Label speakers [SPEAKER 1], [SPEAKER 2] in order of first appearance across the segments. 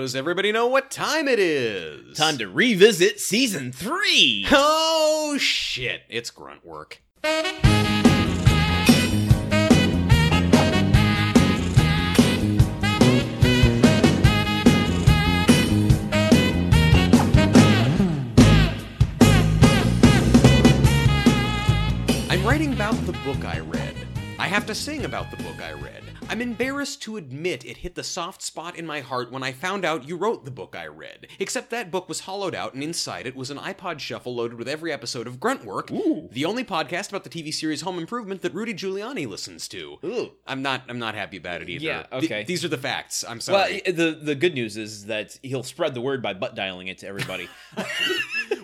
[SPEAKER 1] Does everybody know what time it is?
[SPEAKER 2] Time to revisit season three.
[SPEAKER 1] Oh shit, it's grunt work. I'm writing about the book I read. I have to sing about the book I read. I'm embarrassed to admit it hit the soft spot in my heart when I found out you wrote the book I read. Except that book was hollowed out, and inside it was an iPod shuffle loaded with every episode of Grunt Work,
[SPEAKER 2] Ooh.
[SPEAKER 1] the only podcast about the TV series Home Improvement that Rudy Giuliani listens to.
[SPEAKER 2] Ooh.
[SPEAKER 1] I'm not. I'm not happy about it either.
[SPEAKER 2] Yeah,
[SPEAKER 1] Th-
[SPEAKER 2] okay.
[SPEAKER 1] these are the facts. I'm
[SPEAKER 2] Well,
[SPEAKER 1] sorry.
[SPEAKER 2] i- the the good news is that he'll spread the word by butt dialing it to everybody.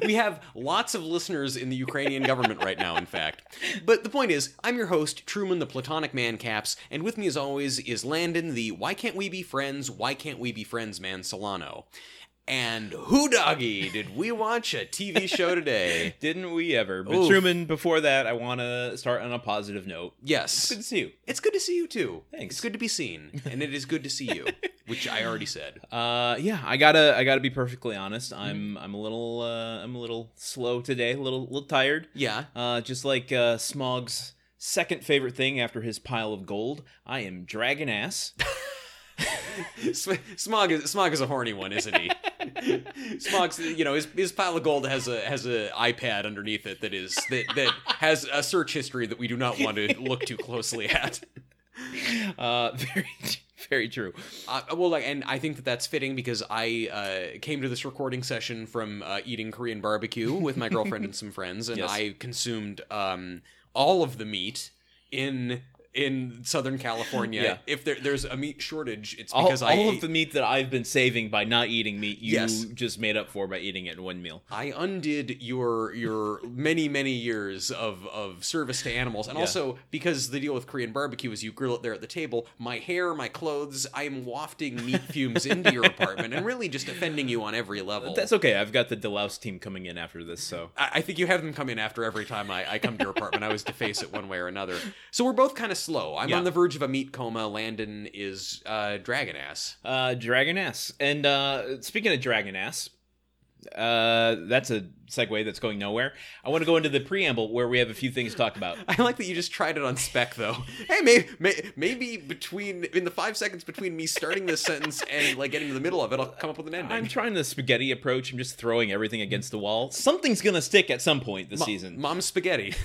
[SPEAKER 1] we have lots of listeners in the Ukrainian government right now, in fact. But the point is, I'm your host, Truman the Platonic Man Caps, and with me as always is Landon the Why Can't We Be Friends, Why Can't We Be Friends Man Solano. And who doggy did we watch a TV show today?
[SPEAKER 2] Didn't we ever? But
[SPEAKER 1] Oof.
[SPEAKER 2] Truman, before that, I want to start on a positive note. It's
[SPEAKER 1] Yes.
[SPEAKER 2] good to see you.
[SPEAKER 1] It's good to see you too.
[SPEAKER 2] Thanks.
[SPEAKER 1] It's good to be seen, and it is good to see you, which I already said.
[SPEAKER 2] Uh, yeah, I gotta, I gotta be perfectly honest. I'm, I'm a little, uh, I'm a little slow today. A little, little tired.
[SPEAKER 1] Yeah.
[SPEAKER 2] Uh, just like uh, Smog's second favorite thing after his pile of gold, I am dragging ass.
[SPEAKER 1] Sm- Smog is Smog is a horny one, isn't he? Smog's you know his, his pile of gold has a has a iPad underneath it that is that that has a search history that we do not want to look too closely at.
[SPEAKER 2] Uh, very, very true.
[SPEAKER 1] Uh, well, like, and I think that that's fitting because I uh, came to this recording session from uh, eating Korean barbecue with my girlfriend and some friends, and
[SPEAKER 2] Yes.
[SPEAKER 1] I consumed um, all of the meat in. In Southern California,
[SPEAKER 2] Yeah.
[SPEAKER 1] if there, there's a meat shortage, it's
[SPEAKER 2] All,
[SPEAKER 1] because I
[SPEAKER 2] all
[SPEAKER 1] ate-
[SPEAKER 2] of the meat that I've been saving by not eating meat, you
[SPEAKER 1] Yes.
[SPEAKER 2] just made up for by eating it in one meal.
[SPEAKER 1] I undid your your many many years of of service to animals, and
[SPEAKER 2] Yeah.
[SPEAKER 1] also because the deal with Korean barbecue is you grill it there at the table. My hair, my clothes, I am wafting meat fumes into your apartment, and really just offending you on every level.
[SPEAKER 2] That's okay. I've got the Delouse team coming in after this, so
[SPEAKER 1] I I think you have them come in after every time I, I come to your apartment. I always deface it one way or another. So we're both kind of slow. I'm
[SPEAKER 2] Yeah.
[SPEAKER 1] on the verge of a meat coma. Landon is uh, dragon ass.
[SPEAKER 2] uh, dragon ass. And uh, speaking of dragon ass, uh, that's a segue that's going nowhere. I want to go into the preamble where we have a few things to talk about.
[SPEAKER 1] I like that you just tried it on spec, though. Hey, may, may, maybe between in the five seconds between me starting this sentence and like getting to the middle of it, I'll come up with an ending.
[SPEAKER 2] I'm trying the spaghetti approach. I'm just throwing everything against the wall. Something's gonna stick at some point this
[SPEAKER 1] Mo-
[SPEAKER 2] season.
[SPEAKER 1] Mom's spaghetti.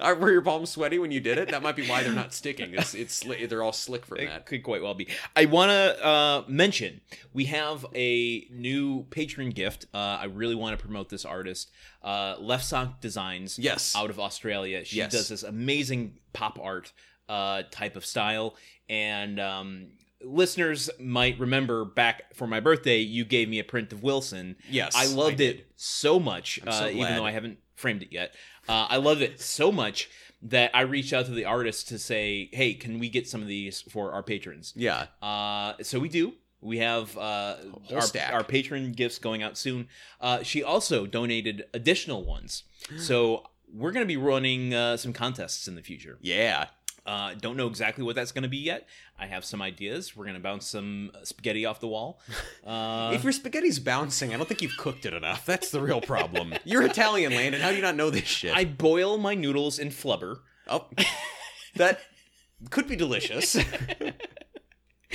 [SPEAKER 1] Uh, Were your palms sweaty when you did it? That might be why they're not sticking. It's it's sli- they're all slick from
[SPEAKER 2] It
[SPEAKER 1] that.
[SPEAKER 2] could quite well be. I want to uh, mention we have a new patron gift. Uh, I really want to promote this artist, uh, Left Sock Designs,
[SPEAKER 1] Yes.
[SPEAKER 2] out of Australia. She
[SPEAKER 1] Yes.
[SPEAKER 2] does this amazing pop art uh, type of style, and um, listeners might remember back for my birthday, you gave me a print of Wilson.
[SPEAKER 1] Yes,
[SPEAKER 2] I loved
[SPEAKER 1] did.
[SPEAKER 2] it so much,
[SPEAKER 1] so
[SPEAKER 2] uh, even
[SPEAKER 1] glad.
[SPEAKER 2] though I haven't framed it yet. Uh, I loved it so much that I reached out to the artist to say, "Hey, can we get some of these for our patrons?"
[SPEAKER 1] Yeah,
[SPEAKER 2] Uh, so we do. We have uh,
[SPEAKER 1] whole
[SPEAKER 2] our,
[SPEAKER 1] stack.
[SPEAKER 2] our patron gifts going out soon. Uh, she also donated additional ones, so we're going to be running uh, some contests in the future.
[SPEAKER 1] yeah.
[SPEAKER 2] Uh, don't know exactly what that's going to be yet. I have some ideas. We're going to bounce some spaghetti off the wall. Uh,
[SPEAKER 1] if your spaghetti's bouncing, I don't think you've cooked it enough. That's the real problem. You're Italian, Landon. How do you not know this shit?
[SPEAKER 2] I boil my noodles in flubber.
[SPEAKER 1] oh, that could be delicious.
[SPEAKER 2] Uh,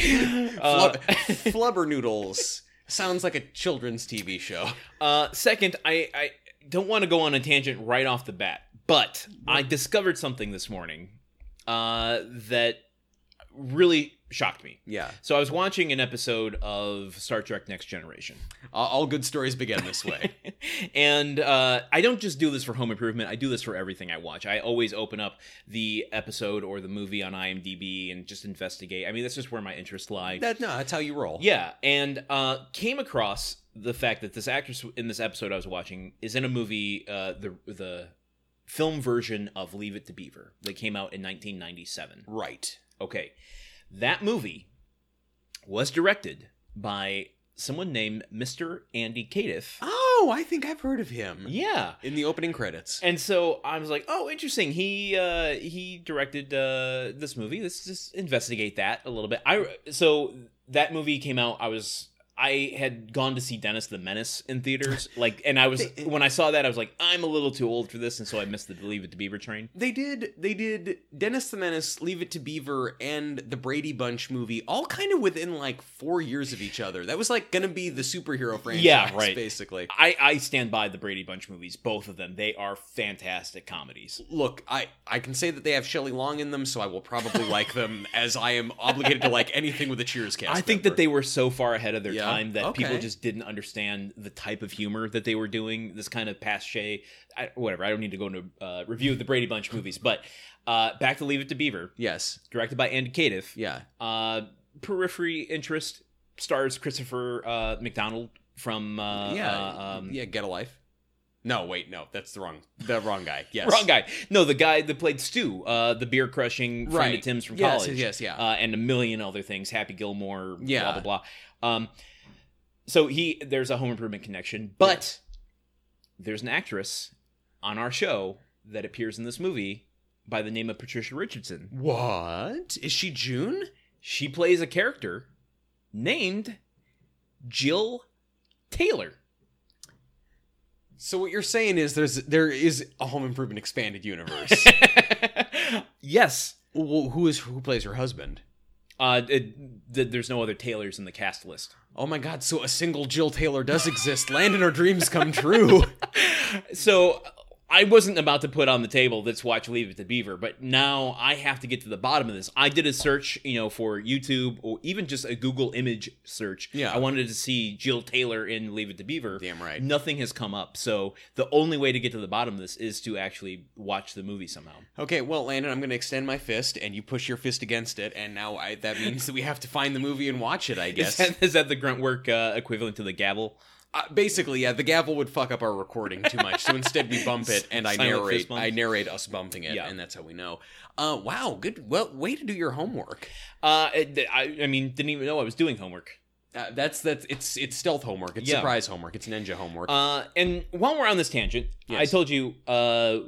[SPEAKER 1] Flub- flubber noodles sounds like a children's TV show.
[SPEAKER 2] uh, second, I, I don't want to go on a tangent right off the bat, but I discovered something this morning uh, that really shocked me.
[SPEAKER 1] Yeah,
[SPEAKER 2] So I was watching an episode of Star Trek Next Generation.
[SPEAKER 1] all, all good stories begin this way.
[SPEAKER 2] and uh, I don't just do this for home improvement. I do this for everything I watch. I always open up the episode or the movie on IMDb and just investigate. I mean, that's just where my interests lie.
[SPEAKER 1] that no, that's how you roll.
[SPEAKER 2] Yeah, and uh, came across the fact that this actress in this episode I was watching is in a movie, uh, the the film version of Leave It to Beaver that came out in 1997.
[SPEAKER 1] right.
[SPEAKER 2] Okay, that movie was directed by someone named Mr. Andy Cadiff,
[SPEAKER 1] Oh, oh, I think I've heard of him.
[SPEAKER 2] Yeah.
[SPEAKER 1] In the opening credits.
[SPEAKER 2] And so I was like, "Oh, interesting. He uh, he directed uh, this movie. Let's just investigate that a little bit." I so that movie came out. I was I had gone to see Dennis the Menace in theaters, like, and I was when I saw that I was like, "I'm a little too old for this," and so I missed the Leave It to Beaver train.
[SPEAKER 1] They did. They did. Dennis the Menace, Leave It to Beaver, and the Brady Bunch movie, all kind of within like four years of each other. That was like going to be the superhero franchise,
[SPEAKER 2] Yeah, right.
[SPEAKER 1] Basically.
[SPEAKER 2] I I stand by the Brady Bunch movies, both of them. They are fantastic comedies.
[SPEAKER 1] Look, I I can say that they have Shelley Long in them, so I will probably like them, as I am obligated to like anything with a Cheers cast.
[SPEAKER 2] I think
[SPEAKER 1] member.
[SPEAKER 2] that they were so far ahead of their
[SPEAKER 1] Yeah.
[SPEAKER 2] time that people
[SPEAKER 1] Okay.
[SPEAKER 2] just didn't understand the type of humor that they were doing. This kind of pastiche, I, whatever. I don't need to go into uh, review of the Brady Bunch movies, but uh, back to Leave It to Beaver,
[SPEAKER 1] Yes.
[SPEAKER 2] directed by Andy Cadiff.
[SPEAKER 1] Yeah.
[SPEAKER 2] Uh, periphery interest stars Christopher uh, McDonald from uh,
[SPEAKER 1] yeah.
[SPEAKER 2] uh, um,
[SPEAKER 1] yeah. Get a life. No, wait, no, that's the wrong the wrong guy. Yes.
[SPEAKER 2] wrong guy. No, the guy that played Stu, uh, the beer crushing friend of
[SPEAKER 1] Right.
[SPEAKER 2] Tim's from
[SPEAKER 1] Yes,
[SPEAKER 2] college.
[SPEAKER 1] yes, yeah.
[SPEAKER 2] uh, and a million other things. Happy Gilmore,
[SPEAKER 1] Yeah.
[SPEAKER 2] blah blah blah. Um, so he there's a Home Improvement connection, but there's an actress on our show that appears in this movie by the name of Patricia Richardson.
[SPEAKER 1] what? Is she June?
[SPEAKER 2] She plays a character named Jill Taylor.
[SPEAKER 1] So what you're saying is there's there is a home improvement expanded universe.
[SPEAKER 2] yes.
[SPEAKER 1] Wh- who is who plays her husband?
[SPEAKER 2] Uh, it- th- there's no other Taylors in the cast list.
[SPEAKER 1] Oh my god, so a single Jill Taylor does exist. Land and her dreams come true.
[SPEAKER 2] So I wasn't about to put on the table let's watch Leave It to Beaver, but now I have to get to the bottom of this. I did a search, you know, for YouTube or even just a Google image search.
[SPEAKER 1] Yeah.
[SPEAKER 2] I wanted to see Jill Taylor in Leave It to Beaver.
[SPEAKER 1] Damn right.
[SPEAKER 2] Nothing has come up. So the only way to get to the bottom of this is to actually watch the movie somehow.
[SPEAKER 1] Okay, well, Landon, I'm going to extend my fist and you push your fist against it and now I that means that we have to find the movie and watch it, I
[SPEAKER 2] Is
[SPEAKER 1] guess.
[SPEAKER 2] that, is that the grunt work uh, equivalent to the gavel?
[SPEAKER 1] Uh, basically, yeah, the gavel would fuck up our recording too much, so instead we bump it, and I
[SPEAKER 2] Silent fist
[SPEAKER 1] narrate.
[SPEAKER 2] bump.
[SPEAKER 1] I narrate us bumping it,
[SPEAKER 2] Yeah.
[SPEAKER 1] and that's how we know. Uh, wow, good. Well, way to do your homework.
[SPEAKER 2] Uh, it- I, I mean, didn't even know I was doing homework.
[SPEAKER 1] Uh, that's that's it's it's stealth homework. It's
[SPEAKER 2] Yeah.
[SPEAKER 1] surprise homework. It's ninja homework.
[SPEAKER 2] Uh, and while we're on this tangent,
[SPEAKER 1] Yes.
[SPEAKER 2] I told you uh,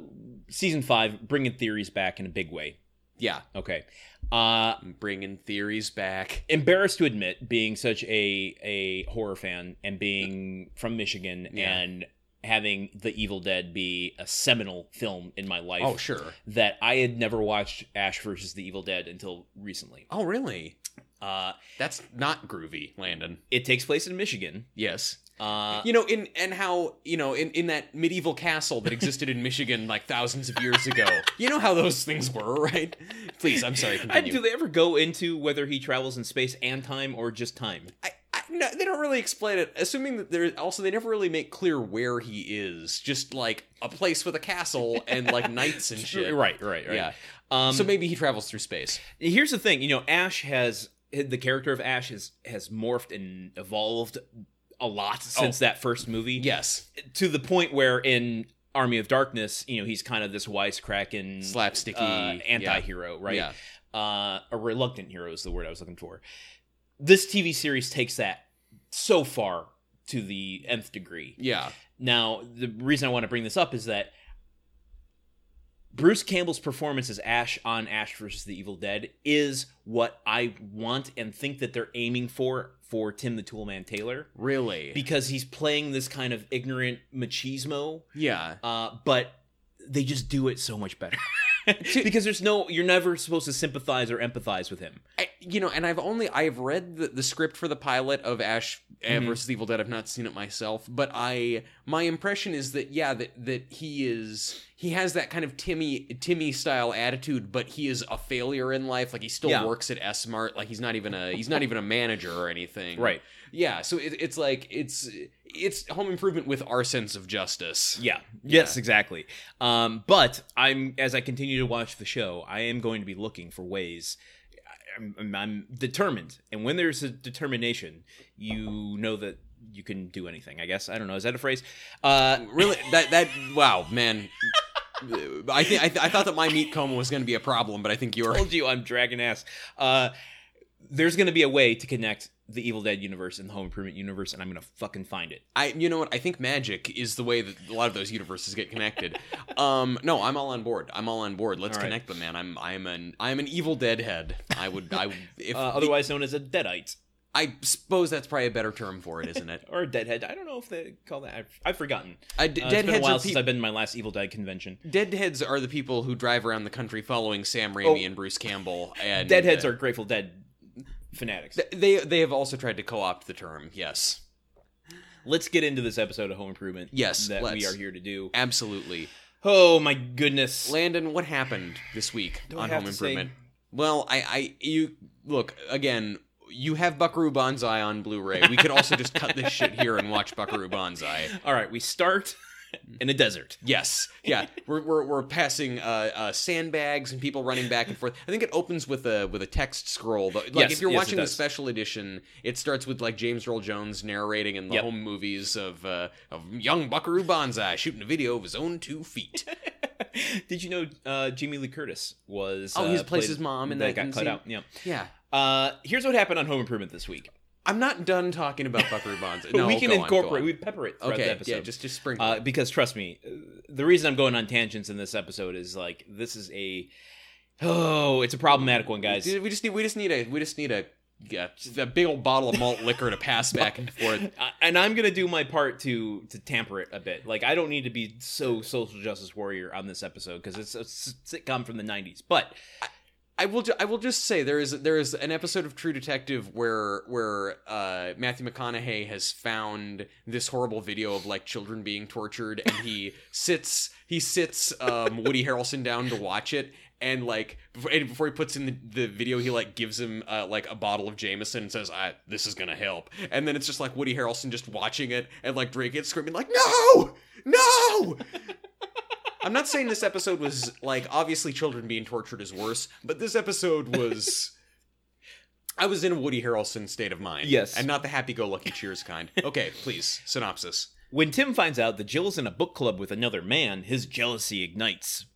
[SPEAKER 2] season five bringing theories back in a big way.
[SPEAKER 1] yeah,
[SPEAKER 2] Okay, uh,
[SPEAKER 1] I'm bringing theories back.
[SPEAKER 2] embarrassed to admit being such a a horror fan and being from Michigan
[SPEAKER 1] Yeah.
[SPEAKER 2] and having The Evil Dead be a seminal film in my life.
[SPEAKER 1] Oh sure.
[SPEAKER 2] That I had never watched Ash versus the Evil Dead until recently.
[SPEAKER 1] Oh really?
[SPEAKER 2] Uh,
[SPEAKER 1] That's not groovy, Landon.
[SPEAKER 2] it takes place in Michigan.
[SPEAKER 1] Yes.
[SPEAKER 2] Uh,
[SPEAKER 1] You know, in and how you know in in that medieval castle that existed in Michigan like thousands of years ago. You know how those things were, right? Please, I'm sorry.
[SPEAKER 2] and
[SPEAKER 1] Continue.
[SPEAKER 2] do they ever go into whether he travels in space and time or just time?
[SPEAKER 1] I, I, no, they don't really explain it. Assuming that they're also they never really make clear where he is. Just like a place with a castle and like knights and shit.
[SPEAKER 2] Right, right, right.
[SPEAKER 1] Yeah.
[SPEAKER 2] Um,
[SPEAKER 1] so maybe he travels through space.
[SPEAKER 2] here's the thing. You know, Ash has the character of Ash has has morphed and evolved a
[SPEAKER 1] Oh.
[SPEAKER 2] lot since that first movie.
[SPEAKER 1] Yes.
[SPEAKER 2] To the point where in Army of Darkness, you know, he's kind of this wisecracking
[SPEAKER 1] Slapsticky
[SPEAKER 2] uh, anti-hero,
[SPEAKER 1] yeah,
[SPEAKER 2] right?
[SPEAKER 1] Yeah.
[SPEAKER 2] Uh, a reluctant hero is the word I was looking for. This TV series takes that so far to the nth degree.
[SPEAKER 1] Yeah.
[SPEAKER 2] Now, the reason I want to bring this up is that Bruce Campbell's performance as Ash on Ash versus the Evil Dead is what I want and think that they're aiming for for Tim the Toolman Taylor
[SPEAKER 1] Really.
[SPEAKER 2] because he's playing this kind of ignorant machismo,
[SPEAKER 1] yeah.
[SPEAKER 2] uh, but they just do it so much better. because there's no, you're never supposed to sympathize or empathize with him.
[SPEAKER 1] I, you know, and I've only I've read the, the script for the pilot of Ash eh,
[SPEAKER 2] Mhm.
[SPEAKER 1] versus Evil Dead. I've not seen it myself, but I my impression is that yeah, that that he is he has that kind of Timmy Timmy style attitude, but he is a failure in life. Like he still
[SPEAKER 2] Yeah.
[SPEAKER 1] works at S Mart. Like he's not even a he's not even a manager or anything.
[SPEAKER 2] Right.
[SPEAKER 1] Yeah. So it, it's like it's it's Home Improvement with our sense of justice.
[SPEAKER 2] Yeah. Yes, exactly. Um, but I'm as I continue to watch the show, I am going to be looking for ways. I'm, I'm, I'm determined, and when there's a determination, you know that you can do anything. I guess I don't know. Is that a phrase? Uh,
[SPEAKER 1] Really, that that wow, man. I think I, th- I thought that my meat coma was going to be a problem, but I think you're
[SPEAKER 2] told you I'm dragging ass. Uh, there's going to be a way to connect the Evil Dead universe and the Home Improvement universe, and I'm going to fucking find it.
[SPEAKER 1] I you know what I think magic is the way that a lot of those universes get connected. um, no, I'm all on board. I'm all on board. Let's
[SPEAKER 2] All right.
[SPEAKER 1] connect them, man. I'm I'm an I'm an evil dead head. I would I would- if
[SPEAKER 2] Uh, otherwise known as a deadite
[SPEAKER 1] I suppose that's probably a better term for it, isn't it?
[SPEAKER 2] or a deadhead. I don't know if they call that. I've, I've forgotten.
[SPEAKER 1] I, d-
[SPEAKER 2] Uh, it's been a
[SPEAKER 1] deadheads
[SPEAKER 2] while
[SPEAKER 1] are
[SPEAKER 2] since
[SPEAKER 1] peop
[SPEAKER 2] I've been to my last Evil Dead convention.
[SPEAKER 1] deadheads are the people who drive around the country following Sam Raimi and Bruce Campbell. And uh,
[SPEAKER 2] Oh. Deadheads are Grateful Dead fanatics.
[SPEAKER 1] th- they they have also tried to co-opt the term. Yes,
[SPEAKER 2] Let's get into this episode of Home Improvement.
[SPEAKER 1] Yes,
[SPEAKER 2] that we
[SPEAKER 1] let's.
[SPEAKER 2] are here to do.
[SPEAKER 1] absolutely.
[SPEAKER 2] Oh my goodness!
[SPEAKER 1] Landon, what happened this week
[SPEAKER 2] Do I
[SPEAKER 1] on
[SPEAKER 2] have
[SPEAKER 1] Home
[SPEAKER 2] to say-
[SPEAKER 1] Improvement? Well, I, I, you look again. You have Buckaroo Banzai on Blu-ray. We could also just cut this shit here and watch Buckaroo Banzai.
[SPEAKER 2] All right, we start in a desert.
[SPEAKER 1] Yes, yeah, we're we're, we're passing uh, uh, sandbags and people running back and forth. I think it opens with a with a text scroll. But, like
[SPEAKER 2] Yes,
[SPEAKER 1] if you're
[SPEAKER 2] yes, it
[SPEAKER 1] watching the
[SPEAKER 2] does.
[SPEAKER 1] special edition, it starts with like James Earl Jones narrating in the
[SPEAKER 2] Yep.
[SPEAKER 1] home movies of uh, of young Buckaroo Banzai shooting a video of his own two feet.
[SPEAKER 2] Did you know uh, Jamie Lee Curtis was?
[SPEAKER 1] Oh,
[SPEAKER 2] uh,
[SPEAKER 1] he plays
[SPEAKER 2] played-
[SPEAKER 1] his mom in that
[SPEAKER 2] got
[SPEAKER 1] in
[SPEAKER 2] cut
[SPEAKER 1] scene?
[SPEAKER 2] out. Yeah.
[SPEAKER 1] Yeah.
[SPEAKER 2] Uh, here's what happened on Home Improvement this week.
[SPEAKER 1] I'm not done talking about Buckaroo Banzai. No,
[SPEAKER 2] we can
[SPEAKER 1] go on, go
[SPEAKER 2] incorporate,
[SPEAKER 1] on.
[SPEAKER 2] we pepper it throughout
[SPEAKER 1] okay,
[SPEAKER 2] the episode.
[SPEAKER 1] yeah, just just sprinkle.
[SPEAKER 2] uh, because trust me, uh, the reason I'm going on tangents in this episode is like this is a oh, it's a problematic one, guys.
[SPEAKER 1] Dude, we just need we just need a we just need a yeah, just a big old bottle of malt liquor to pass back and forth.
[SPEAKER 2] I- and I'm gonna do my part to to tamper it a bit. Like I don't need to be so social justice warrior on this episode because it's a s- sitcom from the '90s. But
[SPEAKER 1] I will ju- I will just say there is there is an episode of True Detective where where uh, Matthew McConaughey has found this horrible video of like children being tortured and he sits he sits um, Woody Harrelson down to watch it and like before, and before he puts in the, the video he like gives him uh, like a bottle of Jameson and says I this is gonna help and then it's just like Woody Harrelson just watching it and like drinking it screaming like no no I'm not saying this episode was like obviously children being tortured is worse, but this episode was. I was in a Woody Harrelson state of mind.
[SPEAKER 2] Yes.
[SPEAKER 1] and not the happy-go-lucky Cheers kind. Okay, please synopsis.
[SPEAKER 2] when Tim finds out that Jill's in a book club with another man, his jealousy ignites.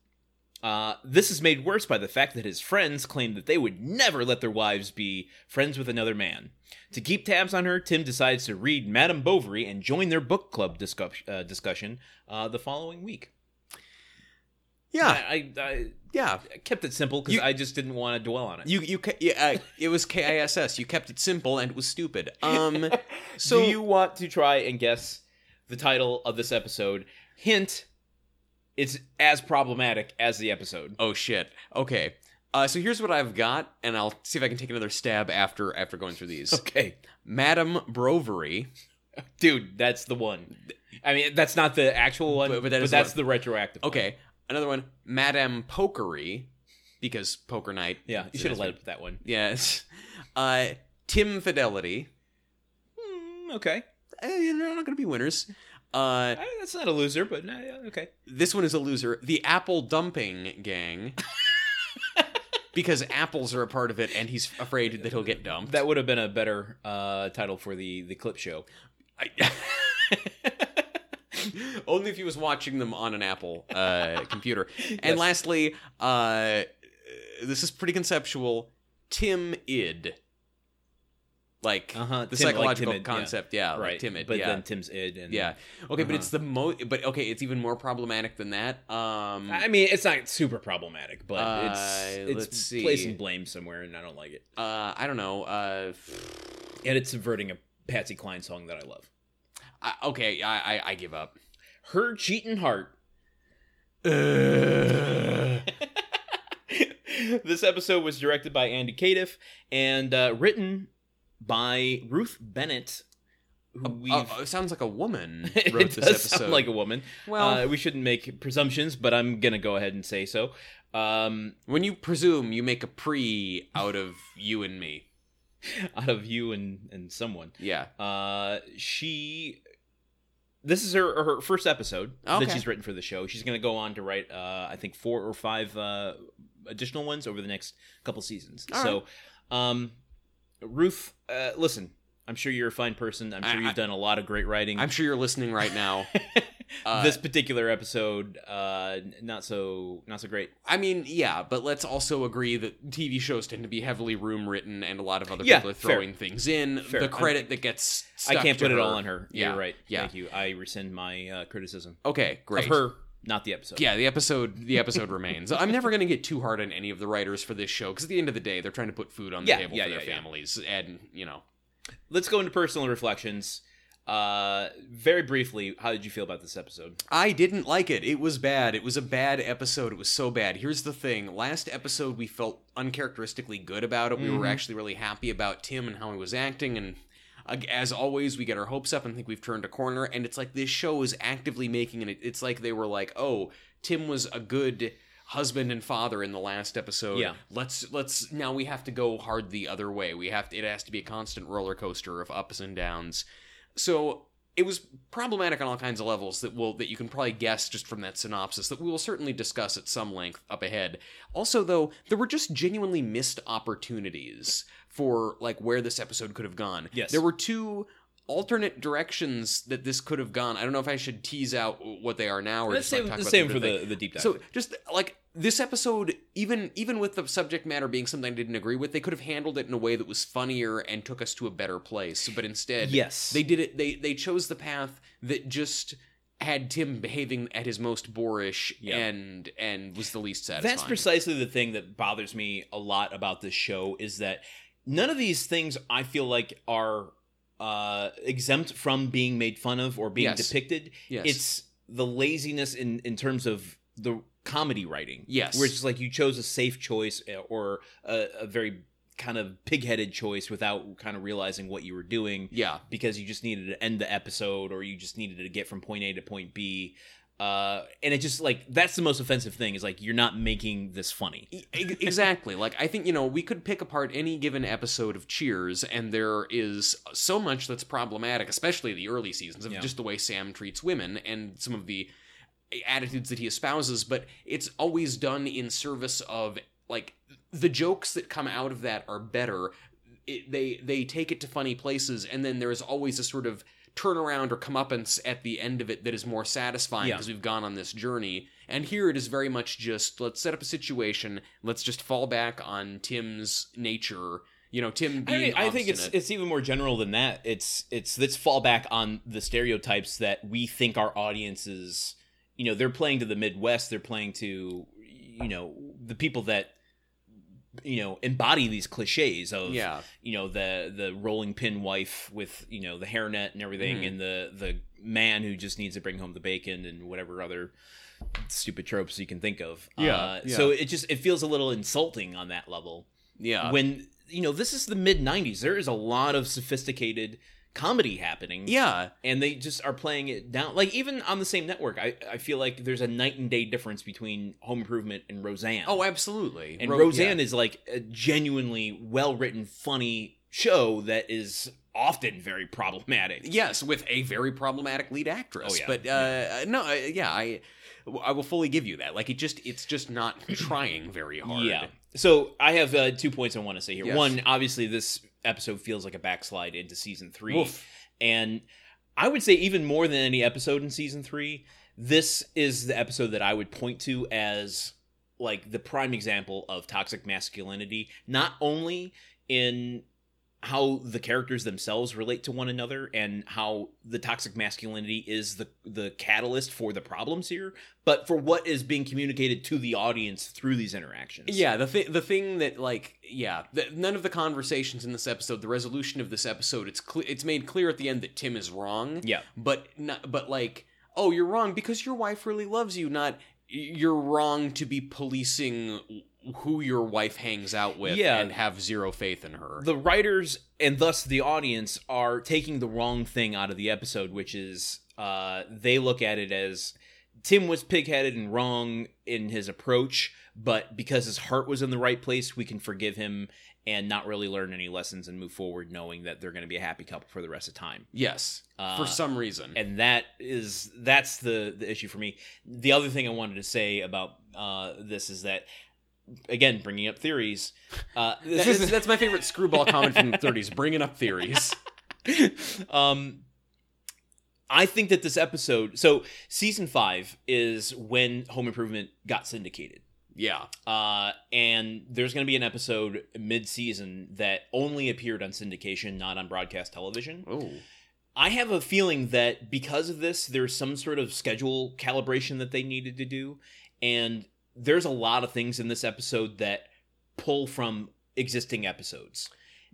[SPEAKER 2] Uh, this is made worse by the fact that his friends claim that they would never let their wives be friends with another man. To keep tabs on her, Tim decides to read Madame Bovary and join their book club discuss- uh, discussion uh, the following week.
[SPEAKER 1] Yeah,
[SPEAKER 2] I, I,
[SPEAKER 1] yeah.
[SPEAKER 2] I kept it simple because
[SPEAKER 1] You-
[SPEAKER 2] I just didn't want to dwell on it.
[SPEAKER 1] You you ca- yeah, uh, it was KISS. You kept it simple and it was stupid. Um, so
[SPEAKER 2] Do you want to try and guess the title of this episode? Hint: It's as problematic as the episode.
[SPEAKER 1] oh shit. Okay. Uh, so here's what I've got, and I'll see if I can take another stab after after going through these.
[SPEAKER 2] Okay,
[SPEAKER 1] Madam Brovary.
[SPEAKER 2] dude, that's the one. I mean, that's not the actual one,
[SPEAKER 1] But-
[SPEAKER 2] but,
[SPEAKER 1] but that is the
[SPEAKER 2] that's the retroactive. one.
[SPEAKER 1] Okay, another one. Madam Pokery, because poker night.
[SPEAKER 2] yeah, you should have led up with that one.
[SPEAKER 1] Yes. Uh, Tim Fidelity.
[SPEAKER 2] Hmm, okay,
[SPEAKER 1] Eh, they're not going to be winners. Uh,
[SPEAKER 2] I- that's not a loser, but no, yeah, okay.
[SPEAKER 1] this one is a loser. The Apple Dumping Gang. because apples are a part of it, and he's afraid that he'll get dumped.
[SPEAKER 2] That would have been a better uh, title for the the clip show.
[SPEAKER 1] I- Only if he was watching them on an Apple uh, computer. And
[SPEAKER 2] Yes.
[SPEAKER 1] lastly, uh, this is pretty conceptual. Tim id, like
[SPEAKER 2] Uh-huh,
[SPEAKER 1] the
[SPEAKER 2] Tim- like
[SPEAKER 1] psychological
[SPEAKER 2] timid, yeah.
[SPEAKER 1] concept, yeah, like
[SPEAKER 2] right,
[SPEAKER 1] timid,
[SPEAKER 2] but
[SPEAKER 1] yeah.
[SPEAKER 2] then Tim's id and
[SPEAKER 1] Yeah. Okay, but
[SPEAKER 2] Uh-huh.
[SPEAKER 1] it's the most. But okay, it's even more problematic than that. Um,
[SPEAKER 2] I mean, it's not super problematic, but
[SPEAKER 1] Uh,
[SPEAKER 2] it's it's
[SPEAKER 1] let's see.
[SPEAKER 2] placing blame somewhere, and I don't like it.
[SPEAKER 1] uh, I don't know. Uh,
[SPEAKER 2] And it's subverting a Patsy Cline song that I love.
[SPEAKER 1] I, okay, I, I I give up.
[SPEAKER 2] Her cheating heart. this episode was directed by Andy Cadiff and uh, written by Ruth Bennett, who we've.
[SPEAKER 1] Uh, it sounds like a woman
[SPEAKER 2] it
[SPEAKER 1] wrote this
[SPEAKER 2] does
[SPEAKER 1] episode.
[SPEAKER 2] sound like a woman.
[SPEAKER 1] well,
[SPEAKER 2] uh, we shouldn't make presumptions, but I'm gonna go ahead and say so. Um,
[SPEAKER 1] when you presume, you make a pre out of you and me.
[SPEAKER 2] out of you and and someone.
[SPEAKER 1] Yeah.
[SPEAKER 2] Uh, she. This is her her first episode
[SPEAKER 1] Okay.
[SPEAKER 2] that she's written for the show. She's going to go on to write, uh, I think, four or five uh, additional ones over the next couple seasons.
[SPEAKER 1] All
[SPEAKER 2] so, um, Ruth, uh, listen, I'm sure you're a fine person. I'm
[SPEAKER 1] I-
[SPEAKER 2] sure
[SPEAKER 1] I-
[SPEAKER 2] you've done a lot of great writing.
[SPEAKER 1] I'm sure you're listening right now. Uh,
[SPEAKER 2] this particular episode, uh, n- not so not so great.
[SPEAKER 1] I mean, yeah, but let's also agree that TV shows tend to be heavily room written, and a lot of other
[SPEAKER 2] Yeah,
[SPEAKER 1] people are
[SPEAKER 2] fair.
[SPEAKER 1] throwing things in.
[SPEAKER 2] Fair.
[SPEAKER 1] The
[SPEAKER 2] I'm-
[SPEAKER 1] credit that gets stuck
[SPEAKER 2] I can't
[SPEAKER 1] to
[SPEAKER 2] put it
[SPEAKER 1] her-
[SPEAKER 2] all on her.
[SPEAKER 1] Yeah,
[SPEAKER 2] You're right.
[SPEAKER 1] yeah.
[SPEAKER 2] Thank you. I rescind my uh, criticism
[SPEAKER 1] Okay, great.
[SPEAKER 2] of her, not the episode.
[SPEAKER 1] Yeah, the episode the episode remains. I'm never going to get too hard on any of the writers for this show because at the end of the day, they're trying to put food on the
[SPEAKER 2] Yeah,
[SPEAKER 1] table
[SPEAKER 2] yeah,
[SPEAKER 1] for their
[SPEAKER 2] yeah, yeah.
[SPEAKER 1] families, and you know,
[SPEAKER 2] Let's go into personal reflections. Uh, very briefly, how did you feel about this episode?
[SPEAKER 1] I didn't like it. It was bad. It was a bad episode. It was so bad. Here's the thing. Last episode, we felt uncharacteristically good about it. We were
[SPEAKER 2] Mhm.
[SPEAKER 1] actually really happy about Tim and how he was acting. And uh, as always, we get our hopes up and think we've turned a corner. And it's like this show is actively making it. It's like they were like, oh, Tim was a good husband and father in the last episode.
[SPEAKER 2] Yeah.
[SPEAKER 1] Let's let's now we have to go hard the other way. We have to, it has to be a constant roller coaster of ups and downs. So it was problematic on all kinds of levels that will that you can probably guess just from that synopsis that we will certainly discuss at some length up ahead. Also though, there were just genuinely missed opportunities for like where this episode could have gone.
[SPEAKER 2] Yes.
[SPEAKER 1] There were two alternate directions that this could have gone. I don't know if I should tease out what they are now or
[SPEAKER 2] Let's
[SPEAKER 1] just like,
[SPEAKER 2] save,
[SPEAKER 1] talk
[SPEAKER 2] let's
[SPEAKER 1] about
[SPEAKER 2] save
[SPEAKER 1] them
[SPEAKER 2] for
[SPEAKER 1] thing.
[SPEAKER 2] the, the deep dive.
[SPEAKER 1] So just like this episode, even even with the subject matter being something I didn't agree with, they could have handled it in a way that was funnier and took us to a better place. But instead,
[SPEAKER 2] yes,
[SPEAKER 1] they did it. They they chose the path that just had Tim behaving at his most boorish
[SPEAKER 2] Yeah.
[SPEAKER 1] and and was the least satisfying.
[SPEAKER 2] That's precisely the thing that bothers me a lot about this show is that none of these things I feel like are uh, exempt from being made fun of or being
[SPEAKER 1] Yes.
[SPEAKER 2] depicted.
[SPEAKER 1] Yes.
[SPEAKER 2] It's the laziness in in terms of the comedy writing.
[SPEAKER 1] yes.
[SPEAKER 2] Where it's just like you chose a safe choice uh, or a, a very kind of pig-headed choice without kind of realizing what you were doing
[SPEAKER 1] yeah.
[SPEAKER 2] because you just needed to end the episode or you just needed to get from point A to point B. Uh, and it just like that's the most offensive thing is like you're not making this funny.
[SPEAKER 1] E- e- exactly. Like I think you know we could pick apart any given episode of Cheers, and there is so much that's problematic, especially the early seasons of
[SPEAKER 2] Yeah.
[SPEAKER 1] just the way Sam treats women and some of the attitudes that he espouses. But it's always done in service of like the jokes that come out of that are better. It, they they take it to funny places, and then there is always a sort of turnaround or comeuppance at the end of it that is more satisfying
[SPEAKER 2] Yeah.
[SPEAKER 1] because we've gone on this journey. And here it is very much just let's set up a situation, let's just fall back on Tim's nature. You know, Tim
[SPEAKER 2] I,
[SPEAKER 1] being
[SPEAKER 2] mean, I think it's
[SPEAKER 1] obstinate.
[SPEAKER 2] it's even more general than that. It's it's let's fall back on the stereotypes that we think our audiences, you know, they're playing to the Midwest, they're playing to you know the people that you know embody these cliches of
[SPEAKER 1] yeah,
[SPEAKER 2] you know the the rolling pin wife with you know the hairnet and everything
[SPEAKER 1] Mhm.
[SPEAKER 2] and the the man who just needs to bring home the bacon and whatever other stupid tropes you can think of
[SPEAKER 1] Yeah,
[SPEAKER 2] uh,
[SPEAKER 1] yeah.
[SPEAKER 2] so it just it feels a little insulting on that level
[SPEAKER 1] yeah.
[SPEAKER 2] when you know this is the mid 90s there is a lot of sophisticated comedy happening
[SPEAKER 1] yeah,
[SPEAKER 2] and they just are playing it down like even on the same network i i feel like there's a night and day difference between home improvement and roseanne
[SPEAKER 1] oh, absolutely.
[SPEAKER 2] and
[SPEAKER 1] Ro-
[SPEAKER 2] Roseanne is like a genuinely well written, funny show that is often very problematic.
[SPEAKER 1] Yes, with a very problematic lead actress.
[SPEAKER 2] Oh, yeah.
[SPEAKER 1] But uh, uh, no, I- yeah, I I will fully give you that. Like it just it's just not trying very hard.
[SPEAKER 2] Yeah. So I have uh, two points I want to say here.
[SPEAKER 1] Yes.
[SPEAKER 2] One, obviously, this episode feels like a backslide into season three,
[SPEAKER 1] Woof.
[SPEAKER 2] and I would say even more than any episode in season three, this is the episode that I would point to as like the prime example of toxic masculinity. Not only in how the characters themselves relate to one another and how the toxic masculinity is the the catalyst for the problems here but for what is being communicated to the audience through these interactions
[SPEAKER 1] Yeah, the thing the thing that like yeah, the, none of the conversations in this episode, the resolution of this episode, it's cle it's made clear at the end that Tim is wrong,
[SPEAKER 2] yeah
[SPEAKER 1] but not, but like oh, you're wrong because your wife really loves you, not you're wrong to be policing who your wife hangs out with
[SPEAKER 2] Yeah.
[SPEAKER 1] and have zero faith in her.
[SPEAKER 2] the writers and thus the audience are taking the wrong thing out of the episode which is uh they look at it as Tim was pigheaded and wrong in his approach, but because his heart was in the right place, we can forgive him and not really learn any lessons and move forward knowing that they're going to be a happy couple for the rest of time.
[SPEAKER 1] yes,
[SPEAKER 2] Uh,
[SPEAKER 1] for some reason.
[SPEAKER 2] and that is that's the the issue for me. The other thing I wanted to say about uh, this is that again, bringing up theories. Uh,
[SPEAKER 1] That
[SPEAKER 2] this
[SPEAKER 1] is-
[SPEAKER 2] is
[SPEAKER 1] that's my favorite screwball comment from the 30s, bringing up theories.
[SPEAKER 2] um, I think that this episode, so season five is when Home Improvement got syndicated.
[SPEAKER 1] Yeah.
[SPEAKER 2] Uh, and there's going to be an episode mid season that only appeared on syndication, not on broadcast television.
[SPEAKER 1] Oh.
[SPEAKER 2] I have a feeling that because of this, there's some sort of schedule calibration that they needed to do. And there's a lot of things in this episode that pull from existing episodes.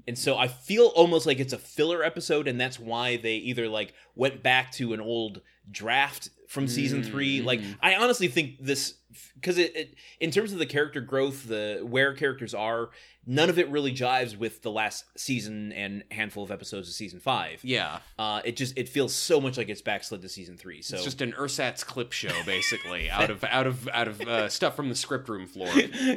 [SPEAKER 2] And so I feel almost like it's a filler episode, and that's why they either like went back to an old draft from season three. Like
[SPEAKER 1] Mm.
[SPEAKER 2] I honestly think this because it, it in terms of the character growth, the where characters are, none of it really jives with the last season and handful of episodes of season five.
[SPEAKER 1] Yeah.
[SPEAKER 2] Uh, it just it feels so much like it's backslid to season three. So
[SPEAKER 1] It's just an ersatz clip show, basically, out of out of out of uh, stuff from the script room floor.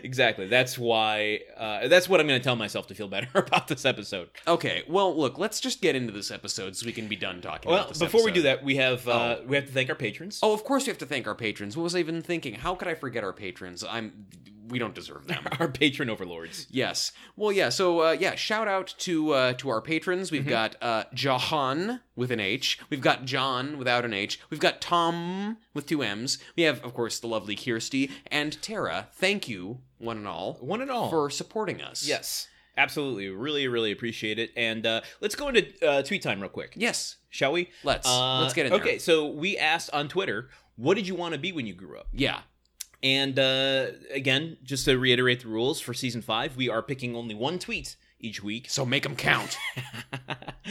[SPEAKER 2] exactly that's why uh, that's what I'm going to tell myself to feel better about this episode.
[SPEAKER 1] Okay, well, look, let's just get into this episode so we can be done talking.
[SPEAKER 2] Well,
[SPEAKER 1] about this
[SPEAKER 2] before we do
[SPEAKER 1] episode.
[SPEAKER 2] that, we have uh, we have to thank our patrons.
[SPEAKER 1] oh, of course, we have to thank our patrons. What was I even thinking? How could I forget our patrons? I'm, we don't deserve them.
[SPEAKER 2] Our patron overlords.
[SPEAKER 1] Yes. Well, yeah. So, uh, yeah. Shout out to uh, to our patrons. We've got uh, Jahan with an H. We've got John without an H. We've got Tom with two M's. We have, of course, the lovely Kirsty and Tara. Thank you, one and all,
[SPEAKER 2] One and all.
[SPEAKER 1] for supporting us.
[SPEAKER 2] yes. Absolutely. Really, really appreciate it. And uh, let's go into uh, tweet time real quick,
[SPEAKER 1] Yes.
[SPEAKER 2] shall we?
[SPEAKER 1] Let's
[SPEAKER 2] Uh,
[SPEAKER 1] let's get in there.
[SPEAKER 2] Okay, so we asked on Twitter, what did you want to be when you grew up?
[SPEAKER 1] Yeah.
[SPEAKER 2] And uh, again, just to reiterate the rules for season five, we are picking only one tweet each week.
[SPEAKER 1] So make them count.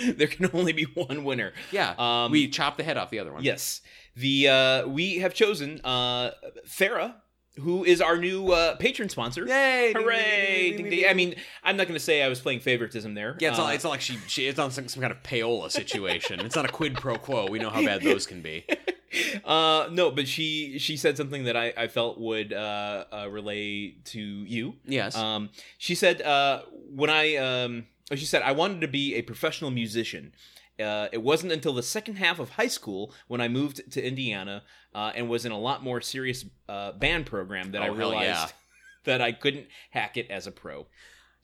[SPEAKER 2] there can only be one winner.
[SPEAKER 1] Yeah.
[SPEAKER 2] Um,
[SPEAKER 1] we chop the head off the other one.
[SPEAKER 2] yes, the uh, we have chosen uh, Farah, who is our new uh, patron sponsor.
[SPEAKER 1] Yay! ding,
[SPEAKER 2] Hooray!
[SPEAKER 1] ding, ding,
[SPEAKER 2] Ding,
[SPEAKER 1] ding,
[SPEAKER 2] ding.
[SPEAKER 1] ding.
[SPEAKER 2] I mean, I'm not going to say I was playing favoritism there.
[SPEAKER 1] Yeah, it's,
[SPEAKER 2] Uh,
[SPEAKER 1] not, it's not like she, she it's not some, some kind of payola situation. it's not a quid pro quo. We know how bad those can be.
[SPEAKER 2] uh, no, but she she said something that I, I felt would uh, uh, relay to you.
[SPEAKER 1] Yes.
[SPEAKER 2] Um, she said, uh, when I, um, oh, she said, I wanted to be a professional musician. Uh, it wasn't until the second half of high school when I moved to Indiana uh, and was in a lot more serious uh, band program that I
[SPEAKER 1] Oh, hell
[SPEAKER 2] realized
[SPEAKER 1] yeah.
[SPEAKER 2] that I couldn't hack it as a pro.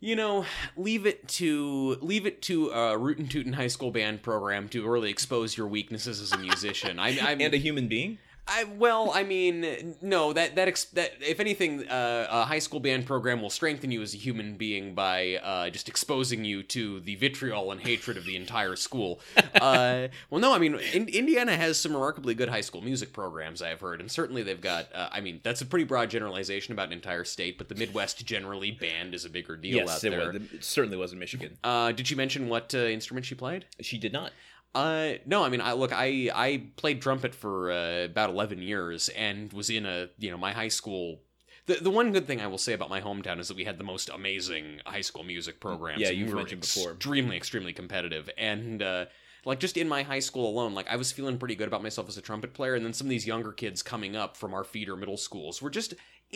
[SPEAKER 1] you know, leave it to leave it to a root and tootin' high school band program to really expose your weaknesses as a musician. I, I,
[SPEAKER 2] And a human being?
[SPEAKER 1] I well, I mean, no, that that ex- that if anything, uh, a high school band program will strengthen you as a human being by uh, just exposing you to the vitriol and hatred of the entire school. Uh, well, no, I mean, in- Indiana has some remarkably good high school music programs I've heard, and certainly they've got. Uh, I mean, that's a pretty broad generalization about an entire state, but the Midwest generally band is a bigger deal out
[SPEAKER 2] it,
[SPEAKER 1] there.
[SPEAKER 2] was. it certainly was in Michigan.
[SPEAKER 1] Uh, did she mention what uh, instrument she played?
[SPEAKER 2] She did not.
[SPEAKER 1] Uh, no, I mean, I look, I I played trumpet for uh, about eleven years and was in a you know my high school. The, the one good thing I will say about my hometown is that we had the most amazing high school music programs.
[SPEAKER 2] Yeah,
[SPEAKER 1] and
[SPEAKER 2] you've
[SPEAKER 1] we were
[SPEAKER 2] mentioned before.
[SPEAKER 1] Extremely, extremely competitive, and uh, like just in my high school alone, like I was feeling pretty good about myself as a trumpet player, and then some of these younger kids coming up from our feeder middle schools were just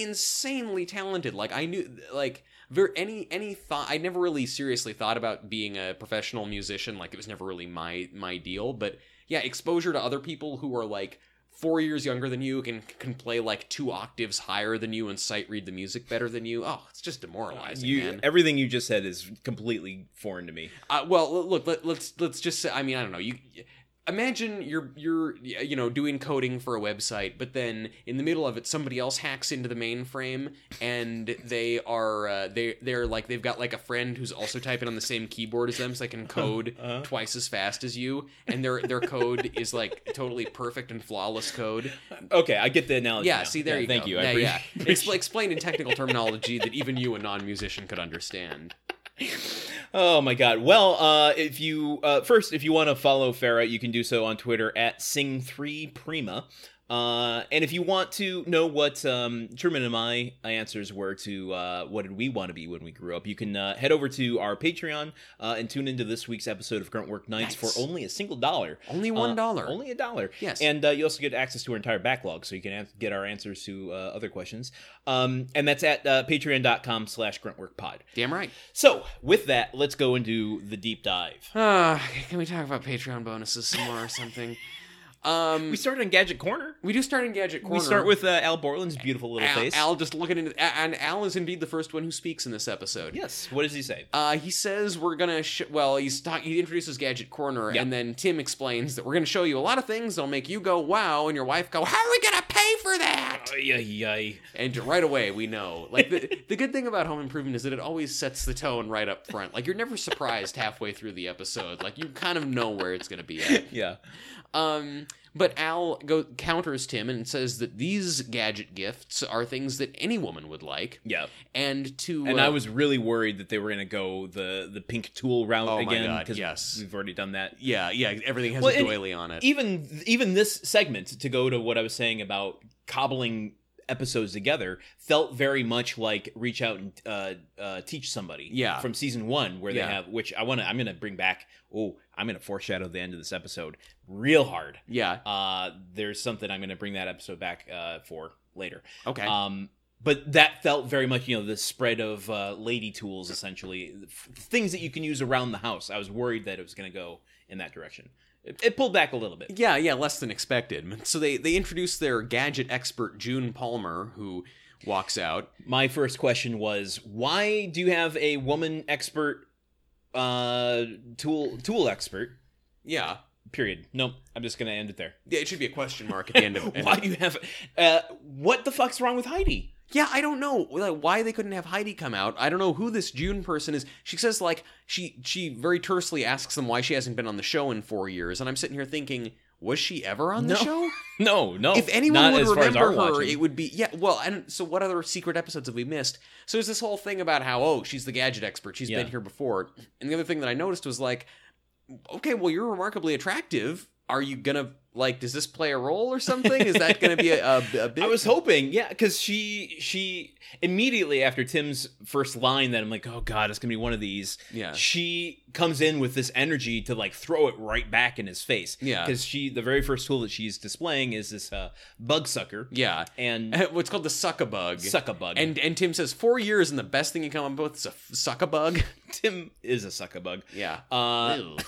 [SPEAKER 1] insanely talented. Like I knew, like ver- any any thought I never really seriously thought about being a professional musician. Like it was never really my my deal. But yeah, exposure to other people who are like four years younger than you can can play like two octaves higher than you and sight read the music better than you. Oh, it's just demoralizing,
[SPEAKER 2] You-
[SPEAKER 1] man.
[SPEAKER 2] everything you just said is completely foreign to me.
[SPEAKER 1] Uh, well, l- look, let, let's let's just say. I mean, I don't know. You imagine you're you're you know doing coding for a website, but then in the middle of it, somebody else hacks into the mainframe, and they are uh, they they're like they've got like a friend who's also typing on the same keyboard as them, so they can code
[SPEAKER 2] Uh-huh.
[SPEAKER 1] twice as fast as you, and their their code is like totally perfect and flawless code.
[SPEAKER 2] Okay, I get the analogy.
[SPEAKER 1] Um, Yeah,
[SPEAKER 2] now.
[SPEAKER 1] see, there you
[SPEAKER 2] Oh, thank
[SPEAKER 1] go.
[SPEAKER 2] you. I
[SPEAKER 1] yeah, yeah.
[SPEAKER 2] appreciate-
[SPEAKER 1] Expl- explain in technical terminology that even you, a non musician, could understand.
[SPEAKER 2] Oh my god. Well, uh, if you uh, first, if you want to follow Farah, you can do so on Twitter at Sing3Prima. Uh, and if you want to know what um, Truman and my answers were to uh, what did we want to be when we grew up, you can uh, head over to our Patreon uh, and tune into this week's episode of Grunt Work Nights
[SPEAKER 1] Nice.
[SPEAKER 2] for only a single dollar.
[SPEAKER 1] Only
[SPEAKER 2] Uh,
[SPEAKER 1] one dollar.
[SPEAKER 2] only a dollar.
[SPEAKER 1] yes.
[SPEAKER 2] And uh, you also get access to our entire backlog, so you can ans- get our answers to uh, other questions. Um, and that's at uh, patreon.com slash gruntworkpod.
[SPEAKER 1] Damn right.
[SPEAKER 2] So, with that, let's go into the deep dive.
[SPEAKER 1] Ah, Uh, can we talk about Patreon bonuses some more or something? Um,
[SPEAKER 2] We started on Gadget Corner.
[SPEAKER 1] we do start in Gadget Corner.
[SPEAKER 2] We start with uh, Al Borland's beautiful little
[SPEAKER 1] Al,
[SPEAKER 2] face.
[SPEAKER 1] Al just looking into, and Al is indeed the first one who speaks in this episode.
[SPEAKER 2] yes. What does he say?
[SPEAKER 1] Uh, he says we're gonna. Sh- well, he's talk- he introduces Gadget Corner,
[SPEAKER 2] Yeah.
[SPEAKER 1] and then Tim explains that we're gonna show you a lot of things that'll make you go wow, and your wife go, "How are we gonna pay for that?"
[SPEAKER 2] Ay, ay, ay.
[SPEAKER 1] And right away, we know. Like the the good thing about Home Improvement is that it always sets the tone right up front. Like you're never surprised halfway through the episode. Like you kind of know where it's gonna be at.
[SPEAKER 2] Yeah.
[SPEAKER 1] Um, but Al go- counters Tim and says that these gadget gifts are things that any woman would like,
[SPEAKER 2] Yeah.
[SPEAKER 1] and to
[SPEAKER 2] And
[SPEAKER 1] uh,
[SPEAKER 2] I was really worried that they were going to go the the pink tool route
[SPEAKER 1] Oh my
[SPEAKER 2] again
[SPEAKER 1] God, yes.
[SPEAKER 2] we've already done that.
[SPEAKER 1] yeah yeah everything has
[SPEAKER 2] Well,
[SPEAKER 1] a
[SPEAKER 2] and e
[SPEAKER 1] doily on it.
[SPEAKER 2] Even even this segment to go to what I was saying about cobbling episodes together felt very much like reach out and uh, uh, teach somebody.
[SPEAKER 1] Yeah.
[SPEAKER 2] From season one where
[SPEAKER 1] Yeah.
[SPEAKER 2] they have which I want to I'm going to bring back. Oh, I'm going to foreshadow the end of this episode real hard.
[SPEAKER 1] yeah
[SPEAKER 2] Uh, there's something I'm going to bring that episode back uh, for later.
[SPEAKER 1] okay
[SPEAKER 2] Um, but that felt very much, you know, the spread of uh, lady tools, essentially f- things that you can use around the house. I was worried that it was going to go in that direction. It, it pulled back a little bit.
[SPEAKER 1] yeah yeah less than expected. So they they introduce their gadget expert June Palmer who walks out.
[SPEAKER 2] My first question was, why do you have a woman expert, uh, tool tool expert?
[SPEAKER 1] Yeah.
[SPEAKER 2] Period. Nope. I'm just going to end it there.
[SPEAKER 1] Yeah, it should be a question mark at the end of
[SPEAKER 2] why do you have? Uh, what the fuck's wrong with Heidi?
[SPEAKER 1] Yeah, I don't know like, why they couldn't have Heidi come out. I don't know who this June person is. She says like she she very tersely asks them why she hasn't been on the show in four years, and I'm sitting here thinking, was she ever on the
[SPEAKER 2] No.
[SPEAKER 1] show?
[SPEAKER 2] No, no.
[SPEAKER 1] if anyone
[SPEAKER 2] not
[SPEAKER 1] would
[SPEAKER 2] as far as our
[SPEAKER 1] remember her,
[SPEAKER 2] watching.
[SPEAKER 1] it would be yeah. Well, and so what other secret episodes have we missed? So there's this whole thing about how oh she's the gadget expert. She's been
[SPEAKER 2] Yeah.
[SPEAKER 1] here before. And the other thing that I noticed was like, okay, well you're remarkably attractive. Are you gonna like? Does this play a role or something? Is that gonna be a, a, a bit?
[SPEAKER 2] I was hoping, yeah, because she she immediately after Tim's first line that I'm like, oh god, it's gonna be one of these.
[SPEAKER 1] yeah.
[SPEAKER 2] She comes in with this energy to like throw it right back in his face.
[SPEAKER 1] Yeah.
[SPEAKER 2] because she the very first tool that she's displaying is this uh, bug sucker
[SPEAKER 1] Yeah.
[SPEAKER 2] and
[SPEAKER 1] What's called the suck a bug.
[SPEAKER 2] suck a bug.
[SPEAKER 1] And and Tim says four years and the best thing you come up with is a f- suck a bug.
[SPEAKER 2] Tim is a suck a bug.
[SPEAKER 1] Yeah.
[SPEAKER 2] Uh,
[SPEAKER 1] Ew.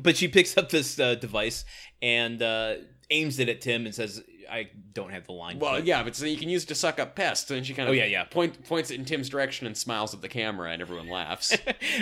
[SPEAKER 2] but she picks up this uh, device and uh, aims it at Tim and says, "I don't have the line."
[SPEAKER 1] well,
[SPEAKER 2] but-
[SPEAKER 1] yeah, but so you can use it to suck up pests. And she kind of
[SPEAKER 2] Oh, yeah, yeah.
[SPEAKER 1] point points it in Tim's direction and smiles at the camera, and everyone laughs.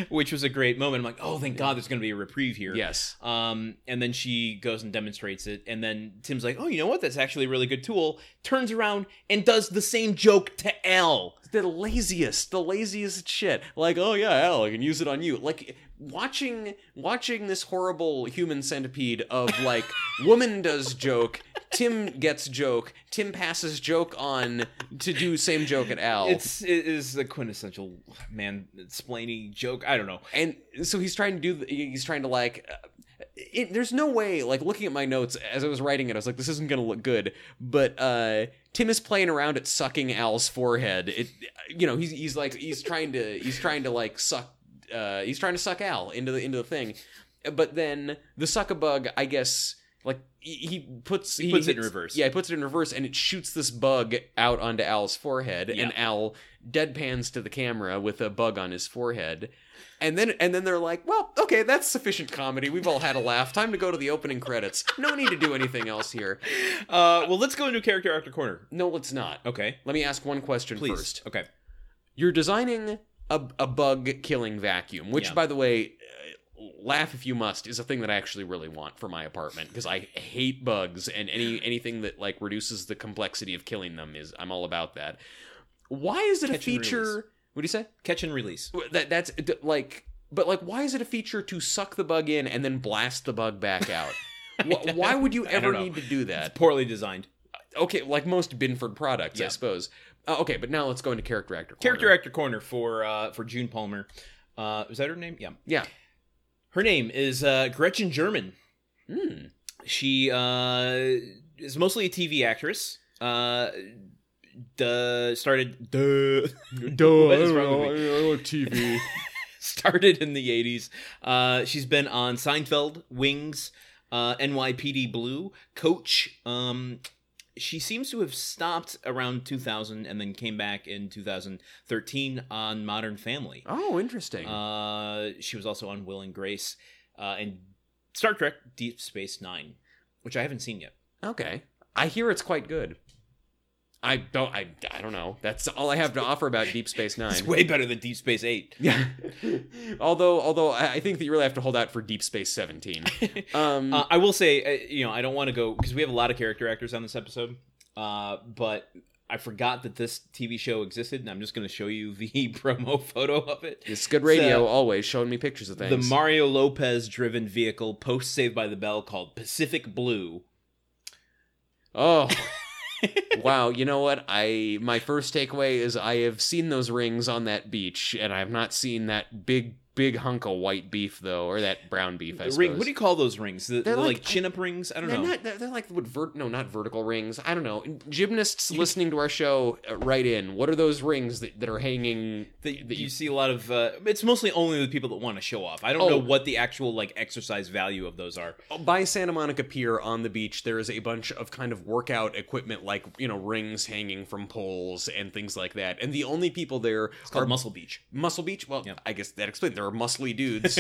[SPEAKER 2] which was a great moment. I'm like, oh, thank God, there's going to be a reprieve here.
[SPEAKER 1] yes.
[SPEAKER 2] Um, and then she goes and demonstrates it, and then Tim's like, "Oh, you know what? That's actually a really good tool." Turns around and does the same joke to Al.
[SPEAKER 1] The laziest, the laziest shit. Like, oh yeah, Al, I can use it on you. Like watching watching this horrible human centipede of like woman does joke, Tim gets joke, Tim passes joke on to do same joke at Al.
[SPEAKER 2] It's it is a quintessential man splaining joke. I don't know.
[SPEAKER 1] and so he's trying to do the, he's trying to like uh, it, there's no way like looking at my notes as i was writing it i was like this isn't gonna look good but uh tim is playing around at sucking al's forehead it you know he's, he's like he's trying to he's trying to like suck uh he's trying to suck al into the into the thing but then the suckabug i guess like he- he puts he,
[SPEAKER 2] puts it in
[SPEAKER 1] hits-
[SPEAKER 2] reverse.
[SPEAKER 1] Yeah, he puts it in reverse, and it shoots this bug out onto Al's forehead, and
[SPEAKER 2] Yeah.
[SPEAKER 1] Al deadpans to the camera with a bug on his forehead. And then and then they're like, well, okay, that's sufficient comedy. We've all had a laugh. Time to go to the opening credits. No need to do anything else here.
[SPEAKER 2] Uh, well, let's go into character after corner.
[SPEAKER 1] No, let's not.
[SPEAKER 2] Okay,
[SPEAKER 1] Let me ask one question
[SPEAKER 2] please.
[SPEAKER 1] first.
[SPEAKER 2] Okay.
[SPEAKER 1] You're designing a, a bug killing vacuum, which,
[SPEAKER 2] Yeah.
[SPEAKER 1] by the way, uh, laugh if you must, is a thing that I actually really want for my apartment because I hate bugs and any anything that like reduces the complexity of killing them is I'm all about that. Why is it a
[SPEAKER 2] Catch and release.
[SPEAKER 1] feature? What do you say?
[SPEAKER 2] Catch and release.
[SPEAKER 1] Well, that that's d- like but like why is it a feature to suck the bug in and then blast the bug back out Wh- why would you
[SPEAKER 2] I don't
[SPEAKER 1] ever
[SPEAKER 2] know.
[SPEAKER 1] need to do
[SPEAKER 2] It's
[SPEAKER 1] that
[SPEAKER 2] poorly designed.
[SPEAKER 1] okay like most binford products i
[SPEAKER 2] Yeah.
[SPEAKER 1] suppose uh, okay but now let's go into character actor corner.
[SPEAKER 2] Character actor corner for uh, for June Palmer. Uh, is that her name? Yeah.
[SPEAKER 1] yeah
[SPEAKER 2] Her name is uh, Gretchen German.
[SPEAKER 1] Hmm.
[SPEAKER 2] She uh, is mostly a TV actress. Uh, duh, started duh, What is wrong with me?
[SPEAKER 1] TV.
[SPEAKER 2] started in the eighties. Uh, she's been on Seinfeld, Wings, uh, NYPD Blue, Coach. Um, she seems to have stopped around 2000 and then came back in 2013 on Modern Family.
[SPEAKER 1] oh, interesting.
[SPEAKER 2] Uh, she was also on Will and Grace uh, and Star Trek: Deep Space Nine. which I haven't seen yet.
[SPEAKER 1] Okay. I hear it's quite good. I don't I, I don't know. That's all I have to offer about Deep Space 9.
[SPEAKER 2] It's way better than Deep Space Eight.
[SPEAKER 1] Yeah. although although I I think that you really have to hold out for Deep Space 17. Um
[SPEAKER 2] Uh, I will say, uh, you know, I don't want to go because we have a lot of character actors on this episode, uh, but I forgot that this TV show existed, and I'm just going to show you the promo photo of it.
[SPEAKER 1] it's good radio
[SPEAKER 2] so-
[SPEAKER 1] always showing me pictures of things.
[SPEAKER 2] The Mario Lopez driven vehicle post Saved by the Bell called Pacific Blue.
[SPEAKER 1] oh. wow, you know what? I my first takeaway is I have seen those rings on that beach and I have not seen that big big hunk of white beef though or that brown beef I
[SPEAKER 2] The
[SPEAKER 1] suppose.
[SPEAKER 2] ring, what do you call those rings? The,
[SPEAKER 1] They're
[SPEAKER 2] they're like,
[SPEAKER 1] like-
[SPEAKER 2] chin up rings? I don't
[SPEAKER 1] they're
[SPEAKER 2] know.
[SPEAKER 1] not. They're, they're like what vert. No, not vertical rings. I don't know. Gymnasts listening to our show, uh, write in. What are those rings that, that are hanging?
[SPEAKER 2] that,
[SPEAKER 1] that
[SPEAKER 2] you,
[SPEAKER 1] you-
[SPEAKER 2] see a lot of. Uh, it's mostly only the people that want to show off. I don't
[SPEAKER 1] Oh.
[SPEAKER 2] know what the actual like exercise value of those are.
[SPEAKER 1] By Santa Monica Pier on the beach, there is a bunch of kind of workout equipment, like you know, rings hanging from poles and things like that. And the only people there
[SPEAKER 2] It's
[SPEAKER 1] are
[SPEAKER 2] called Muscle Beach.
[SPEAKER 1] Muscle Beach. Well,
[SPEAKER 2] Yeah.
[SPEAKER 1] I guess that explains. There are muscly dudes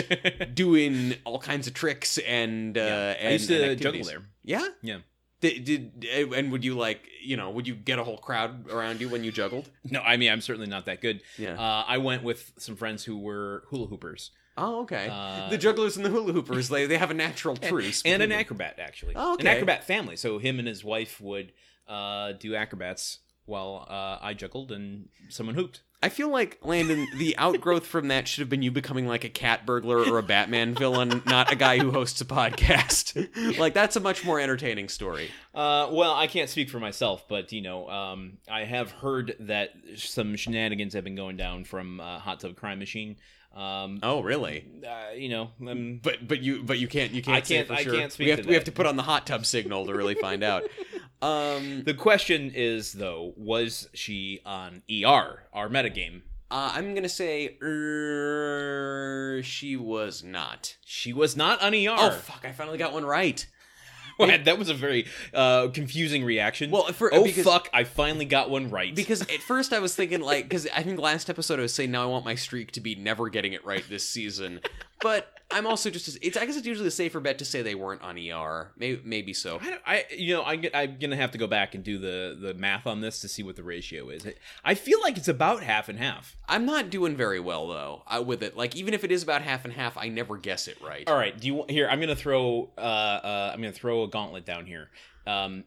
[SPEAKER 1] doing all kinds of tricks and uh,
[SPEAKER 2] Yeah.
[SPEAKER 1] and
[SPEAKER 2] I used
[SPEAKER 1] and
[SPEAKER 2] to juggle
[SPEAKER 1] activities.
[SPEAKER 2] there.
[SPEAKER 1] Yeah.
[SPEAKER 2] Yeah.
[SPEAKER 1] Did, did and would you like you know would you get a whole crowd around you when you juggled?
[SPEAKER 2] No, I mean I'm certainly not that good.
[SPEAKER 1] Yeah.
[SPEAKER 2] Uh, I went with some friends who were hula hoopers
[SPEAKER 1] Oh, okay.
[SPEAKER 2] Uh,
[SPEAKER 1] the jugglers and the hula hoopers, they, they have a natural truce.
[SPEAKER 2] and an
[SPEAKER 1] between
[SPEAKER 2] acrobat actually.
[SPEAKER 1] Oh,
[SPEAKER 2] An
[SPEAKER 1] okay.
[SPEAKER 2] acrobat family. So him and his wife would uh, do acrobats while uh, I juggled and someone hooped.
[SPEAKER 1] them. I feel like, Landon, the outgrowth from that should have been you becoming like a cat burglar or a Batman villain, not a guy who hosts a podcast. like, that's a much more entertaining story.
[SPEAKER 2] Uh, well, I can't speak for myself, but you know, um, I have heard that some shenanigans have been going down from uh, Hot Tub Crime Machine. Um,
[SPEAKER 1] Oh, really?
[SPEAKER 2] uh, you know, um,
[SPEAKER 1] But but you but you can't you can't
[SPEAKER 2] I
[SPEAKER 1] say
[SPEAKER 2] can't-
[SPEAKER 1] for
[SPEAKER 2] I
[SPEAKER 1] sure.
[SPEAKER 2] can't speak
[SPEAKER 1] we have
[SPEAKER 2] to
[SPEAKER 1] we have
[SPEAKER 2] that.
[SPEAKER 1] to put on the hot tub signal to really find out. Um,
[SPEAKER 2] the question is though, was she on ER, our metagame?
[SPEAKER 1] uh, I'm gonna say er, she was not.
[SPEAKER 2] She was not on ER.
[SPEAKER 1] Oh fuck! I finally got one right.
[SPEAKER 2] Wow, that was a very uh, confusing reaction.
[SPEAKER 1] Well, for
[SPEAKER 2] oh
[SPEAKER 1] because-
[SPEAKER 2] fuck, I finally got one right.
[SPEAKER 1] Because at first I was thinking like, because I think last episode I was saying now I want my streak to be never getting it right this season, but I'm also just as, it's I guess it's usually a safer bet to say they weren't on ER. Maybe maybe so.
[SPEAKER 2] I, don't- I you know, I, get- I'm gonna have to go back and do the the math on this to see what the ratio is. It, I feel like it's about half and half.
[SPEAKER 1] I'm not doing very well though uh, with it. Like even if it is about half and half, I never guess it right.
[SPEAKER 2] All right, do you want here? I'm gonna throw uh, uh I'm gonna throw a gauntlet down here. Um,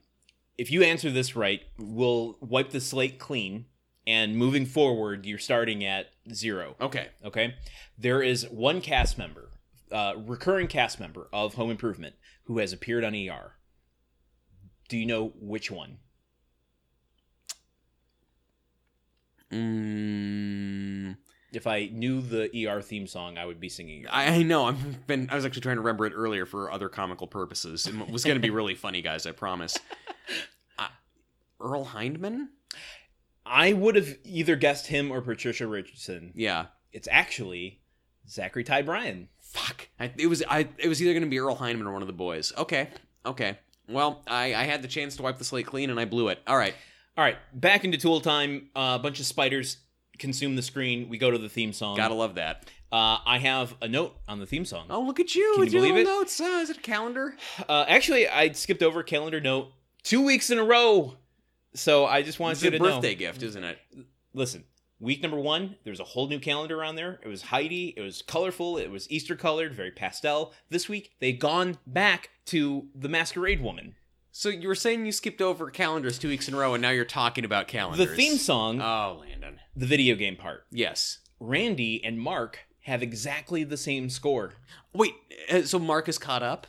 [SPEAKER 2] if you answer this right, we'll wipe the slate clean. And moving forward, you're starting at zero.
[SPEAKER 1] Okay.
[SPEAKER 2] Okay. There is one cast member, uh, recurring cast member of Home Improvement who has appeared on ER. Do you know which one?
[SPEAKER 1] Mm,
[SPEAKER 2] If I knew the ER theme song, I would be singing. it.
[SPEAKER 1] I, I know. I've been. I was actually trying to remember it earlier for other comical purposes. It was going to be really funny, guys. I promise. Uh, Earl Hindman.
[SPEAKER 2] I would have either guessed him or Patricia Richardson.
[SPEAKER 1] Yeah.
[SPEAKER 2] It's actually Zachary Ty Bryan.
[SPEAKER 1] Fuck. I, it was I. It was either going to be Earl Heineman or one of the boys. Okay. Okay. Well, I, I had the chance to wipe the slate clean and I blew it. All right.
[SPEAKER 2] All right, back into tool time. Uh, a bunch of spiders consume the screen. We go to the theme song.
[SPEAKER 1] Gotta love that.
[SPEAKER 2] Uh, I have a note on the theme song.
[SPEAKER 1] Oh, look at you.
[SPEAKER 2] Can you
[SPEAKER 1] with your
[SPEAKER 2] believe
[SPEAKER 1] little notes. Uh, is it a calendar?
[SPEAKER 2] Uh, actually, I skipped over a calendar note two weeks in a row. So I just wanted
[SPEAKER 1] It's
[SPEAKER 2] you
[SPEAKER 1] a
[SPEAKER 2] to
[SPEAKER 1] birthday
[SPEAKER 2] know.
[SPEAKER 1] gift, isn't it?
[SPEAKER 2] Listen, week number one, there was a whole new calendar on there. It was Heidi. It was colorful. It was Easter colored, very pastel. This week, they've gone back to the Masquerade Woman.
[SPEAKER 1] So you were saying you skipped over calendars two weeks in a row, and now you're talking about calendars.
[SPEAKER 2] The theme song,
[SPEAKER 1] Oh, Landon.
[SPEAKER 2] the video game part.
[SPEAKER 1] Yes.
[SPEAKER 2] Randy and Mark have exactly the same score.
[SPEAKER 1] Wait. uh, So Mark is caught up.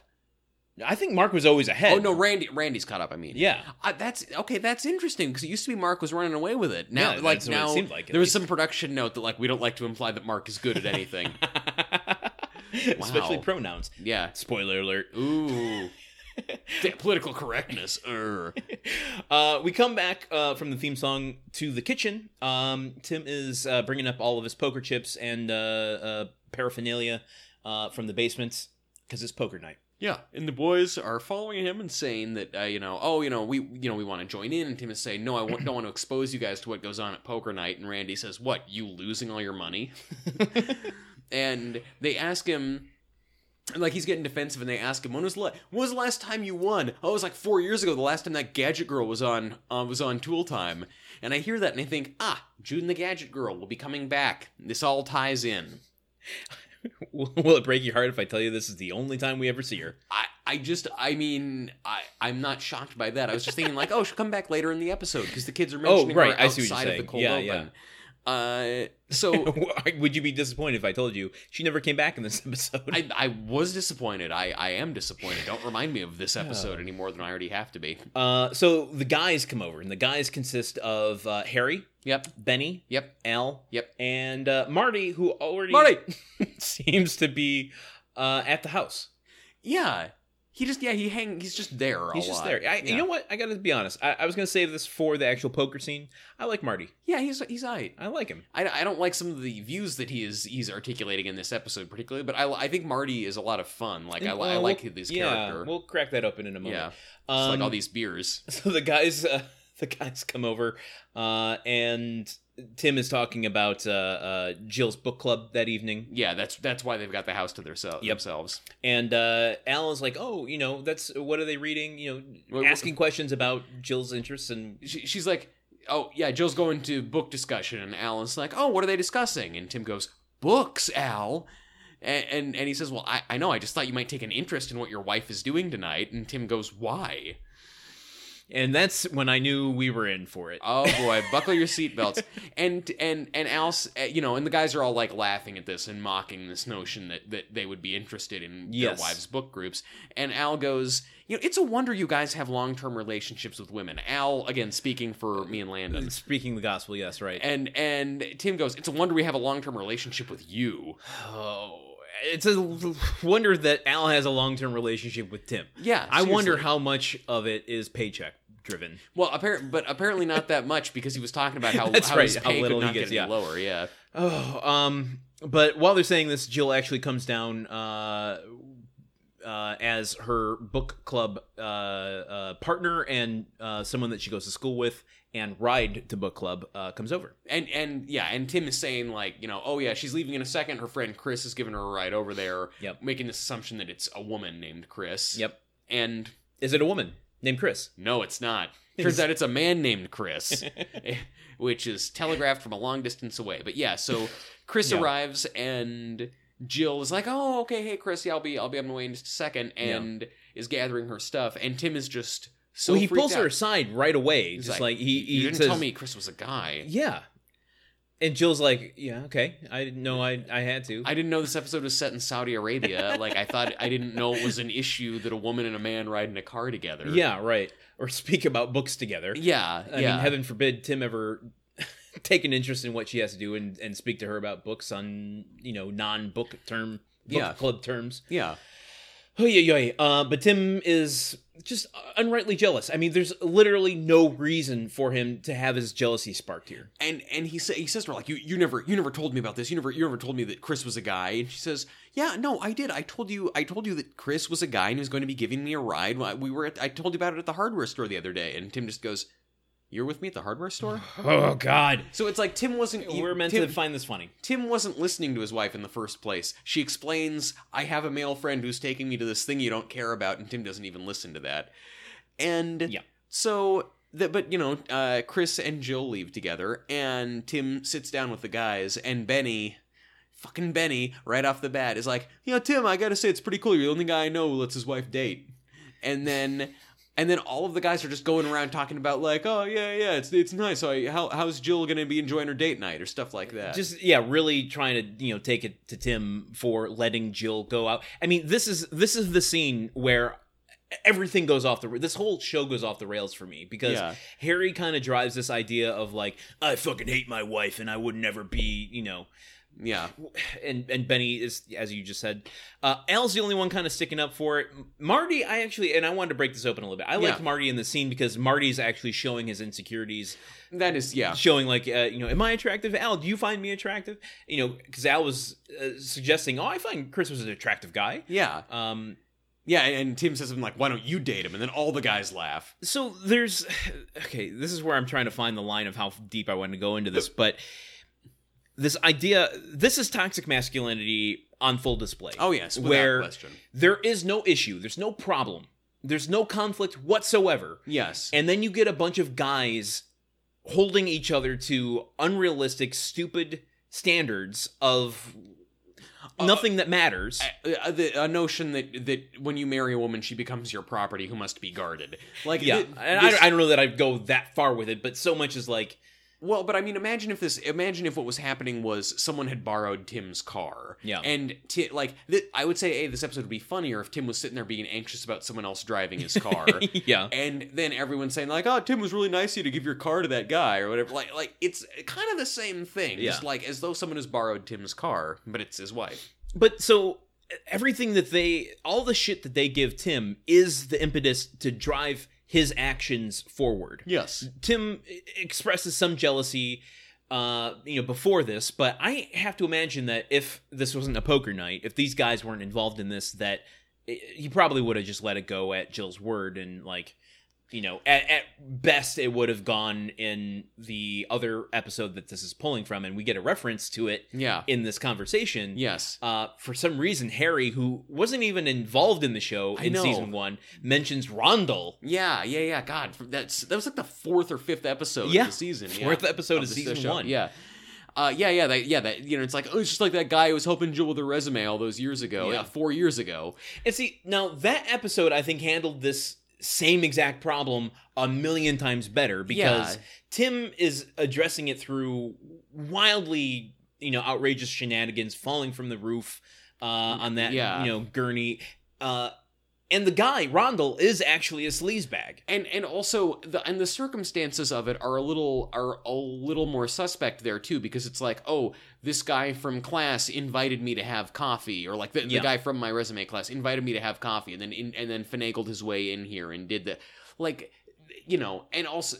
[SPEAKER 2] I think Mark was always ahead.
[SPEAKER 1] Oh no, Randy. Randy's caught up. I mean.
[SPEAKER 2] Yeah.
[SPEAKER 1] Uh, that's okay. That's interesting because it used to be Mark was running away with it. Now,
[SPEAKER 2] Yeah,
[SPEAKER 1] like
[SPEAKER 2] that's what it
[SPEAKER 1] now,
[SPEAKER 2] seemed like, at
[SPEAKER 1] there was
[SPEAKER 2] least.
[SPEAKER 1] some production note that like we don't like to imply that Mark is good at anything.
[SPEAKER 2] Especially pronouns.
[SPEAKER 1] yeah.
[SPEAKER 2] Spoiler alert.
[SPEAKER 1] Ooh. Th- Political correctness. Err.
[SPEAKER 2] Uh, we come back uh, from the theme song to the kitchen. Um, Tim is uh, bringing up all of his poker chips and uh, uh, paraphernalia uh, from the basement because it's poker night.
[SPEAKER 1] Yeah, and the boys are following him and saying that uh, you know, oh, you know, we you know we want to join in, and Tim is saying, no, I want, don't want to expose you guys to what goes on at poker night. And Randy says, what? You losing all your money? and they ask him. And like he's getting defensive, and they ask him, "When was the la- when was the last time you won?" Oh, it was like four years ago. The last time that Gadget Girl was on uh, was on Tool Time, and I hear that and I think, ah, June the Gadget Girl will be coming back. This all ties in.
[SPEAKER 2] Will it break your heart if I tell you this is the only time we ever see her?
[SPEAKER 1] I, I just, I mean, I, I'm not shocked by that. I was just thinking, like, oh, she'll come back later in the episode because the kids are mentioning
[SPEAKER 2] Oh, right.
[SPEAKER 1] her
[SPEAKER 2] I see what you're
[SPEAKER 1] outside of the
[SPEAKER 2] saying.
[SPEAKER 1] cold
[SPEAKER 2] Yeah,
[SPEAKER 1] open. Uh, so
[SPEAKER 2] Would you be disappointed if I told you she never came back in this episode?
[SPEAKER 1] I, I was disappointed. I, I am disappointed. Don't remind me of this episode any more than I already have to be.
[SPEAKER 2] Uh, so the guys come over, and the guys consist of uh, Harry,
[SPEAKER 1] Yep.
[SPEAKER 2] Benny,
[SPEAKER 1] Yep.
[SPEAKER 2] Al,
[SPEAKER 1] Yep.
[SPEAKER 2] and uh, Marty, who already
[SPEAKER 1] Marty.
[SPEAKER 2] seems to be uh, at the house.
[SPEAKER 1] Yeah. He just yeah he hang he's just there.
[SPEAKER 2] He's
[SPEAKER 1] a
[SPEAKER 2] just
[SPEAKER 1] lot.
[SPEAKER 2] there. I,
[SPEAKER 1] Yeah.
[SPEAKER 2] You know what? I got to be honest. I, I was going to save this for the actual poker scene. I like Marty.
[SPEAKER 1] Yeah, he's he's aight.
[SPEAKER 2] I like him.
[SPEAKER 1] I, I don't like some of the views that he is he's articulating in this episode particularly, but I, I think Marty is a lot of fun. Like I,
[SPEAKER 2] And,
[SPEAKER 1] li- I
[SPEAKER 2] uh,
[SPEAKER 1] like
[SPEAKER 2] we'll-
[SPEAKER 1] his
[SPEAKER 2] yeah,
[SPEAKER 1] character.
[SPEAKER 2] We'll crack that open in a moment.
[SPEAKER 1] yeah,
[SPEAKER 2] Um,
[SPEAKER 1] It's like all these beers.
[SPEAKER 2] so the guys uh, the guys come over uh, and tim is talking about uh, uh, jill's book club that evening
[SPEAKER 1] Yeah, that's that's why they've got the house to theirself
[SPEAKER 2] Yep.
[SPEAKER 1] themselves.
[SPEAKER 2] and uh, al is like oh you know that's what are they reading you know
[SPEAKER 1] Wait, wh-
[SPEAKER 2] asking questions about jill's interests and
[SPEAKER 1] She, she's like, "Oh yeah, Jill's going to book discussion," and Alan's like, "Oh, what are they discussing?" And Tim goes, "Books, Al." And, and and he says, "Well, I, I know. I just thought you might take an interest in what your wife is doing tonight." And Tim goes, "Why?"
[SPEAKER 2] and that's when i knew we were in for it
[SPEAKER 1] Oh boy, buckle your seatbelts. And and and Al's, uh, you know, and the guys are all like laughing at this and mocking this notion that that they would be interested in
[SPEAKER 2] Yes.
[SPEAKER 1] their wives' book groups. And Al goes, you know, it's a wonder you guys have long term relationships with women. Al again speaking for me and Landon.
[SPEAKER 2] speaking the gospel yes right
[SPEAKER 1] And and Tim goes, it's a wonder we have a long term relationship with you.
[SPEAKER 2] oh it's a wonder that al has a long-term relationship with tim
[SPEAKER 1] Yeah,
[SPEAKER 2] i wonder
[SPEAKER 1] seriously.
[SPEAKER 2] how much of it is paycheck driven
[SPEAKER 1] Well, apparent, but apparently not that much because he was talking about how
[SPEAKER 2] That's
[SPEAKER 1] how his
[SPEAKER 2] right, how
[SPEAKER 1] pay
[SPEAKER 2] little
[SPEAKER 1] could not
[SPEAKER 2] he gets,
[SPEAKER 1] get any
[SPEAKER 2] yeah.
[SPEAKER 1] lower. Yeah,
[SPEAKER 2] Oh, um, but while they're saying this, Jill actually comes down uh, uh, as her book club uh, uh, partner and uh, someone that she goes to school with, and Ride to book club uh, comes over.
[SPEAKER 1] and and yeah, and Tim is saying like, you know, oh yeah, she's leaving in a second. Her friend Chris is giving her a ride over there,
[SPEAKER 2] Yep.
[SPEAKER 1] making this assumption that it's a woman named Chris.
[SPEAKER 2] Yep.
[SPEAKER 1] And
[SPEAKER 2] Is it a woman named Chris?
[SPEAKER 1] no, it's not. Turns out it's a man named Chris, eh, which is telegraphed from a long distance away. But yeah, so Chris
[SPEAKER 2] Yeah.
[SPEAKER 1] arrives and Jill is like, "Oh, okay, hey Chris, yeah, I'll be I'll be on my way in just a second,
[SPEAKER 2] Yeah.
[SPEAKER 1] and is gathering her stuff. And Tim is just so
[SPEAKER 2] well, he
[SPEAKER 1] freaked
[SPEAKER 2] pulls
[SPEAKER 1] out.
[SPEAKER 2] her aside right away,
[SPEAKER 1] He's
[SPEAKER 2] just like, he, he
[SPEAKER 1] you didn't
[SPEAKER 2] says,
[SPEAKER 1] tell me Chris was a guy.
[SPEAKER 2] yeah. And Jill's like, yeah, okay, I didn't know I I had to.
[SPEAKER 1] I didn't know this episode was set in Saudi Arabia. Like I thought I didn't know it was an issue that a woman and a man ride in a car together.
[SPEAKER 2] yeah, right. Or speak about books together.
[SPEAKER 1] Yeah.
[SPEAKER 2] I
[SPEAKER 1] yeah.
[SPEAKER 2] mean, heaven forbid Tim ever take an interest in what she has to do and, and speak to her about books on you know non book term book
[SPEAKER 1] Yeah.
[SPEAKER 2] club terms.
[SPEAKER 1] yeah.
[SPEAKER 2] Oh yeah, yeah. Uh, but Tim is just unrightly jealous. I mean, there's literally no reason for him to have his jealousy sparked here.
[SPEAKER 1] And and he sa- he says to her like you you never you never told me about this. You never you never told me that Chris was a guy. And she says, "Yeah, no, I did. I told you I told you that Chris was a guy and he was going to be giving me a ride. When I- We were at, I told you about it at the hardware store the other day." And Tim just goes, "You're with me at the hardware store?"
[SPEAKER 2] Oh God.
[SPEAKER 1] So it's like Tim wasn't e-
[SPEAKER 2] We're meant
[SPEAKER 1] Tim,
[SPEAKER 2] to find this funny.
[SPEAKER 1] Tim wasn't listening to his wife in the first place. She explains, I have a male friend who's taking me to this thing you don't care about, and Tim doesn't even listen to that. And
[SPEAKER 2] Yeah.
[SPEAKER 1] so, that, but you know, uh, Chris and Jill leave together, and Tim sits down with the guys, and Benny, fucking Benny, right off the bat, is like, you know, Tim, I gotta say, it's pretty cool. You're the only guy I know who lets his wife date. And then. And then all of the guys are just going around talking about like, oh yeah, yeah, it's it's nice. So I, how how's Jill gonna be enjoying her date night or stuff like that?
[SPEAKER 2] Just yeah, really trying to you know take it to Tim for letting Jill go out. I mean, this is this is the scene where everything goes off the this whole show goes off the rails for me because
[SPEAKER 1] Yeah.
[SPEAKER 2] Harry kind of drives this idea of like I fucking hate my wife and I would never be you know
[SPEAKER 1] yeah.
[SPEAKER 2] and and Benny is as you just said uh, Al's the only one kind of sticking up for it Marty I actually and I wanted to break this open a little bit I liked
[SPEAKER 1] Yeah.
[SPEAKER 2] Marty in the scene because Marty's actually showing his insecurities
[SPEAKER 1] That is, yeah.
[SPEAKER 2] showing like uh, you know am i attractive al do you find me attractive you know because al was uh, suggesting oh i find chris was an attractive guy
[SPEAKER 1] Yeah.
[SPEAKER 2] um
[SPEAKER 1] Yeah, and Tim says something like, why don't you date him? And then all the guys laugh.
[SPEAKER 2] so there's okay this is where i'm trying to find the line of how deep i want to go into this but this idea this is toxic masculinity on full display.
[SPEAKER 1] Oh yes, without
[SPEAKER 2] Where-
[SPEAKER 1] question.
[SPEAKER 2] There is no issue. There's no problem. There's no conflict whatsoever.
[SPEAKER 1] Yes.
[SPEAKER 2] And then you get a bunch of guys holding each other to unrealistic, stupid standards of
[SPEAKER 1] Uh,
[SPEAKER 2] nothing that matters.
[SPEAKER 1] a, a- uh, the, a notion that that when you marry a woman, she becomes your property who must be guarded. Like
[SPEAKER 2] yeah,
[SPEAKER 1] thi-
[SPEAKER 2] and
[SPEAKER 1] this-
[SPEAKER 2] I, I don't know that I'd go that far with it, but so much is like,
[SPEAKER 1] well, but I mean, imagine if this. Imagine if what was happening was someone had borrowed Tim's car.
[SPEAKER 2] Yeah.
[SPEAKER 1] and Ti- like th- I would say, hey, this episode would be funnier if Tim was sitting there being anxious about someone else driving his car.
[SPEAKER 2] yeah,
[SPEAKER 1] And then everyone saying like, "Oh, Tim was really nice of you to give your car to that guy or whatever." Like, like it's kind of the same thing, just
[SPEAKER 2] Yeah.
[SPEAKER 1] like as though someone has borrowed Tim's car, but it's his wife.
[SPEAKER 2] but so everything that they, all the shit that they give Tim is the impetus to drive his actions forward.
[SPEAKER 1] Yes,
[SPEAKER 2] Tim e- expresses some jealousy, uh, you know, before this, but I have to imagine that if this wasn't a poker night, if these guys weren't involved in this, that i- he probably would have just let it go at Jill's word and like, you know, at, at best it would have gone in the other episode that this is pulling from, and we get a reference to it
[SPEAKER 1] yeah,
[SPEAKER 2] in this conversation.
[SPEAKER 1] yes.
[SPEAKER 2] Uh, for some reason, Harry, who wasn't even involved in the show
[SPEAKER 1] I
[SPEAKER 2] in
[SPEAKER 1] know.
[SPEAKER 2] season one, mentions Rondel.
[SPEAKER 1] Yeah, yeah, yeah. God, that's that was like the fourth or fifth episode
[SPEAKER 2] Yeah,
[SPEAKER 1] of the season. yeah,
[SPEAKER 2] Fourth episode of
[SPEAKER 1] the
[SPEAKER 2] season
[SPEAKER 1] show.
[SPEAKER 2] one.
[SPEAKER 1] Yeah. Uh, yeah, yeah, that, yeah. That you know, it's like oh, it's just like that guy who was helping Jill with her resume all those years ago,
[SPEAKER 2] Yeah.
[SPEAKER 1] yeah. four years ago.
[SPEAKER 2] And see, now that episode I think handled this same exact problem a million times better because
[SPEAKER 1] Yeah.
[SPEAKER 2] Tim is addressing it through wildly, you know, outrageous shenanigans, falling from the roof uh, on that,
[SPEAKER 1] Yeah.
[SPEAKER 2] you know, gurney. Uh, and the guy Rondell is actually a sleazebag.
[SPEAKER 1] and and also the and the circumstances of it are a little are a little more suspect there too because it's like oh this guy from class invited me to have coffee or like the,
[SPEAKER 2] Yeah.
[SPEAKER 1] the guy from my resume class invited me to have coffee and then in, and then finagled his way in here and did the like you know and also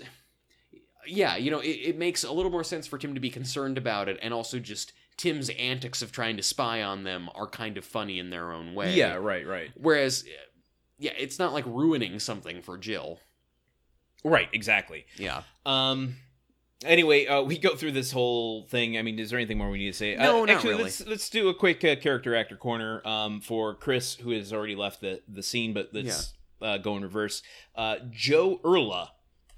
[SPEAKER 1] yeah you know it, it makes a little more sense for tim to be concerned about it and also just tim's antics of trying to spy on them are kind of funny in their own way
[SPEAKER 2] right, right,
[SPEAKER 1] whereas yeah it's not like ruining something for jill
[SPEAKER 2] right, exactly.
[SPEAKER 1] yeah
[SPEAKER 2] Um. Anyway, uh, we go through this whole thing. I mean, is there anything more we need to say?
[SPEAKER 1] No,
[SPEAKER 2] uh,
[SPEAKER 1] not
[SPEAKER 2] actually,
[SPEAKER 1] really.
[SPEAKER 2] Let's let's do a quick uh, character actor corner um, for Chris, who has already left the the scene. But let's uh, go in reverse. Uh, Joe Erla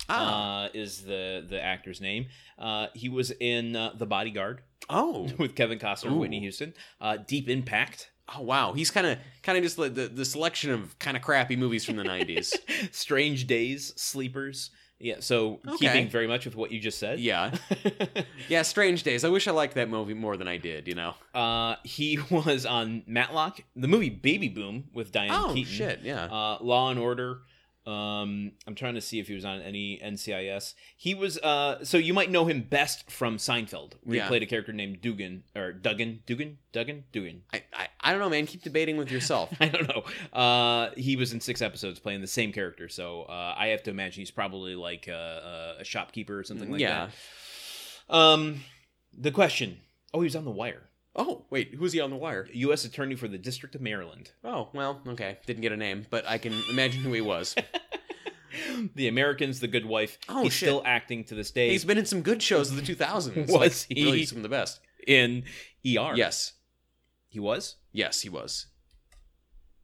[SPEAKER 1] Ah.
[SPEAKER 2] uh, is the the actor's name. Uh, he was in uh, The Bodyguard
[SPEAKER 1] Oh,
[SPEAKER 2] with Kevin Costner, and
[SPEAKER 1] Ooh.
[SPEAKER 2] Whitney Houston. Uh, Deep Impact,
[SPEAKER 1] oh wow. He's kind of kind of just like the the selection of kind of crappy movies from the 90s.
[SPEAKER 2] Strange Days, Sleepers. Yeah, so
[SPEAKER 1] Okay.
[SPEAKER 2] keeping very much with what you just said.
[SPEAKER 1] yeah. Yeah, Strange Days. I wish I liked that movie more than I did, you know.
[SPEAKER 2] Uh, he was on Matlock, the movie Baby Boom with Diane
[SPEAKER 1] oh
[SPEAKER 2] Keaton.
[SPEAKER 1] shit, yeah.
[SPEAKER 2] Uh, Law and Order. Um, I'm trying to see if he was on any NCIS. He was. Uh, so you might know him best from Seinfeld, where
[SPEAKER 1] Yeah.
[SPEAKER 2] he played a character named Dugan or Duggan, Dugan, Duggan, Dugan.
[SPEAKER 1] I, I I don't know, man. Keep debating with yourself.
[SPEAKER 2] I don't know. Uh, he was in six episodes playing the same character, so uh, I have to imagine he's probably like uh, a, a shopkeeper or something like
[SPEAKER 1] yeah.
[SPEAKER 2] that. Um, the question. Oh, he was on The Wire.
[SPEAKER 1] Oh, wait, who's he on the wire?
[SPEAKER 2] U.S. Attorney for the District of Maryland.
[SPEAKER 1] Oh, well, okay. Didn't get a name, but I can imagine who he was.
[SPEAKER 2] the Americans, The Good Wife.
[SPEAKER 1] Oh,
[SPEAKER 2] he's
[SPEAKER 1] shit.
[SPEAKER 2] still acting to this day
[SPEAKER 1] He's been in some good shows of the 2000s.
[SPEAKER 2] Was
[SPEAKER 1] like,
[SPEAKER 2] he?
[SPEAKER 1] Really some of the best.
[SPEAKER 2] in ER.
[SPEAKER 1] Yes.
[SPEAKER 2] he was.
[SPEAKER 1] Yes, he was.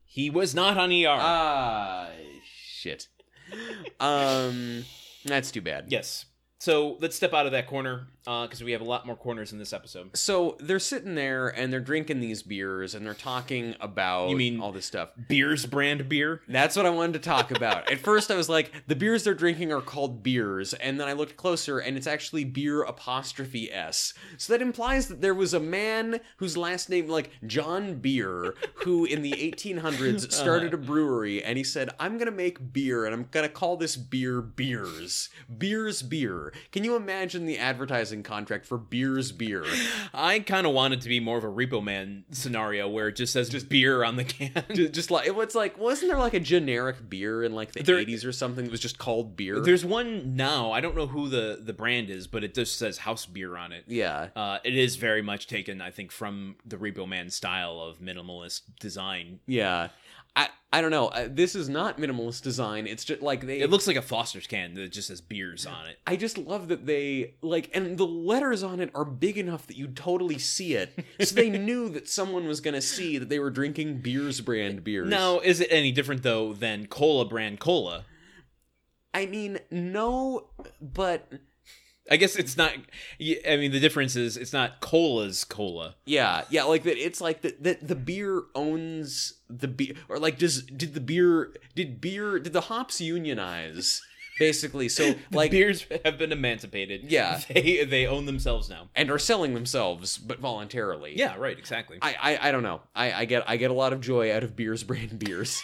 [SPEAKER 2] He was not on ER.
[SPEAKER 1] Ah, shit. Um that's too bad.
[SPEAKER 2] yes. So let's step out of that corner because we have a lot more corners in this episode.
[SPEAKER 1] So they're sitting there and they're drinking these beers and they're talking about
[SPEAKER 2] You mean-
[SPEAKER 1] all this stuff.
[SPEAKER 2] Beers brand beer.
[SPEAKER 1] That's what I wanted to talk about. At first I was like, the beers they're drinking are called beers, and then I looked closer and it's actually beer apostrophe S. So that implies that there was a man whose last name like John Beer, who in the
[SPEAKER 2] Uh-huh.
[SPEAKER 1] 1800s started a brewery and he said, "I'm going to make beer and I'm going to call this beer beers. Beers beer." Can you imagine the advertising contract for beers beer?
[SPEAKER 2] I kind of want it to be more of a Repo Man scenario where it just says just beer on the can.
[SPEAKER 1] Ju- just like it was like wasn't there like a generic beer in like the
[SPEAKER 2] There-
[SPEAKER 1] 80s or something that was just called beer
[SPEAKER 2] There's one now. I don't know who the the brand is, but it just says house beer on it.
[SPEAKER 1] yeah
[SPEAKER 2] Uh, it is very much taken, I think, from the Repo Man style of minimalist design.
[SPEAKER 1] yeah I, I don't know. Uh, this is not minimalist design. It's just like they.
[SPEAKER 2] It looks like a Foster's can that just has beers on it.
[SPEAKER 1] I just love that they like, and the letters on it are big enough that you totally see it. So they knew that someone was going to see that they were drinking beers brand beers.
[SPEAKER 2] Now, is it any different though than cola brand cola?
[SPEAKER 1] I mean, no, but
[SPEAKER 2] I guess it's not. y- I mean, the difference is it's not cola's cola.
[SPEAKER 1] yeah, yeah, like that. It's like that. That the beer owns the beer, or like does did the beer did beer did the hops unionize basically? So like
[SPEAKER 2] Beers have been emancipated.
[SPEAKER 1] Yeah.
[SPEAKER 2] they they own themselves now.
[SPEAKER 1] and are selling themselves, but voluntarily.
[SPEAKER 2] Yeah, right, exactly.
[SPEAKER 1] I, I, I don't know. I, I get I get a lot of joy out of beers brand beers.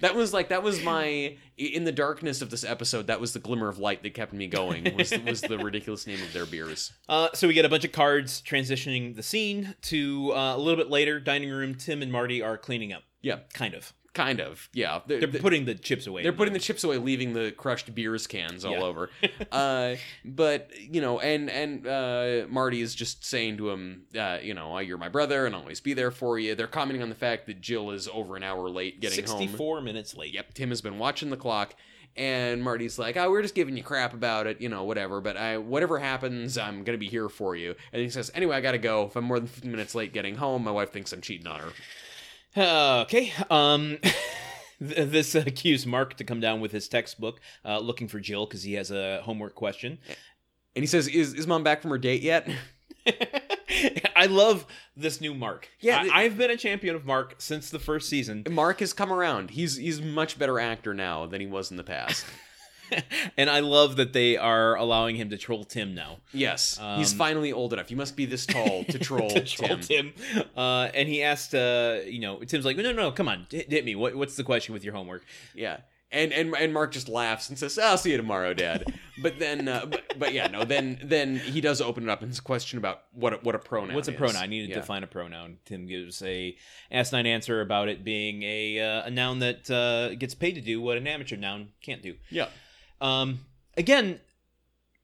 [SPEAKER 1] that was like that was my in the darkness of this episode. That was the glimmer of light that kept me going. Was was the ridiculous name of their beers?
[SPEAKER 2] Uh, so we get a bunch of cards transitioning the scene to uh, a little bit later dining room. Tim and Marty are cleaning up.
[SPEAKER 1] Yeah.
[SPEAKER 2] kind of.
[SPEAKER 1] Kind of. Yeah,
[SPEAKER 2] They're putting the chips away.
[SPEAKER 1] They're putting the chips away, leaving the crushed beers cans all
[SPEAKER 2] Yeah.
[SPEAKER 1] over. Uh, but you know, and and uh, Marty is just saying to him, uh, you know, you're my brother, and I'll always be there for you. They're commenting on the fact that Jill is over an hour late getting home.
[SPEAKER 2] sixty-four minutes late.
[SPEAKER 1] Yep, Tim has been watching the clock, and Marty's like, "Oh, we're just giving you crap about it, you know, whatever. But I, whatever happens, I'm gonna be here for you." And he says, "Anyway, I gotta go. If I'm more than 15 minutes late getting home, my wife thinks I'm cheating on her."
[SPEAKER 2] Uh, okay. Um, th- this uh, cues Mark to come down with his textbook, uh, looking for Jill because he has a homework question.
[SPEAKER 1] And he says, "Is is mom back from her date yet?"
[SPEAKER 2] I love this new Mark.
[SPEAKER 1] Yeah,
[SPEAKER 2] I-
[SPEAKER 1] th-
[SPEAKER 2] I've been a champion of Mark since the first season,
[SPEAKER 1] Mark has come around. He's he's a much better actor now than he was in the past.
[SPEAKER 2] and I love that they are allowing him to troll Tim now.
[SPEAKER 1] Yes, he's
[SPEAKER 2] Um,
[SPEAKER 1] finally old enough. You must be this tall to troll,
[SPEAKER 2] to troll
[SPEAKER 1] Tim.
[SPEAKER 2] Tim. Uh, and he asked, uh, you know, Tim's like, no, no, no, come on, hit, hit me. What, what's the question with your homework?
[SPEAKER 1] Yeah. And, and and Mark just laughs and says, "I'll see you tomorrow, Dad." But then, uh, but, but yeah, no. Then then he does open it up and his question about what a, what a pronoun.
[SPEAKER 2] What's a
[SPEAKER 1] is.
[SPEAKER 2] pronoun? I need to
[SPEAKER 1] Yeah.
[SPEAKER 2] define a pronoun. Tim gives a asinine answer about it being a uh, a noun that uh, gets paid to do what an amateur noun can't do.
[SPEAKER 1] Yeah,
[SPEAKER 2] Um, again,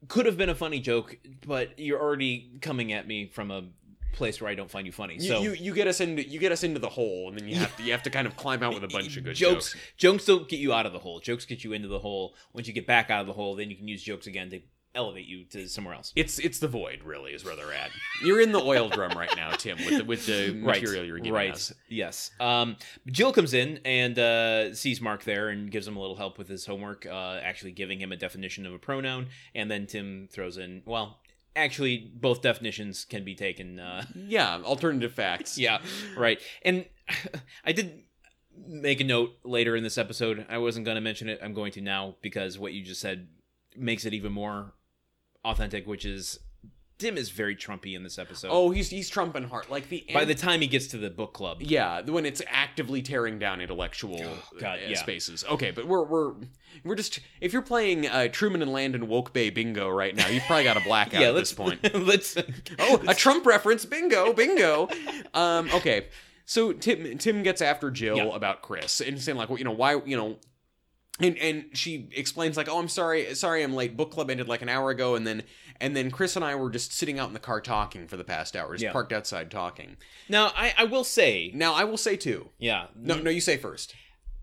[SPEAKER 2] could have been a funny joke, but you're already coming at me from a place where I don't find you funny.
[SPEAKER 1] you,
[SPEAKER 2] so
[SPEAKER 1] you you get us into you get us into the hole, and then you have to you have to kind of climb out with a bunch of good jokes.
[SPEAKER 2] jokes jokes don't get you out of the hole. Jokes get you into the hole. Once you get back out of the hole, then you can use jokes again to elevate you to somewhere else.
[SPEAKER 1] It's it's the void, really, is where they're at. You're in the oil drum right now, Tim, with the, with the material you're giving
[SPEAKER 2] right.
[SPEAKER 1] us.
[SPEAKER 2] Yes. Um, Jill comes in and uh, sees Mark there and gives him a little help with his homework, uh, actually giving him a definition of a pronoun. And then Tim throws in, well, actually, both definitions can be taken. Uh,
[SPEAKER 1] Yeah, alternative facts.
[SPEAKER 2] yeah, right. And I did make a note later in this episode. I wasn't going to mention it. I'm going to now because what you just said makes it even more authentic, which is Tim is very Trumpy in this episode.
[SPEAKER 1] Oh, he's he's trumping hard. Like the
[SPEAKER 2] By
[SPEAKER 1] end-
[SPEAKER 2] the time he gets to the book club,
[SPEAKER 1] yeah, the- when it's actively tearing down intellectual
[SPEAKER 2] Oh, God,
[SPEAKER 1] uh,
[SPEAKER 2] yeah.
[SPEAKER 1] spaces. Okay, but we're we're we're just if you're playing uh, Truman and Landon Woke Bay Bingo right now, you've probably got a blackout at
[SPEAKER 2] let's-
[SPEAKER 1] this point.
[SPEAKER 2] let's.
[SPEAKER 1] Oh, a Trump reference. Bingo, bingo. Um, okay. So Tim Tim gets after Jill
[SPEAKER 2] Yeah.
[SPEAKER 1] about Chris and saying like, well, you know, why, you know, and and she explains like, oh, I'm sorry, sorry, I'm late. Book club ended like an hour ago, and then and then Chris and I were just sitting out in the car talking for the past hour, just
[SPEAKER 2] Yeah.
[SPEAKER 1] parked outside talking.
[SPEAKER 2] now I, I will say,
[SPEAKER 1] Now I will say too.
[SPEAKER 2] yeah,
[SPEAKER 1] No, no, you say first.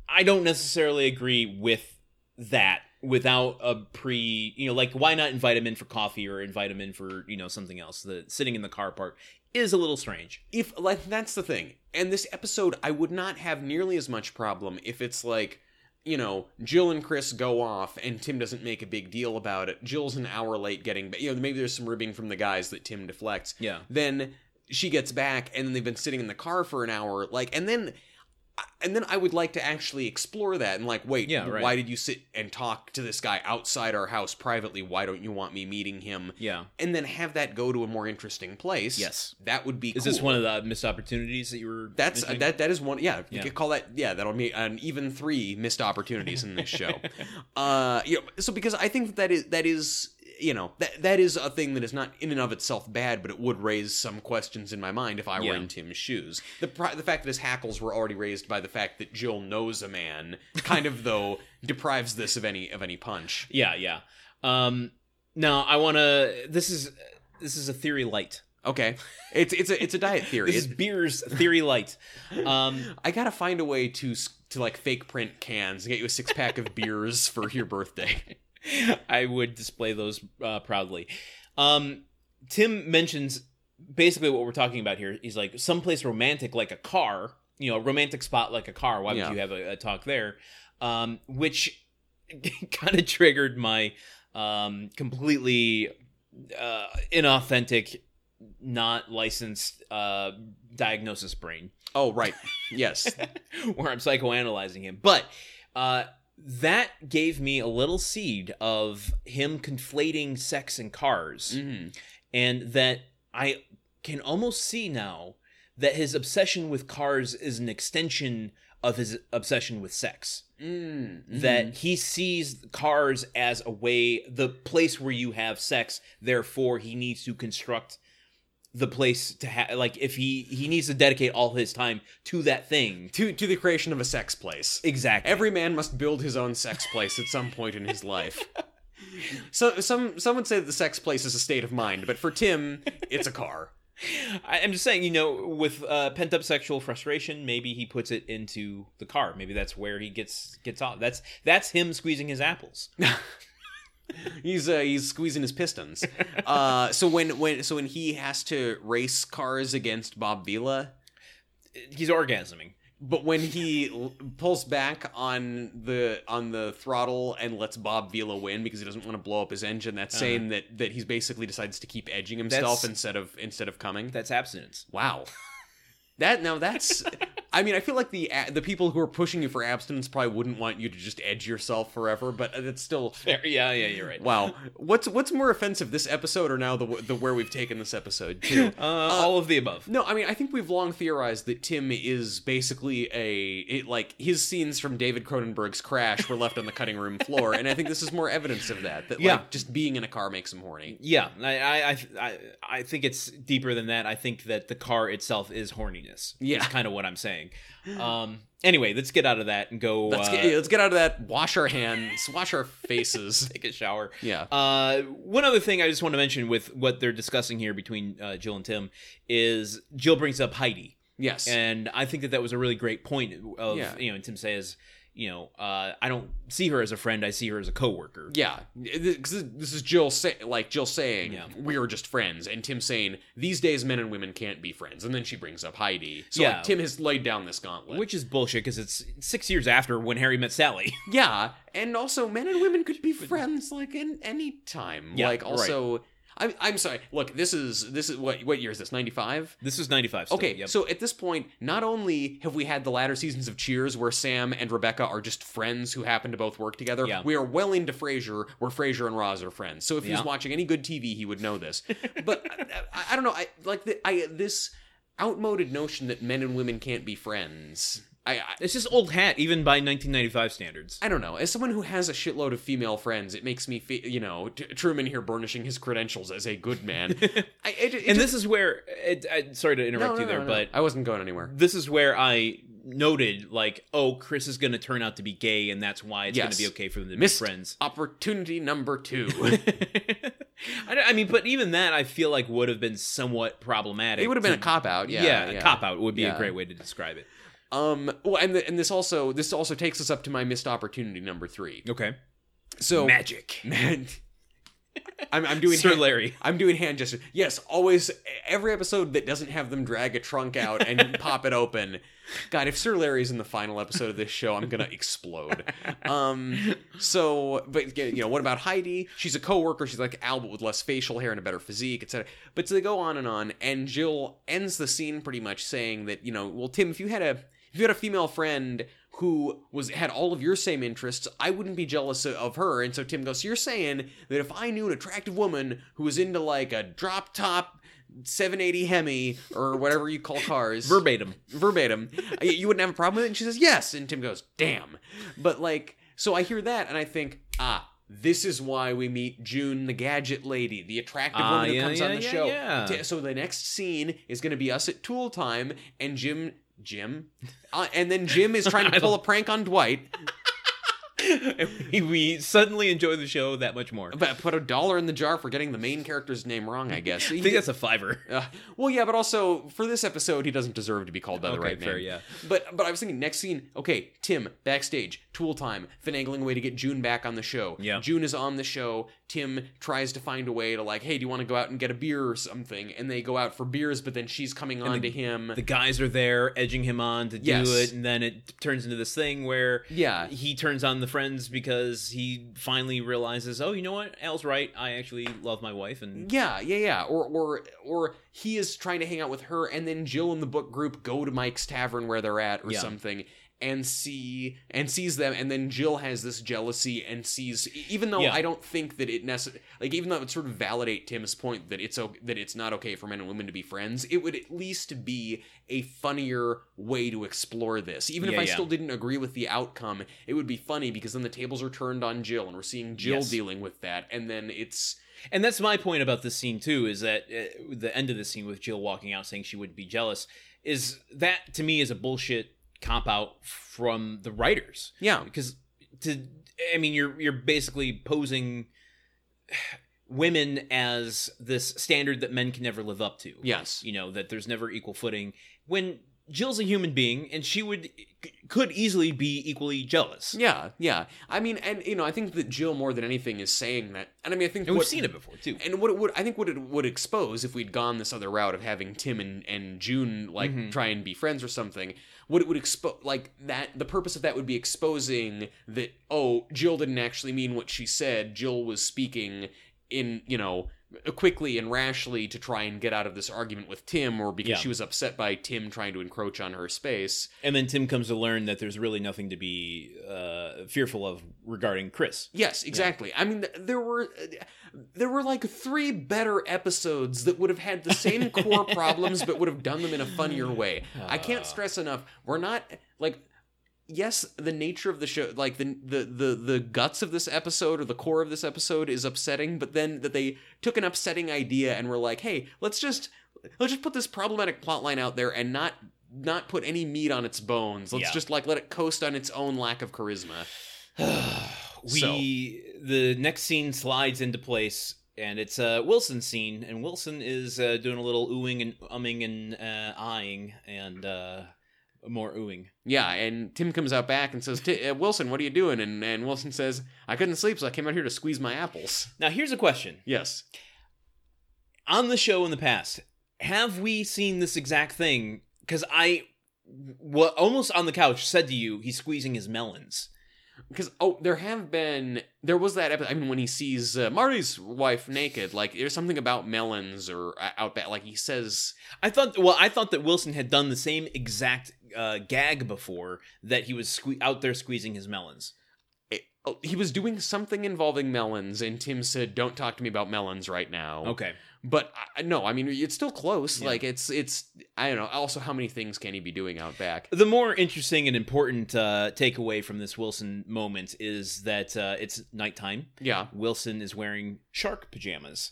[SPEAKER 2] I don't necessarily agree with that without a pre, you know, like why not invite him in for coffee or invite him in for you know something else? The sitting in the car part is a little strange.
[SPEAKER 1] if like that's the thing and this episode i would not have nearly as much problem if it's like you know jill and chris go off and tim doesn't make a big deal about it jill's an hour late getting you know maybe there's some ribbing from the guys that tim deflects
[SPEAKER 2] Yeah,
[SPEAKER 1] then she gets back and then they've been sitting in the car for an hour like and then and then i would like to actually explore that and like wait
[SPEAKER 2] Yeah, right.
[SPEAKER 1] why did you sit and talk to this guy outside our house privately why don't you want me meeting him
[SPEAKER 2] yeah.
[SPEAKER 1] and then have that go to a more interesting place
[SPEAKER 2] Yes.
[SPEAKER 1] that would be
[SPEAKER 2] Is
[SPEAKER 1] cool.
[SPEAKER 2] this one of the missed opportunities that you were?
[SPEAKER 1] That's
[SPEAKER 2] mentioning?
[SPEAKER 1] that. That is one. Yeah, you
[SPEAKER 2] Yeah.
[SPEAKER 1] could call that. Yeah, that'll be an even three missed opportunities in this show. uh, you know, so because I think that is that is you know that that is a thing that is not in and of itself bad, but it would raise some questions in my mind if I
[SPEAKER 2] Yeah.
[SPEAKER 1] were in Tim's shoes. The pri- the fact that his hackles were already raised by the fact that Jill knows a man, kind of though deprives this of any of any punch.
[SPEAKER 2] Yeah, yeah. Um, now I want to. This is this is a theory light.
[SPEAKER 1] Okay, it's it's a it's a diet theory.
[SPEAKER 2] This is
[SPEAKER 1] It-
[SPEAKER 2] beers theory light. Um,
[SPEAKER 1] I gotta find a way to s- to like fake print cans and get you a six pack of beers for your birthday.
[SPEAKER 2] I would display those uh, proudly. Um, Tim mentions basically what we're talking about here. He's like someplace romantic, like a car. You know, a romantic spot like a car. Why would
[SPEAKER 1] Yeah.
[SPEAKER 2] you have a, a talk there? Um, which kind of triggered my um, completely uh, inauthentic, not licensed uh, diagnosis brain
[SPEAKER 1] Oh right, yes,
[SPEAKER 2] where I'm psychoanalyzing him. But uh, that gave me a little seed of him conflating sex and cars,
[SPEAKER 1] Mhm.
[SPEAKER 2] and that I can almost see now that his obsession with cars is an extension of his obsession with sex.
[SPEAKER 1] Mm, mhm.
[SPEAKER 2] That he sees cars as a way, the place where you have sex. Therefore, he needs to construct the place to have. Like, if he he needs to dedicate all his time to that thing.
[SPEAKER 1] to to the creation of a sex place.
[SPEAKER 2] Exactly.
[SPEAKER 1] Every man must build his own sex place at some point in his life. So some some would say that the sex place is a state of mind, but for Tim, it's a car.
[SPEAKER 2] I, I'm just saying, you know, with uh, pent up sexual frustration, maybe he puts it into the car. Maybe that's where he gets gets off. That's that's him squeezing his apples.
[SPEAKER 1] He's uh, he's squeezing his pistons. Uh, so when when so when he has to race cars against Bob Vila,
[SPEAKER 2] He's orgasming.
[SPEAKER 1] but when he l- pulls back on the on the throttle and lets Bob Vila win because he doesn't want to blow up his engine, that's
[SPEAKER 2] Uh-huh.
[SPEAKER 1] saying that that he's basically decides to keep edging himself
[SPEAKER 2] That's-
[SPEAKER 1] instead of instead of coming.
[SPEAKER 2] That's abstinence.
[SPEAKER 1] Wow. That now that's I mean I feel like the a- the people who are pushing you for abstinence probably wouldn't want you to just edge yourself forever, but uh, that's still
[SPEAKER 2] There, yeah, yeah, you're right.
[SPEAKER 1] wow. What's what's more offensive this episode or now the w- the where we've taken this episode
[SPEAKER 2] Uh,
[SPEAKER 1] to?
[SPEAKER 2] all of the above.
[SPEAKER 1] No, I mean I think we've long theorized that Tim is basically a it, like his scenes from David Cronenberg's Crash were left on the cutting room floor, and I think this is more evidence of that. That
[SPEAKER 2] Yeah.
[SPEAKER 1] like just being in a car makes him horny.
[SPEAKER 2] Yeah, I, I, I- I, I think it's deeper than that. I think that the car itself is horniness.
[SPEAKER 1] Yeah.
[SPEAKER 2] is kind of what I'm saying. Um. Anyway, let's get out of that and go
[SPEAKER 1] Let's
[SPEAKER 2] uh,
[SPEAKER 1] get let's get out of that. Wash our hands, wash our faces.
[SPEAKER 2] take a shower.
[SPEAKER 1] Yeah.
[SPEAKER 2] Uh, one other thing I just want to mention with what they're discussing here between uh, Jill and Tim is Jill brings up Heidi,
[SPEAKER 1] Yes.
[SPEAKER 2] and I think that that was a really great point of
[SPEAKER 1] Yeah.
[SPEAKER 2] you know, and Tim says, you know, uh, I don't see her as a friend, I see her as a coworker.
[SPEAKER 1] Yeah, because this is Jill say, like Jill saying
[SPEAKER 2] Yeah.
[SPEAKER 1] we were just friends, and Tim saying these days men and women can't be friends, and then she brings up Heidi. So like,
[SPEAKER 2] Yeah.
[SPEAKER 1] Tim has laid down this gauntlet.
[SPEAKER 2] Which is bullshit because it's six years after when Harry met Sally.
[SPEAKER 1] yeah, and also men and women could be friends like in any time.
[SPEAKER 2] Yeah,
[SPEAKER 1] like
[SPEAKER 2] right.
[SPEAKER 1] also, I'm I'm sorry. Look, this is this is what what year is this? Ninety five.
[SPEAKER 2] this is ninety five.
[SPEAKER 1] Okay,
[SPEAKER 2] yep.
[SPEAKER 1] so at this point, not only have we had the latter seasons of Cheers where Sam and Rebecca are just friends who happen to both work together,
[SPEAKER 2] Yeah.
[SPEAKER 1] we are well into Frasier where Frasier and Roz are friends. So if he was
[SPEAKER 2] Yeah.
[SPEAKER 1] watching any good TV, he would know this. But I, I, I don't know, I like the, I this outmoded notion that men and women can't be friends. I, I
[SPEAKER 2] it's just old hat even by nineteen ninety five standards.
[SPEAKER 1] I don't know. As someone who has a shitload of female friends, it makes me feel, you know, T- Truman here burnishing his credentials as a good man. I, it, it
[SPEAKER 2] and
[SPEAKER 1] just-
[SPEAKER 2] this is where it, I, sorry to
[SPEAKER 1] no,
[SPEAKER 2] interrupt
[SPEAKER 1] no,
[SPEAKER 2] you there,
[SPEAKER 1] no, no.
[SPEAKER 2] but
[SPEAKER 1] I wasn't going anywhere.
[SPEAKER 2] this is where I noted like, oh, Chris is going to turn out to be gay, and that's why it's going
[SPEAKER 1] Yes.
[SPEAKER 2] to be okay for them to
[SPEAKER 1] Missed
[SPEAKER 2] be friends.
[SPEAKER 1] Opportunity number two.
[SPEAKER 2] I, don't- I mean, but even that I feel like would have been somewhat problematic.
[SPEAKER 1] It would have been a
[SPEAKER 2] to-
[SPEAKER 1] cop out. Yeah,
[SPEAKER 2] yeah, a cop out would be
[SPEAKER 1] Yeah.
[SPEAKER 2] a great way to describe it.
[SPEAKER 1] Um, well, and the, and this also this also takes us up to my missed opportunity number three.
[SPEAKER 2] Okay,
[SPEAKER 1] So
[SPEAKER 2] magic,
[SPEAKER 1] man, I'm I'm doing
[SPEAKER 2] Sir
[SPEAKER 1] hand,
[SPEAKER 2] Larry.
[SPEAKER 1] I'm doing hand gestures. Yes, always every episode that doesn't have them drag a trunk out and pop it open. God, if Sir Larry's in the final episode of this show, I'm gonna explode. Um, so, but you know, what about Heidi? She's a coworker. She's like Albert with less facial hair and a better physique, etc. But so they go on and on, and Jill ends the scene pretty much saying that you know, well, Tim, if you had a if you had a female friend who was had all of your same interests, I wouldn't be jealous o- of her. And so Tim goes, so you're saying that if I knew an attractive woman who was into like a drop top 780 Hemi or whatever you call cars,
[SPEAKER 2] Verbatim.
[SPEAKER 1] verbatim. "Y- you wouldn't have a problem with it? And she says, yes. And Tim goes, damn. But like, so I hear that and I think, ah, this is why we meet June, the gadget lady, the attractive
[SPEAKER 2] Ah,
[SPEAKER 1] woman who
[SPEAKER 2] yeah,
[SPEAKER 1] comes on
[SPEAKER 2] yeah,
[SPEAKER 1] the
[SPEAKER 2] yeah,
[SPEAKER 1] show.
[SPEAKER 2] yeah.
[SPEAKER 1] T- So the next scene is going to be us at tool time and Jim, Jim, uh, and then Jim is trying to pull a prank on Dwight.
[SPEAKER 2] we, we suddenly enjoy the show that much more.
[SPEAKER 1] But I put a dollar in the jar for getting the main character's name wrong, I guess.
[SPEAKER 2] I think that's a fiver.
[SPEAKER 1] Uh, well, yeah, but also for this episode, he doesn't deserve to be called by the
[SPEAKER 2] okay,
[SPEAKER 1] right
[SPEAKER 2] fair,
[SPEAKER 1] name.
[SPEAKER 2] yeah.
[SPEAKER 1] But but I was thinking next scene. Okay, Tim backstage, tool time, finagling a way to get June back on the show.
[SPEAKER 2] Yeah.
[SPEAKER 1] June is on the show. Tim tries to find a way to like, hey, do you want to go out and get a beer or something? And they go out for beers, but then she's coming on to him.
[SPEAKER 2] The guys are there edging him on to do
[SPEAKER 1] Yes.
[SPEAKER 2] it, and then it turns into this thing where
[SPEAKER 1] yeah.
[SPEAKER 2] he turns on the friends because he finally realizes, oh, you know what? Al's right. I actually love my wife, and
[SPEAKER 1] Yeah, yeah, yeah. Or or or he is trying to hang out with her and then Jill and the book group go to Mike's tavern where they're at or
[SPEAKER 2] Yeah.
[SPEAKER 1] something and see and sees them and then Jill has this jealousy and sees e- even though
[SPEAKER 2] Yeah.
[SPEAKER 1] I don't think that it necessarily like even though it would sort of validate Tim's point that it's okay, that it's not okay for men and women to be friends, it would at least be a funnier way to explore this. Even if
[SPEAKER 2] Yeah,
[SPEAKER 1] I
[SPEAKER 2] yeah.
[SPEAKER 1] still didn't agree with the outcome, it would be funny because then the tables are turned on Jill and we're seeing Jill
[SPEAKER 2] Yes.
[SPEAKER 1] dealing with that and then it's
[SPEAKER 2] and that's my point about this scene too. Is that uh, the end of the scene with Jill walking out saying she wouldn't be jealous is that to me is a bullshit cop out from the writers.
[SPEAKER 1] yeah.
[SPEAKER 2] because to i mean you're you're basically posing women as this standard that men can never live up to
[SPEAKER 1] Yes.
[SPEAKER 2] you know that there's never equal footing when jill's a human being and she would c- could easily be equally jealous
[SPEAKER 1] Yeah, yeah. I mean, and you know, I think that Jill more than anything is saying that, and I mean, I think
[SPEAKER 2] and we've
[SPEAKER 1] what,
[SPEAKER 2] seen it before too
[SPEAKER 1] And what it would I think what it would expose if we'd gone this other route of having Tim and, and June like
[SPEAKER 2] Mhm.
[SPEAKER 1] try and be friends or something, what it would expose like that the purpose of that would be exposing that oh Jill didn't actually mean what she said. Jill was speaking in you know quickly and rashly to try and get out of this argument with Tim, or because
[SPEAKER 2] Yeah.
[SPEAKER 1] she was upset by Tim trying to encroach on her space.
[SPEAKER 2] and then tim comes to learn that there's really nothing to be uh, fearful of regarding chris
[SPEAKER 1] Yes, exactly. I mean, th- there were uh, there were like three better episodes that would have had the same core problems, but would have done them in a funnier way. I
[SPEAKER 2] Ah.
[SPEAKER 1] can't stress enough. We're not like. Yes, the nature of the show, like the, the the the guts of this episode or the core of this episode, is upsetting. But then that they took an upsetting idea and were like, "Hey, let's just let's just put this problematic plotline out there and not not put any meat on its bones. Let's
[SPEAKER 2] Yeah.
[SPEAKER 1] just like let it coast on its own lack of charisma."
[SPEAKER 2] we the next scene slides into place and it's a Wilson scene and Wilson is uh, doing a little oohing and umming and uh, eyeing and uh, more oohing.
[SPEAKER 1] Yeah, and Tim comes out back and says, "Ti- uh, "Wilson, what are you doing?" And and Wilson says, "I couldn't sleep, so I came out here to squeeze my apples."
[SPEAKER 2] Now here's a question.
[SPEAKER 1] Yes.
[SPEAKER 2] On the show in the past, have we seen this exact thing cuz I what almost on the couch said to you he's squeezing his melons.
[SPEAKER 1] Because oh, there have been there was that episode. I mean, when he sees uh, Marty's wife naked, like there's something about melons or uh, out back. Like he says,
[SPEAKER 2] I thought well I thought that Wilson had done the same exact uh, gag before that he was sque- out there squeezing his melons.
[SPEAKER 1] eh, oh, he was doing something involving melons, and Tim said, "Don't talk to me about melons right now."
[SPEAKER 2] Okay.
[SPEAKER 1] But I, no, I mean it's still close.
[SPEAKER 2] Yeah.
[SPEAKER 1] Like it's it's I don't know. Also, how many things can he be doing out back?
[SPEAKER 2] The more interesting and important uh, takeaway from this Wilson moment is that uh, it's nighttime.
[SPEAKER 1] Yeah.
[SPEAKER 2] Wilson is wearing shark pajamas.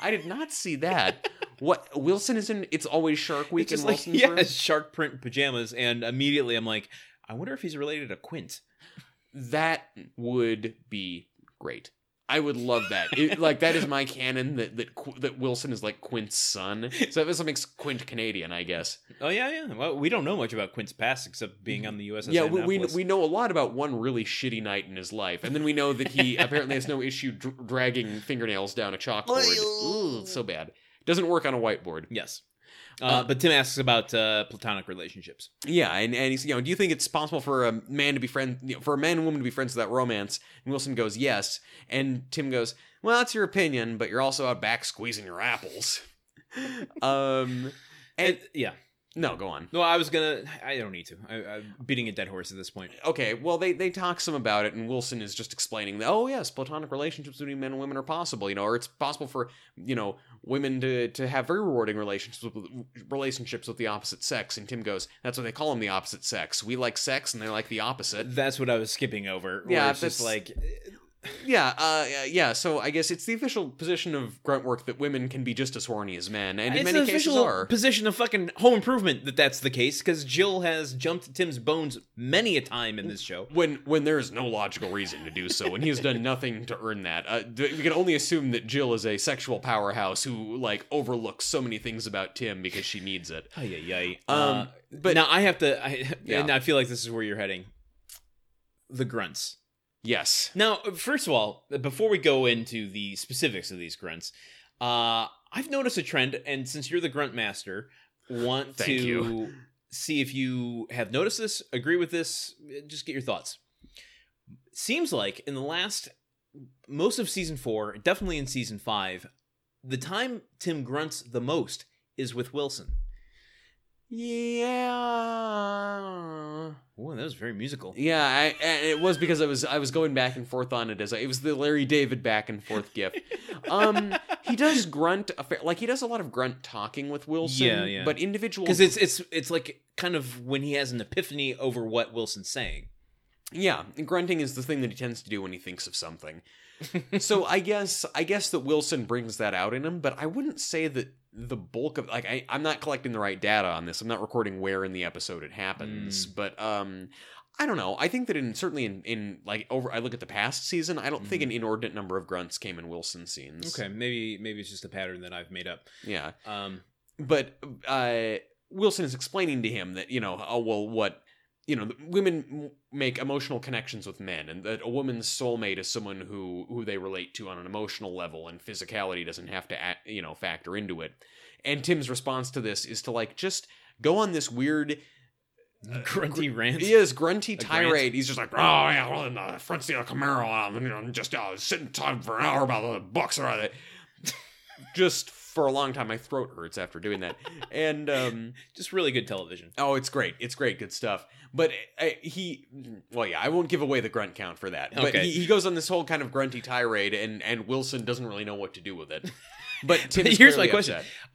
[SPEAKER 1] I did not see that. what Wilson is in? It's always Shark Week
[SPEAKER 2] It's just
[SPEAKER 1] in
[SPEAKER 2] like,
[SPEAKER 1] Wilson's
[SPEAKER 2] yeah,
[SPEAKER 1] room.
[SPEAKER 2] shark print pajamas. And immediately I'm like, I wonder if he's related to Quint.
[SPEAKER 1] That would be great. I would love that. It- like that is my canon that that Qu- that Wilson is like Quint's son. So that makes Quint Canadian, I guess.
[SPEAKER 2] Oh, yeah, yeah. Well, we don't know much about Quint's past except being on the USS
[SPEAKER 1] yeah, we, we
[SPEAKER 2] Annapolis.
[SPEAKER 1] we know a lot about one really shitty night in his life, and then we know that he apparently has no issue dr- dragging fingernails down a chalkboard.
[SPEAKER 2] Oil.
[SPEAKER 1] Ooh, so bad. Doesn't work on a whiteboard.
[SPEAKER 2] Yes. Uh,
[SPEAKER 1] Uh,
[SPEAKER 2] but Tim asks about uh, platonic relationships.
[SPEAKER 1] Yeah, and, and he's you know, do you think it's possible for a man to be friend you know, for a man and woman to be friends without romance? And Wilson goes, yes. And Tim goes, well, that's your opinion, but you're also out back squeezing your apples. um, and
[SPEAKER 2] And, yeah.
[SPEAKER 1] no, go on.
[SPEAKER 2] No, I was going to. I don't need to. I, I'm beating a dead horse at this point.
[SPEAKER 1] Okay, well they they talk some about it, and Wilson is just explaining that oh yes, platonic relationships between men and women are possible, you know, or it's possible for you know women to to have very rewarding relationships with, relationships with the opposite sex. And Tim goes, that's what they call them, the opposite sex. We like sex, and they like the opposite.
[SPEAKER 2] That's what I was skipping over. where
[SPEAKER 1] Yeah,
[SPEAKER 2] it's just
[SPEAKER 1] that's-
[SPEAKER 2] like
[SPEAKER 1] yeah, uh, yeah. So I guess it's the official position of grunt work that women can be just as horny as men, and in
[SPEAKER 2] it's
[SPEAKER 1] many
[SPEAKER 2] an
[SPEAKER 1] cases
[SPEAKER 2] official
[SPEAKER 1] are.
[SPEAKER 2] position of fucking home improvement that that's the case because Jill has jumped Tim's bones many a time in this show.
[SPEAKER 1] When when there is no logical reason to do so, and he has done nothing to earn that, uh, th- we can only assume that Jill is a sexual powerhouse who like overlooks so many things about Tim because she needs it.
[SPEAKER 2] Ay, ay, ay.
[SPEAKER 1] Um,
[SPEAKER 2] Uh,
[SPEAKER 1] but
[SPEAKER 2] now I have to. I,
[SPEAKER 1] Yeah.
[SPEAKER 2] And I feel like this is where you're heading. The grunts.
[SPEAKER 1] yes,
[SPEAKER 2] Now, uh, first of all, before we go into the specifics of these grunts, uh, I've noticed a trend, and since you're the grunt master, want to
[SPEAKER 1] Thank you.
[SPEAKER 2] see if you have noticed this, agree with this, uh, just get your thoughts. Seems like in the last most of season four, definitely in season five, the time Tim grunts the most is with Wilson.
[SPEAKER 1] yeah.
[SPEAKER 2] Ooh, that was very musical.
[SPEAKER 1] Yeah, I, and it was because I was I was going back and forth on it as I, it was the Larry David back and forth gif. Um, he does grunt a fair, like he does a lot of grunt talking with Wilson.
[SPEAKER 2] Yeah, yeah.
[SPEAKER 1] But individual,
[SPEAKER 2] Because it's it's it's like kind of when he has an epiphany over what Wilson's saying.
[SPEAKER 1] yeah, grunting is the thing that he tends to do when he thinks of something. so I guess I guess that Wilson brings that out in him, but I wouldn't say that the bulk of like I, I'm not collecting the right data on this. I'm not recording where in the episode it happens, but um. I don't know. I think that in certainly in, in like over I look at the past season, I don't think an inordinate number of grunts came in Wilson scenes.
[SPEAKER 2] Okay, maybe maybe it's just a pattern that I've made up.
[SPEAKER 1] Yeah.
[SPEAKER 2] Um,
[SPEAKER 1] but uh, Wilson is explaining to him that you know, oh well, what you know, women m- make emotional connections with men, and that a woman's soulmate is someone who who they relate to on an emotional level, and physicality doesn't have to act, you know factor into it. And Tim's response to this is to like just go on this weird
[SPEAKER 2] uh, grunty rant.
[SPEAKER 1] he is grunty
[SPEAKER 2] grant?
[SPEAKER 1] tirade. He's just like, oh yeah, well, in the front seat of the Camaro, um, you know, just uh, sitting talking for an hour about the Bucks or other. just for a long time, my throat hurts after doing that, and um,
[SPEAKER 2] Just really good television.
[SPEAKER 1] oh, it's great, it's great, good stuff. But uh, he, well, yeah, I won't give away the grunt count for that. But
[SPEAKER 2] Okay.
[SPEAKER 1] he, he goes on this whole kind of grunty tirade, and and Wilson doesn't really know what to do with it. But Tim is
[SPEAKER 2] Here's my
[SPEAKER 1] clearly
[SPEAKER 2] question.
[SPEAKER 1] upset.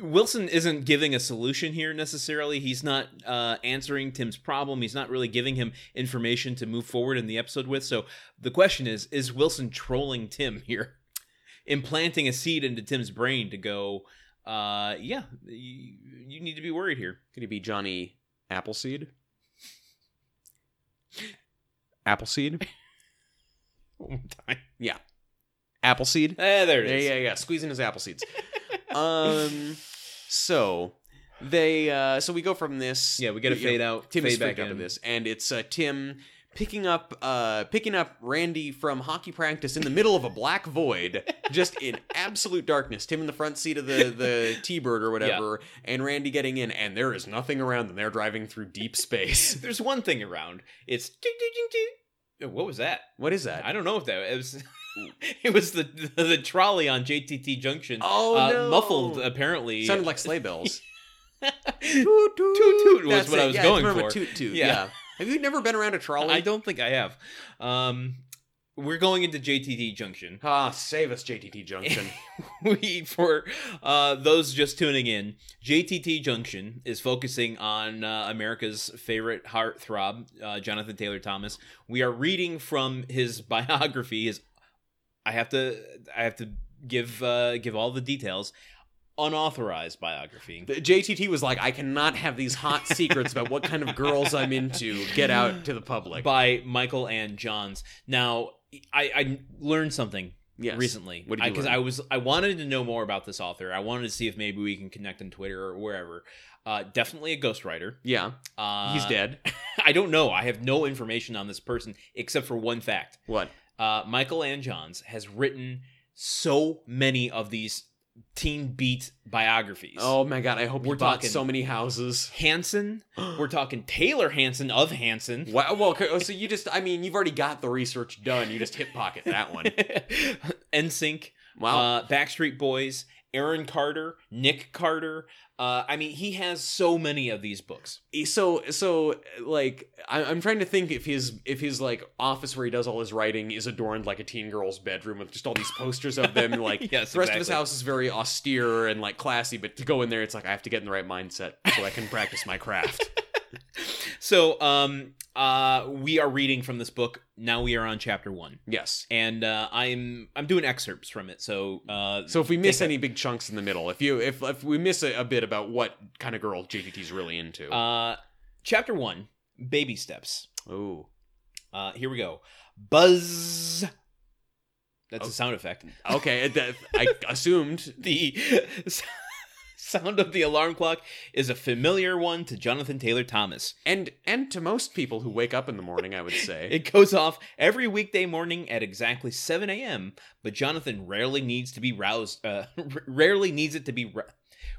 [SPEAKER 2] Uh, Wilson isn't giving a solution here necessarily. He's not uh, answering Tim's problem. He's not really giving him information to move forward in the episode with. So the question is: Is Wilson trolling Tim here, implanting a seed into Tim's brain to go? Uh, yeah, you, you need to be worried here.
[SPEAKER 1] Could he be Johnny Appleseed? Appleseed,
[SPEAKER 2] One more time.
[SPEAKER 1] Appleseed.
[SPEAKER 2] Eh, there it
[SPEAKER 1] yeah,
[SPEAKER 2] is.
[SPEAKER 1] yeah, yeah. Squeezing his apple seeds. um, so they, uh, so we go from this.
[SPEAKER 2] Yeah, we got to
[SPEAKER 1] you know,
[SPEAKER 2] fade out.
[SPEAKER 1] Tim is
[SPEAKER 2] fade back
[SPEAKER 1] freaked out of
[SPEAKER 2] in.
[SPEAKER 1] this, and it's uh, Tim picking up, uh, picking up Randy from hockey practice in the middle of a black void, just in absolute darkness. Tim in the front seat of the the T Bird or whatever, and Randy getting in, and there is nothing around them. They're driving through deep space.
[SPEAKER 2] There's one thing around. It's ding, ding, ding, ding. what was that?
[SPEAKER 1] What is that?
[SPEAKER 2] I don't know if that it was. it was the, the the trolley on JTT Junction.
[SPEAKER 1] Oh
[SPEAKER 2] uh,
[SPEAKER 1] no!
[SPEAKER 2] Muffled apparently.
[SPEAKER 1] Sounded like sleigh bells.
[SPEAKER 2] I
[SPEAKER 1] toot toot,
[SPEAKER 2] toot was
[SPEAKER 1] That's
[SPEAKER 2] what I
[SPEAKER 1] it.
[SPEAKER 2] was
[SPEAKER 1] yeah,
[SPEAKER 2] going
[SPEAKER 1] it's more of
[SPEAKER 2] for.
[SPEAKER 1] a toot toot. Yeah.
[SPEAKER 2] Yeah.
[SPEAKER 1] Have you never been around a trolley?
[SPEAKER 2] don't think I have. Um, we're going into JTT Junction.
[SPEAKER 1] Ah, save us, JTT Junction.
[SPEAKER 2] we for uh, those just tuning in, JTT Junction is focusing on uh, America's favorite heartthrob, uh, Jonathan Taylor Thomas. We are reading from his biography. His I have to I have to give uh, give all the details. Unauthorized biography.
[SPEAKER 1] the JTT was like, I cannot have these hot secrets about what kind of girls I'm into get out to the public.
[SPEAKER 2] by Michael and Johns. Now, I, I learned something
[SPEAKER 1] yes.
[SPEAKER 2] recently
[SPEAKER 1] What did you
[SPEAKER 2] because
[SPEAKER 1] learn?
[SPEAKER 2] I was I wanted to know more about this author. I wanted to see if maybe we can connect on Twitter or wherever. Uh, definitely a ghostwriter.
[SPEAKER 1] Yeah,
[SPEAKER 2] Uh,
[SPEAKER 1] he's dead.
[SPEAKER 2] I don't know. I have no information on this person except for one fact.
[SPEAKER 1] What?
[SPEAKER 2] Uh, Michael and Johns has written so many of these teen beat biographies.
[SPEAKER 1] Oh my god, I hope
[SPEAKER 2] We're
[SPEAKER 1] you bought
[SPEAKER 2] talking-
[SPEAKER 1] so many houses.
[SPEAKER 2] Hanson. We're talking Taylor Hanson of Hanson.
[SPEAKER 1] Wow, well, okay, oh, so you just, I mean, you've already got the research done. You just hip pocket that one.
[SPEAKER 2] NSYNC.
[SPEAKER 1] Wow.
[SPEAKER 2] uh, Backstreet Boys, Aaron Carter, Nick Carter. Uh, I mean, he has so many of these books.
[SPEAKER 1] eh, so, so, like, I, I'm trying to think if his, if his, like, office where he does all his writing is adorned like a teen girl's bedroom with just all these posters of them, like,
[SPEAKER 2] Yes,
[SPEAKER 1] the rest of his house is very austere and like classy, but to go in there, it's like I have to get in the right mindset so I can practice my craft.
[SPEAKER 2] So, um, uh, we are reading from this book. Now we are on chapter one,
[SPEAKER 1] Yes.
[SPEAKER 2] and uh, I'm I'm doing excerpts from it. So uh,
[SPEAKER 1] So if we miss
[SPEAKER 2] Take
[SPEAKER 1] any big chunks in the middle, if you if if we miss a, a bit about what kind of girl JTT's really into,
[SPEAKER 2] uh, chapter one, baby steps.
[SPEAKER 1] ooh,
[SPEAKER 2] Uh, here we go. Buzz. That's
[SPEAKER 1] Oh.
[SPEAKER 2] a sound effect.
[SPEAKER 1] okay, that, I assumed.
[SPEAKER 2] The sound of the alarm clock is a familiar one to Jonathan Taylor Thomas.
[SPEAKER 1] And and to most people who wake up in the morning, I would say
[SPEAKER 2] It goes off every weekday morning at exactly 7 a.m., but Jonathan rarely needs to be roused. Uh, rarely needs it to be. Ra-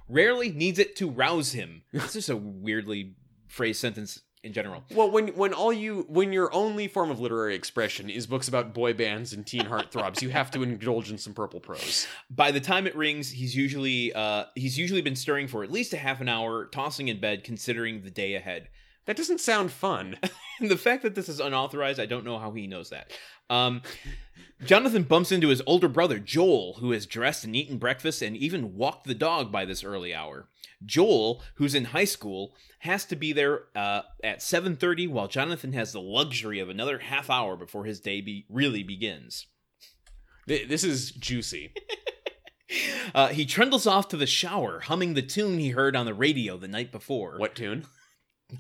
[SPEAKER 2] rarely needs it to rouse him. It's just a weirdly phrased sentence in general.
[SPEAKER 1] Well, when when all you when your only form of literary expression is books about boy bands and teen heartthrobs, you have to indulge in some purple prose.
[SPEAKER 2] By the time it rings, he's usually uh, he's usually been stirring for at least a half an hour, tossing in bed, considering the day ahead.
[SPEAKER 1] That doesn't sound fun.
[SPEAKER 2] And the fact that this is unauthorized, I don't know how he knows that. Um, Jonathan bumps into his older brother, Joel, who has dressed and eaten breakfast and even walked the dog by this early hour. Joel, who's in high school, has to be there uh, at 7.30 while Jonathan has the luxury of another half hour before his day be- really begins.
[SPEAKER 1] Th- This is juicy.
[SPEAKER 2] Uh, he trundles off to the shower, humming the tune he heard on the radio the night before.
[SPEAKER 1] What tune?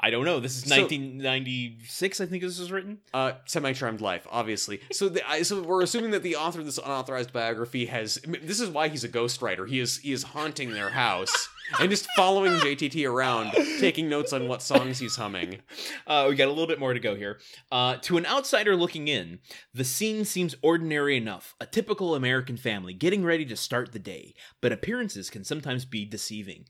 [SPEAKER 2] I don't know. This is
[SPEAKER 1] So-
[SPEAKER 2] 1996, I think this was written.
[SPEAKER 1] Uh, semi-charmed life, obviously. So, the, I, so we're assuming that the author of this unauthorized biography has. I mean, This is why he's a ghostwriter. He is he is haunting their house and just following JTT around, taking notes on what songs he's humming.
[SPEAKER 2] Uh, we got a little bit more to go here. Uh, to an outsider looking in, the scene seems ordinary enough a typical American family getting ready to start the day, but appearances can sometimes be deceiving.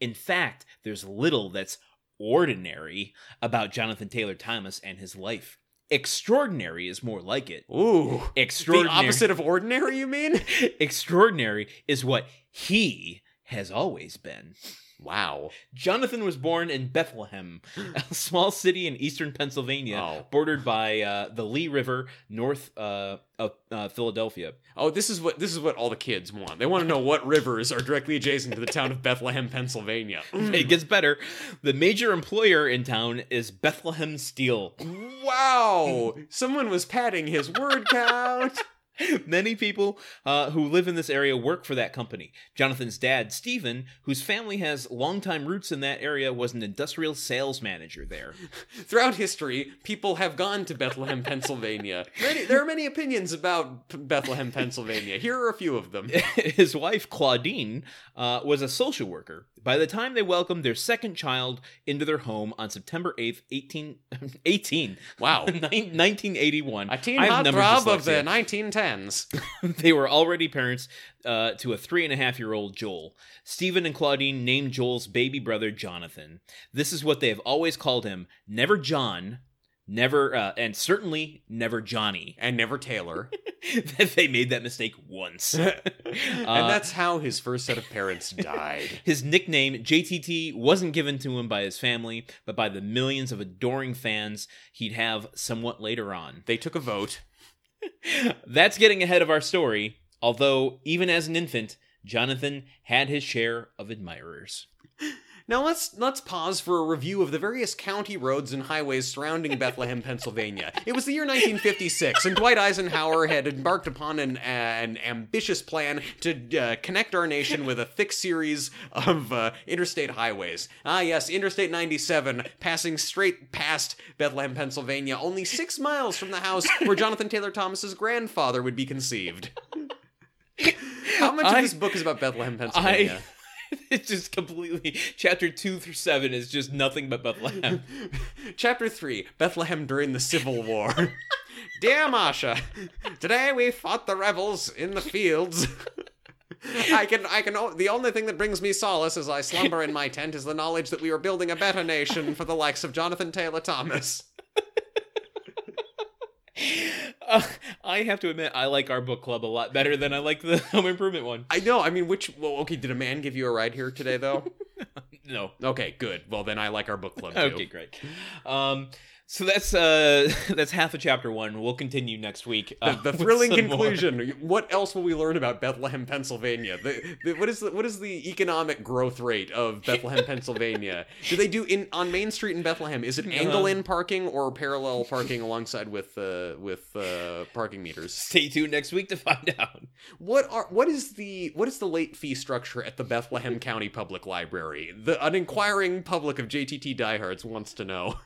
[SPEAKER 2] In fact, there's little that's ordinary about Jonathan Taylor Thomas and his life. Extraordinary is more like it.
[SPEAKER 1] Ooh, the
[SPEAKER 2] Extraordinary.
[SPEAKER 1] opposite of ordinary. You mean?
[SPEAKER 2] Extraordinary is what he has always been.
[SPEAKER 1] Wow.
[SPEAKER 2] Jonathan was born in Bethlehem, a small city in eastern Pennsylvania,
[SPEAKER 1] Oh.
[SPEAKER 2] bordered by uh, the Lee River north uh, of uh, Philadelphia.
[SPEAKER 1] Oh, this is what this is what all the kids want. They want to know what rivers are directly adjacent to the town of Bethlehem, Pennsylvania.
[SPEAKER 2] It gets better. The major employer in town is Bethlehem Steel.
[SPEAKER 1] Wow! Someone was padding his word count.
[SPEAKER 2] Many people uh, who live in this area work for that company. Jonathan's dad, Stephen, whose family has longtime roots in that area, was an industrial sales manager there.
[SPEAKER 1] Throughout history, people have gone to Bethlehem, Pennsylvania. Many, there are many opinions about P- Bethlehem, Pennsylvania. Here are a few of them.
[SPEAKER 2] his wife Claudine uh, was a social worker. By the time they welcomed their second child into their home on September 8th, 18, 18
[SPEAKER 1] Wow.
[SPEAKER 2] 1981,
[SPEAKER 1] A teen
[SPEAKER 2] I have number
[SPEAKER 1] hotthrob of the
[SPEAKER 2] dyslexia.
[SPEAKER 1] 1910s.
[SPEAKER 2] they were already parents uh, to a three and a half year old Joel. Stephen and Claudine named Joel's baby brother Jonathan. This is what they have always called him never John, never, uh, and certainly never Johnny.
[SPEAKER 1] And never Taylor.
[SPEAKER 2] they made that mistake once. Uh,
[SPEAKER 1] and that's how his first set of parents died.
[SPEAKER 2] His nickname, JTT, wasn't given to him by his family, but by the millions of adoring fans he'd have somewhat later on.
[SPEAKER 1] They took a vote.
[SPEAKER 2] That's getting ahead of our story, although, even as an infant, Jonathan had his share of admirers.
[SPEAKER 1] Now let's let's pause for a review of the various county roads and highways surrounding Bethlehem, Pennsylvania. It was the year 1956, and Dwight Eisenhower had embarked upon an uh, an ambitious plan to uh, connect our nation with a thick series of uh, interstate highways. Ah, yes, Interstate 97, passing straight past Bethlehem, Pennsylvania, only six miles from the house where Jonathan Taylor Thomas's grandfather would be conceived. How much
[SPEAKER 2] I-
[SPEAKER 1] of this book is about Bethlehem, Pennsylvania?
[SPEAKER 2] I. It's just completely. Chapter 2 through 7 is just nothing but Bethlehem.
[SPEAKER 1] Chapter 3 Bethlehem during the Civil War. Dear Masha, today we fought the rebels in the fields. I can, I can. o- The only thing that brings me solace as I slumber in my tent is the knowledge that we are building a better nation for the likes of Jonathan Taylor Thomas.
[SPEAKER 2] Uh, I have to admit, I like our book club a lot better than I like the Home Improvement one.
[SPEAKER 1] I know. I mean, which? Well, okay. Did a man give you a ride here today, though?
[SPEAKER 2] no.
[SPEAKER 1] Okay, good. Well, then I like our book club too.
[SPEAKER 2] Okay, great. Um, so that's uh, that's half of chapter one. We'll continue next week.
[SPEAKER 1] The,
[SPEAKER 2] uh,
[SPEAKER 1] the
[SPEAKER 2] with
[SPEAKER 1] thrilling
[SPEAKER 2] some more.
[SPEAKER 1] conclusion. What else will we learn about Bethlehem, Pennsylvania? The, the, what is the what is the economic growth rate of Bethlehem, Pennsylvania? Do they do in on Main Street in Bethlehem? Is it angle in parking or parallel parking alongside with uh, with uh, parking meters?
[SPEAKER 2] Stay tuned next week to find out.
[SPEAKER 1] What are what is the what is the late fee structure at the Bethlehem County Public Library? The an inquiring public of JTT diehards wants to know.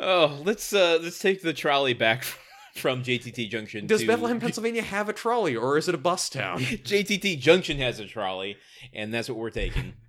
[SPEAKER 2] Oh, let's uh, let's take the trolley back from JTT Junction.
[SPEAKER 1] Does
[SPEAKER 2] to-
[SPEAKER 1] Bethlehem, Pennsylvania have a trolley or is it a bus town?
[SPEAKER 2] JTT Junction has a trolley, and that's what we're taking.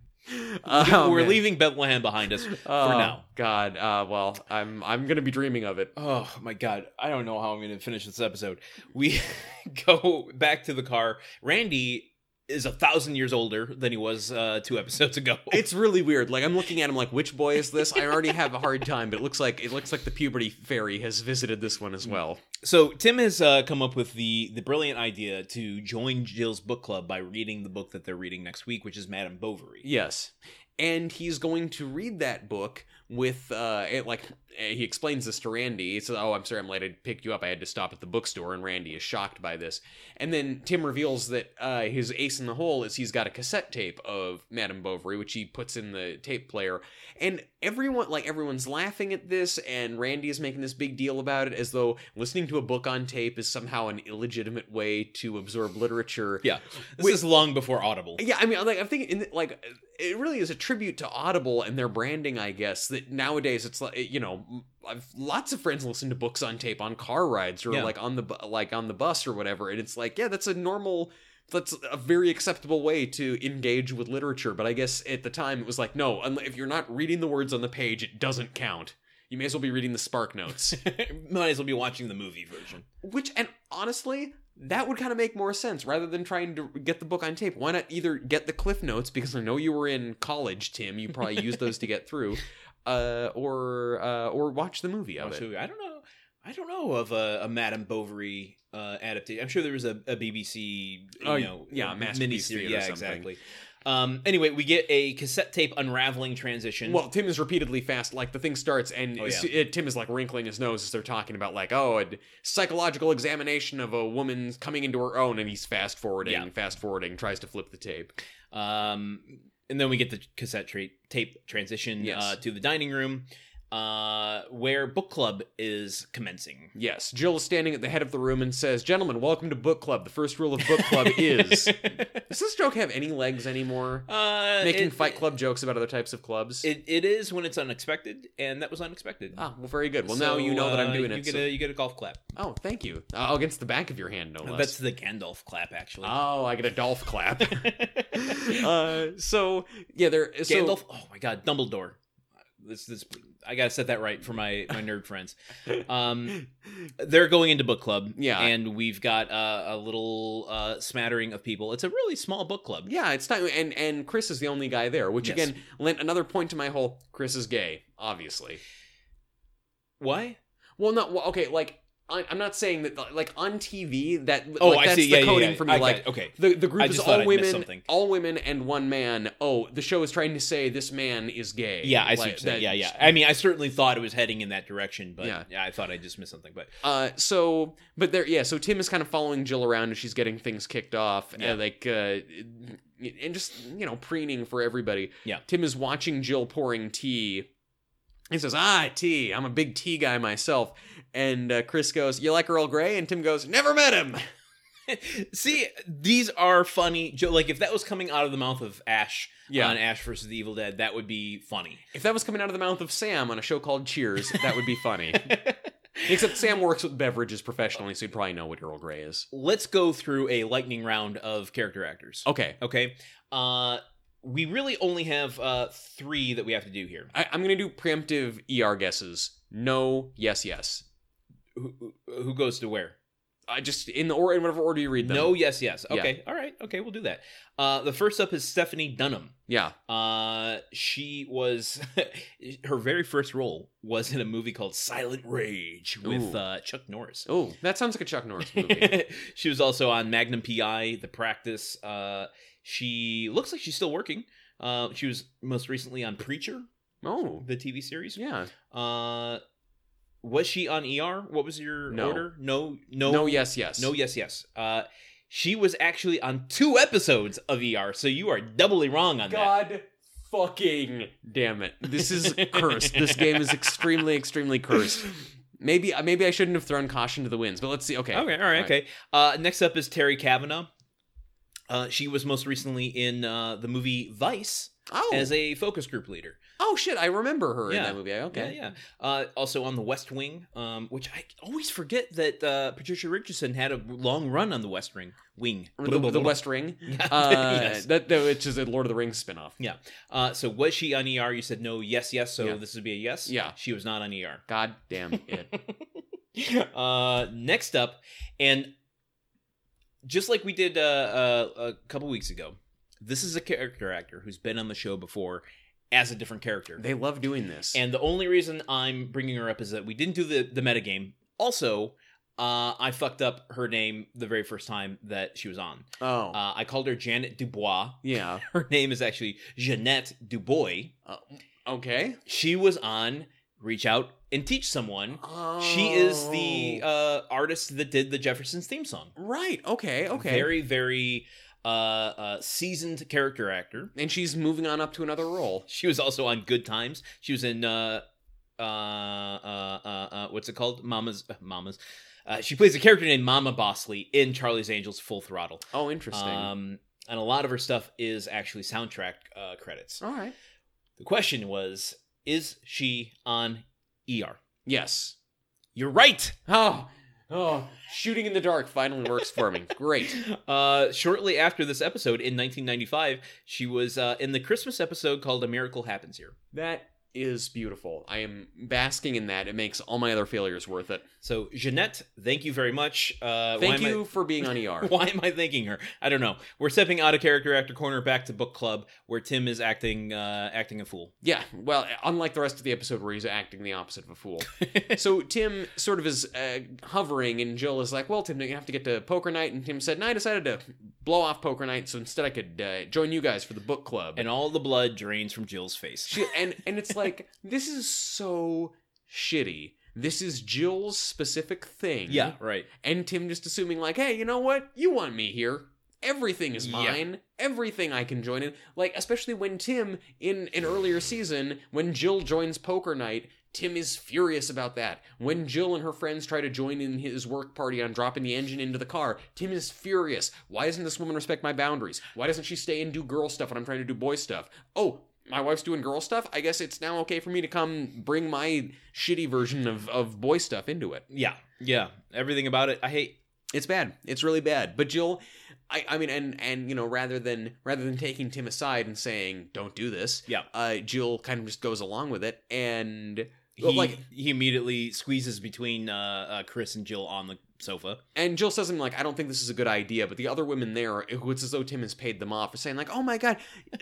[SPEAKER 1] Oh,
[SPEAKER 2] we're
[SPEAKER 1] man.
[SPEAKER 2] leaving Bethlehem behind us.
[SPEAKER 1] Oh,
[SPEAKER 2] now.
[SPEAKER 1] God, uh, well, I'm I'm gonna be dreaming of it.
[SPEAKER 2] Oh my god, I don't know how I'm going to finish this episode. We go back to the car. Randy is a thousand years older than he was uh, two episodes ago.
[SPEAKER 1] It's really weird. Like I'm looking at him, like which boy is this? I already have a hard time, but it looks like it looks like the puberty fairy has visited this one as well.
[SPEAKER 2] So Tim has uh, come up with the the brilliant idea to join Jill's book club by reading the book that they're reading next week, which is Madame Bovary.
[SPEAKER 1] Yes, and he's going to read that book with uh, it, like eh, he explains this to Randy. He says, "Oh, I'm sorry, I'm late. I picked you up. I had to stop at the bookstore." And Randy is shocked by this. And then Tim reveals that uh, his ace in the hole is he's got a cassette tape of Madame Bovary, which he puts in the tape player. And everyone, like everyone's laughing at this, and Randy is making this big deal about it, as though listening to a book on tape is somehow an illegitimate way to absorb literature.
[SPEAKER 2] Yeah, this
[SPEAKER 1] Wait-
[SPEAKER 2] is long before Audible.
[SPEAKER 1] Yeah, I mean, like I'm thinking, in, like it really is a tribute to Audible and their branding, I guess. That nowadays it's like you know, I've lots of friends listen to books on tape on car rides or
[SPEAKER 2] Yeah.
[SPEAKER 1] like on the bu- like on the bus or whatever, and it's like, yeah, that's a normal, that's a very acceptable way to engage with literature. But I guess at the time it was like, no, unle- if you're not reading the words on the page, it doesn't count. You may as well be reading the spark notes.
[SPEAKER 2] Might as well be watching the movie version.
[SPEAKER 1] Which, and honestly, that would kind of make more sense rather than trying to get the book on tape. Why not either get the Cliff Notes because I know you were in college, Tim. You probably used those to get through, uh, or uh, or watch the movie of it.
[SPEAKER 2] Watch the movie. I don't know. I don't know of a, a Madame Bovary uh, adaptation. I'm sure there was a, a BBC, you
[SPEAKER 1] Oh,
[SPEAKER 2] know, uh,
[SPEAKER 1] yeah, Masterpiece
[SPEAKER 2] miniseries.
[SPEAKER 1] Theater or
[SPEAKER 2] Yeah,
[SPEAKER 1] something.
[SPEAKER 2] exactly. Um, anyway, we get a cassette tape unraveling transition.
[SPEAKER 1] Well, Tim is repeatedly fast. Like the thing starts, and
[SPEAKER 2] Oh,
[SPEAKER 1] s- it- Tim is like wrinkling his nose as they're talking about like, oh, a d- psychological examination of a woman coming into her own, and he's fast forwarding,
[SPEAKER 2] Yeah.
[SPEAKER 1] fast forwarding, tries to flip the tape.
[SPEAKER 2] Um, and then we get the cassette tra- tape transition
[SPEAKER 1] Yes.
[SPEAKER 2] uh, to the dining room, uh, where book club is commencing.
[SPEAKER 1] Yes, Jill is standing at the head of the room and says, "Gentlemen, welcome to book club. The first rule of book club is." Does this joke have any legs anymore?
[SPEAKER 2] uh,
[SPEAKER 1] Making
[SPEAKER 2] it-
[SPEAKER 1] Fight Club jokes about other types of clubs.
[SPEAKER 2] It, it is when it's unexpected, and that was unexpected.
[SPEAKER 1] ah, well, very good. Well,
[SPEAKER 2] So,
[SPEAKER 1] now you know that I'm
[SPEAKER 2] uh,
[SPEAKER 1] doing
[SPEAKER 2] You
[SPEAKER 1] it.
[SPEAKER 2] get
[SPEAKER 1] so-
[SPEAKER 2] a you get a golf clap.
[SPEAKER 1] Oh, thank you. Oh, against the back of your hand, no less.
[SPEAKER 2] That's the Gandalf clap, actually.
[SPEAKER 1] Oh, I get a Dolph clap. uh, so yeah, there. So,
[SPEAKER 2] Gandalf. oh my God, Dumbledore. This this I gotta set that right for my my nerd friends. Um, they're going into book club.
[SPEAKER 1] Yeah.
[SPEAKER 2] and we've got uh, a little uh, smattering of people. It's a really small book club.
[SPEAKER 1] Yeah, it's time. And and Chris is the only guy there, which
[SPEAKER 2] Yes.
[SPEAKER 1] again lent another point to my whole Chris is gay, obviously.
[SPEAKER 2] Why?
[SPEAKER 1] Well, not well, okay. Like I, I'm not saying that. Like on TV, that
[SPEAKER 2] Oh,
[SPEAKER 1] like,
[SPEAKER 2] I
[SPEAKER 1] that's
[SPEAKER 2] see.
[SPEAKER 1] the
[SPEAKER 2] yeah,
[SPEAKER 1] coding
[SPEAKER 2] yeah, yeah.
[SPEAKER 1] for me.
[SPEAKER 2] I got
[SPEAKER 1] like
[SPEAKER 2] it. okay.
[SPEAKER 1] The the group
[SPEAKER 2] I
[SPEAKER 1] is
[SPEAKER 2] just thought
[SPEAKER 1] all
[SPEAKER 2] I'd
[SPEAKER 1] women,
[SPEAKER 2] missed something.
[SPEAKER 1] all women and one man. Oh, the show is trying to say this man is gay.
[SPEAKER 2] Yeah, I see. what
[SPEAKER 1] Like,
[SPEAKER 2] you're saying.
[SPEAKER 1] that-
[SPEAKER 2] yeah, yeah. I mean, I certainly thought it was heading in that direction, but
[SPEAKER 1] Yeah.
[SPEAKER 2] yeah, I thought I just missed something. But
[SPEAKER 1] Uh, so, but there, yeah. So Tim is kind of following Jill around as she's getting things kicked off,
[SPEAKER 2] Yeah.
[SPEAKER 1] and like, uh, and just you know preening for everybody.
[SPEAKER 2] Yeah.
[SPEAKER 1] Tim is watching Jill pouring tea. He says, "Ah, tea. I'm a big tea guy myself." And uh, Chris goes, "You like Earl Grey?" And Tim goes, "Never met him."
[SPEAKER 2] see, these are funny. jo- Like if that was coming out of the mouth of Ash
[SPEAKER 1] Yeah.
[SPEAKER 2] on Ash versus the Evil Dead, that would be funny.
[SPEAKER 1] If that was coming out of the mouth of Sam on a show called Cheers, that would be funny. Except Sam works with beverages professionally, so he'd probably know what Earl Grey is.
[SPEAKER 2] let's go through a lightning round of character actors.
[SPEAKER 1] Okay,
[SPEAKER 2] Okay. Uh we really only have uh three that we have to do here.
[SPEAKER 1] I, I'm gonna do preemptive ER guesses. No, yes, yes.
[SPEAKER 2] Who, who- who goes to where?
[SPEAKER 1] I just in the or in whatever order you read them.
[SPEAKER 2] No, yes, yes.
[SPEAKER 1] Yeah.
[SPEAKER 2] Okay. All right. Okay, we'll do that. Uh the first up is Stephanie Dunham.
[SPEAKER 1] yeah,
[SPEAKER 2] Uh she was her very first role was in a movie called Silent Rage with
[SPEAKER 1] Ooh.
[SPEAKER 2] uh Chuck Norris.
[SPEAKER 1] oh, that sounds like a Chuck Norris movie.
[SPEAKER 2] she was also on Magnum PI, The Practice. Uh, she looks like she's still working. Uh, she was most recently on Preacher,
[SPEAKER 1] Oh,
[SPEAKER 2] the TV series.
[SPEAKER 1] yeah.
[SPEAKER 2] Uh, was she on ER? What was your
[SPEAKER 1] No.
[SPEAKER 2] order? No, no,
[SPEAKER 1] No, yes, yes.
[SPEAKER 2] no, yes, yes. Uh, she was actually on two episodes of ER, so you are doubly wrong on that.
[SPEAKER 1] God fucking damn it. This is cursed. This game is extremely, extremely cursed. Maybe maybe I shouldn't have thrown caution to the winds, but let's see. Okay.
[SPEAKER 2] Okay, all right, okay. Uh, next up is Terry Kavanaugh. Uh, she was most recently in uh, the movie Vice
[SPEAKER 1] Oh,
[SPEAKER 2] as a focus group leader.
[SPEAKER 1] oh shit, I remember her in
[SPEAKER 2] Yeah.
[SPEAKER 1] that movie. Okay.
[SPEAKER 2] Yeah, yeah. Uh, also on the West Wing, um, which I always forget that uh, Patricia Richardson had a long run on the West Ring. Wing.
[SPEAKER 1] Or The, the West Ring.
[SPEAKER 2] Yeah.
[SPEAKER 1] Uh,
[SPEAKER 2] Yes.
[SPEAKER 1] that, that- which is a Lord of the Rings spinoff.
[SPEAKER 2] Uh, so was she on ER? You said no, yes, yes. So
[SPEAKER 1] Yeah.
[SPEAKER 2] this would be a yes.
[SPEAKER 1] Yeah.
[SPEAKER 2] She was not on ER.
[SPEAKER 1] God damn it.
[SPEAKER 2] uh, next up, and just like we did uh, uh, a couple weeks ago, this is a character actor who's been on the show before as a different character.
[SPEAKER 1] they love doing this.
[SPEAKER 2] And the only reason I'm bringing her up is that we didn't do the the metagame. Also, uh, I fucked up her name the very first time that she was on.
[SPEAKER 1] oh.
[SPEAKER 2] Uh, I called her Janet Dubois.
[SPEAKER 1] yeah.
[SPEAKER 2] Her name is actually Jeanette Dubois.
[SPEAKER 1] Okay.
[SPEAKER 2] She was on Reach Out and Teach Someone. She is the
[SPEAKER 1] Oh.
[SPEAKER 2] uh, artist that did the Jeffersons theme song.
[SPEAKER 1] right. Okay. Okay.
[SPEAKER 2] Very, very uh, uh, seasoned character actor.
[SPEAKER 1] and she's moving on up to another role.
[SPEAKER 2] She was also on Good Times. She was in uh uh uh uh, uh what's it called? Mama's uh, Mama's. Uh, she plays a character named Mama Bosley in Charlie's Angels Full Throttle.
[SPEAKER 1] Oh, interesting.
[SPEAKER 2] Um and a lot of her stuff is actually soundtrack uh, credits.
[SPEAKER 1] All right.
[SPEAKER 2] The question was is she on ER?
[SPEAKER 1] Yes.
[SPEAKER 2] You're right.
[SPEAKER 1] Oh, oh, shooting in the dark finally works for me. Great.
[SPEAKER 2] Uh, shortly after this episode in 1995, she was uh, in the Christmas episode called A Miracle Happens Here.
[SPEAKER 1] That is beautiful. I am basking in that. It makes all my other failures worth it.
[SPEAKER 2] So, Jeanette, thank you very much. Uh, why
[SPEAKER 1] Thank
[SPEAKER 2] am I-
[SPEAKER 1] you for being on ER.
[SPEAKER 2] Why am I thanking her? I don't know. We're stepping out of character actor corner back to book club where Tim is acting uh, acting a fool.
[SPEAKER 1] Yeah, well, unlike the rest of the episode where he's acting the opposite of a fool. so Tim sort of is uh, hovering, and Jill is like, "Well, Tim, don't you have to get to poker night?" And Tim said, "No, I decided to blow off poker night, so instead I could uh, join you guys for the book club."
[SPEAKER 2] And all the blood drains from Jill's face.
[SPEAKER 1] She, and and it's like this is so shitty. This is Jill's specific thing.
[SPEAKER 2] Yeah, right.
[SPEAKER 1] and Tim just assuming like, hey, you know what? You want me here. Everything is
[SPEAKER 2] Yeah.
[SPEAKER 1] mine. Everything I can join in. Like especially when Tim in an earlier season when Jill joins poker night, Tim is furious about that. When Jill and her friends try to join in his work party on dropping the engine into the car, Tim is furious. Why doesn't this woman respect my boundaries? Why doesn't she stay and do girl stuff when I'm trying to do boy stuff? Oh, my wife's doing girl stuff. I guess it's now okay for me to come bring my shitty version of, of boy stuff into it.
[SPEAKER 2] Yeah, yeah. Everything about it. I hate.
[SPEAKER 1] It's bad. It's really bad. But Jill, I, I mean, and and you know, rather than rather than taking Tim aside and saying don't do this,
[SPEAKER 2] Yeah.
[SPEAKER 1] uh, Jill kind of just goes along with it, and
[SPEAKER 2] He,
[SPEAKER 1] Well, like-
[SPEAKER 2] he immediately squeezes between uh, uh, Chris and Jill on the sofa.
[SPEAKER 1] and Jill says something like, I don't think this is a good idea. But the other women there, it- it's as though Tim has paid them off for saying like, oh my god,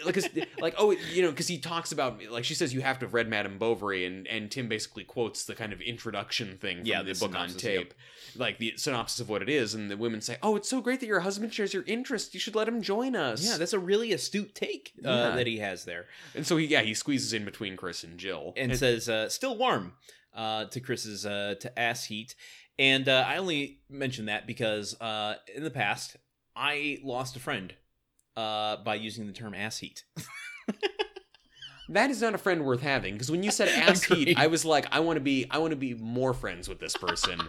[SPEAKER 1] like 'cause- like oh you know, because he talks about like she says you have to have read Madame Bovary, and and Tim basically quotes the kind of introduction thing from
[SPEAKER 2] Yeah,
[SPEAKER 1] the,
[SPEAKER 2] the
[SPEAKER 1] book on
[SPEAKER 2] synopsis,
[SPEAKER 1] tape. Like the synopsis of what it is, and the women say, "Oh, it's so great that your husband shares your interests. You should let him join us."
[SPEAKER 2] Yeah, that's a really astute take uh,
[SPEAKER 1] Yeah.
[SPEAKER 2] that he has there,
[SPEAKER 1] And so he, yeah, he squeezes in between Chris and Jill.
[SPEAKER 2] and says uh, "still warm" uh, to Chris's uh, to ass heat. And uh, I only mention that because uh, in the past I lost a friend uh, by using the term ass heat.
[SPEAKER 1] that is not a friend worth having because when you said ass
[SPEAKER 2] Agreed.
[SPEAKER 1] heat, I was like, I want to be, I want to be more friends with this person.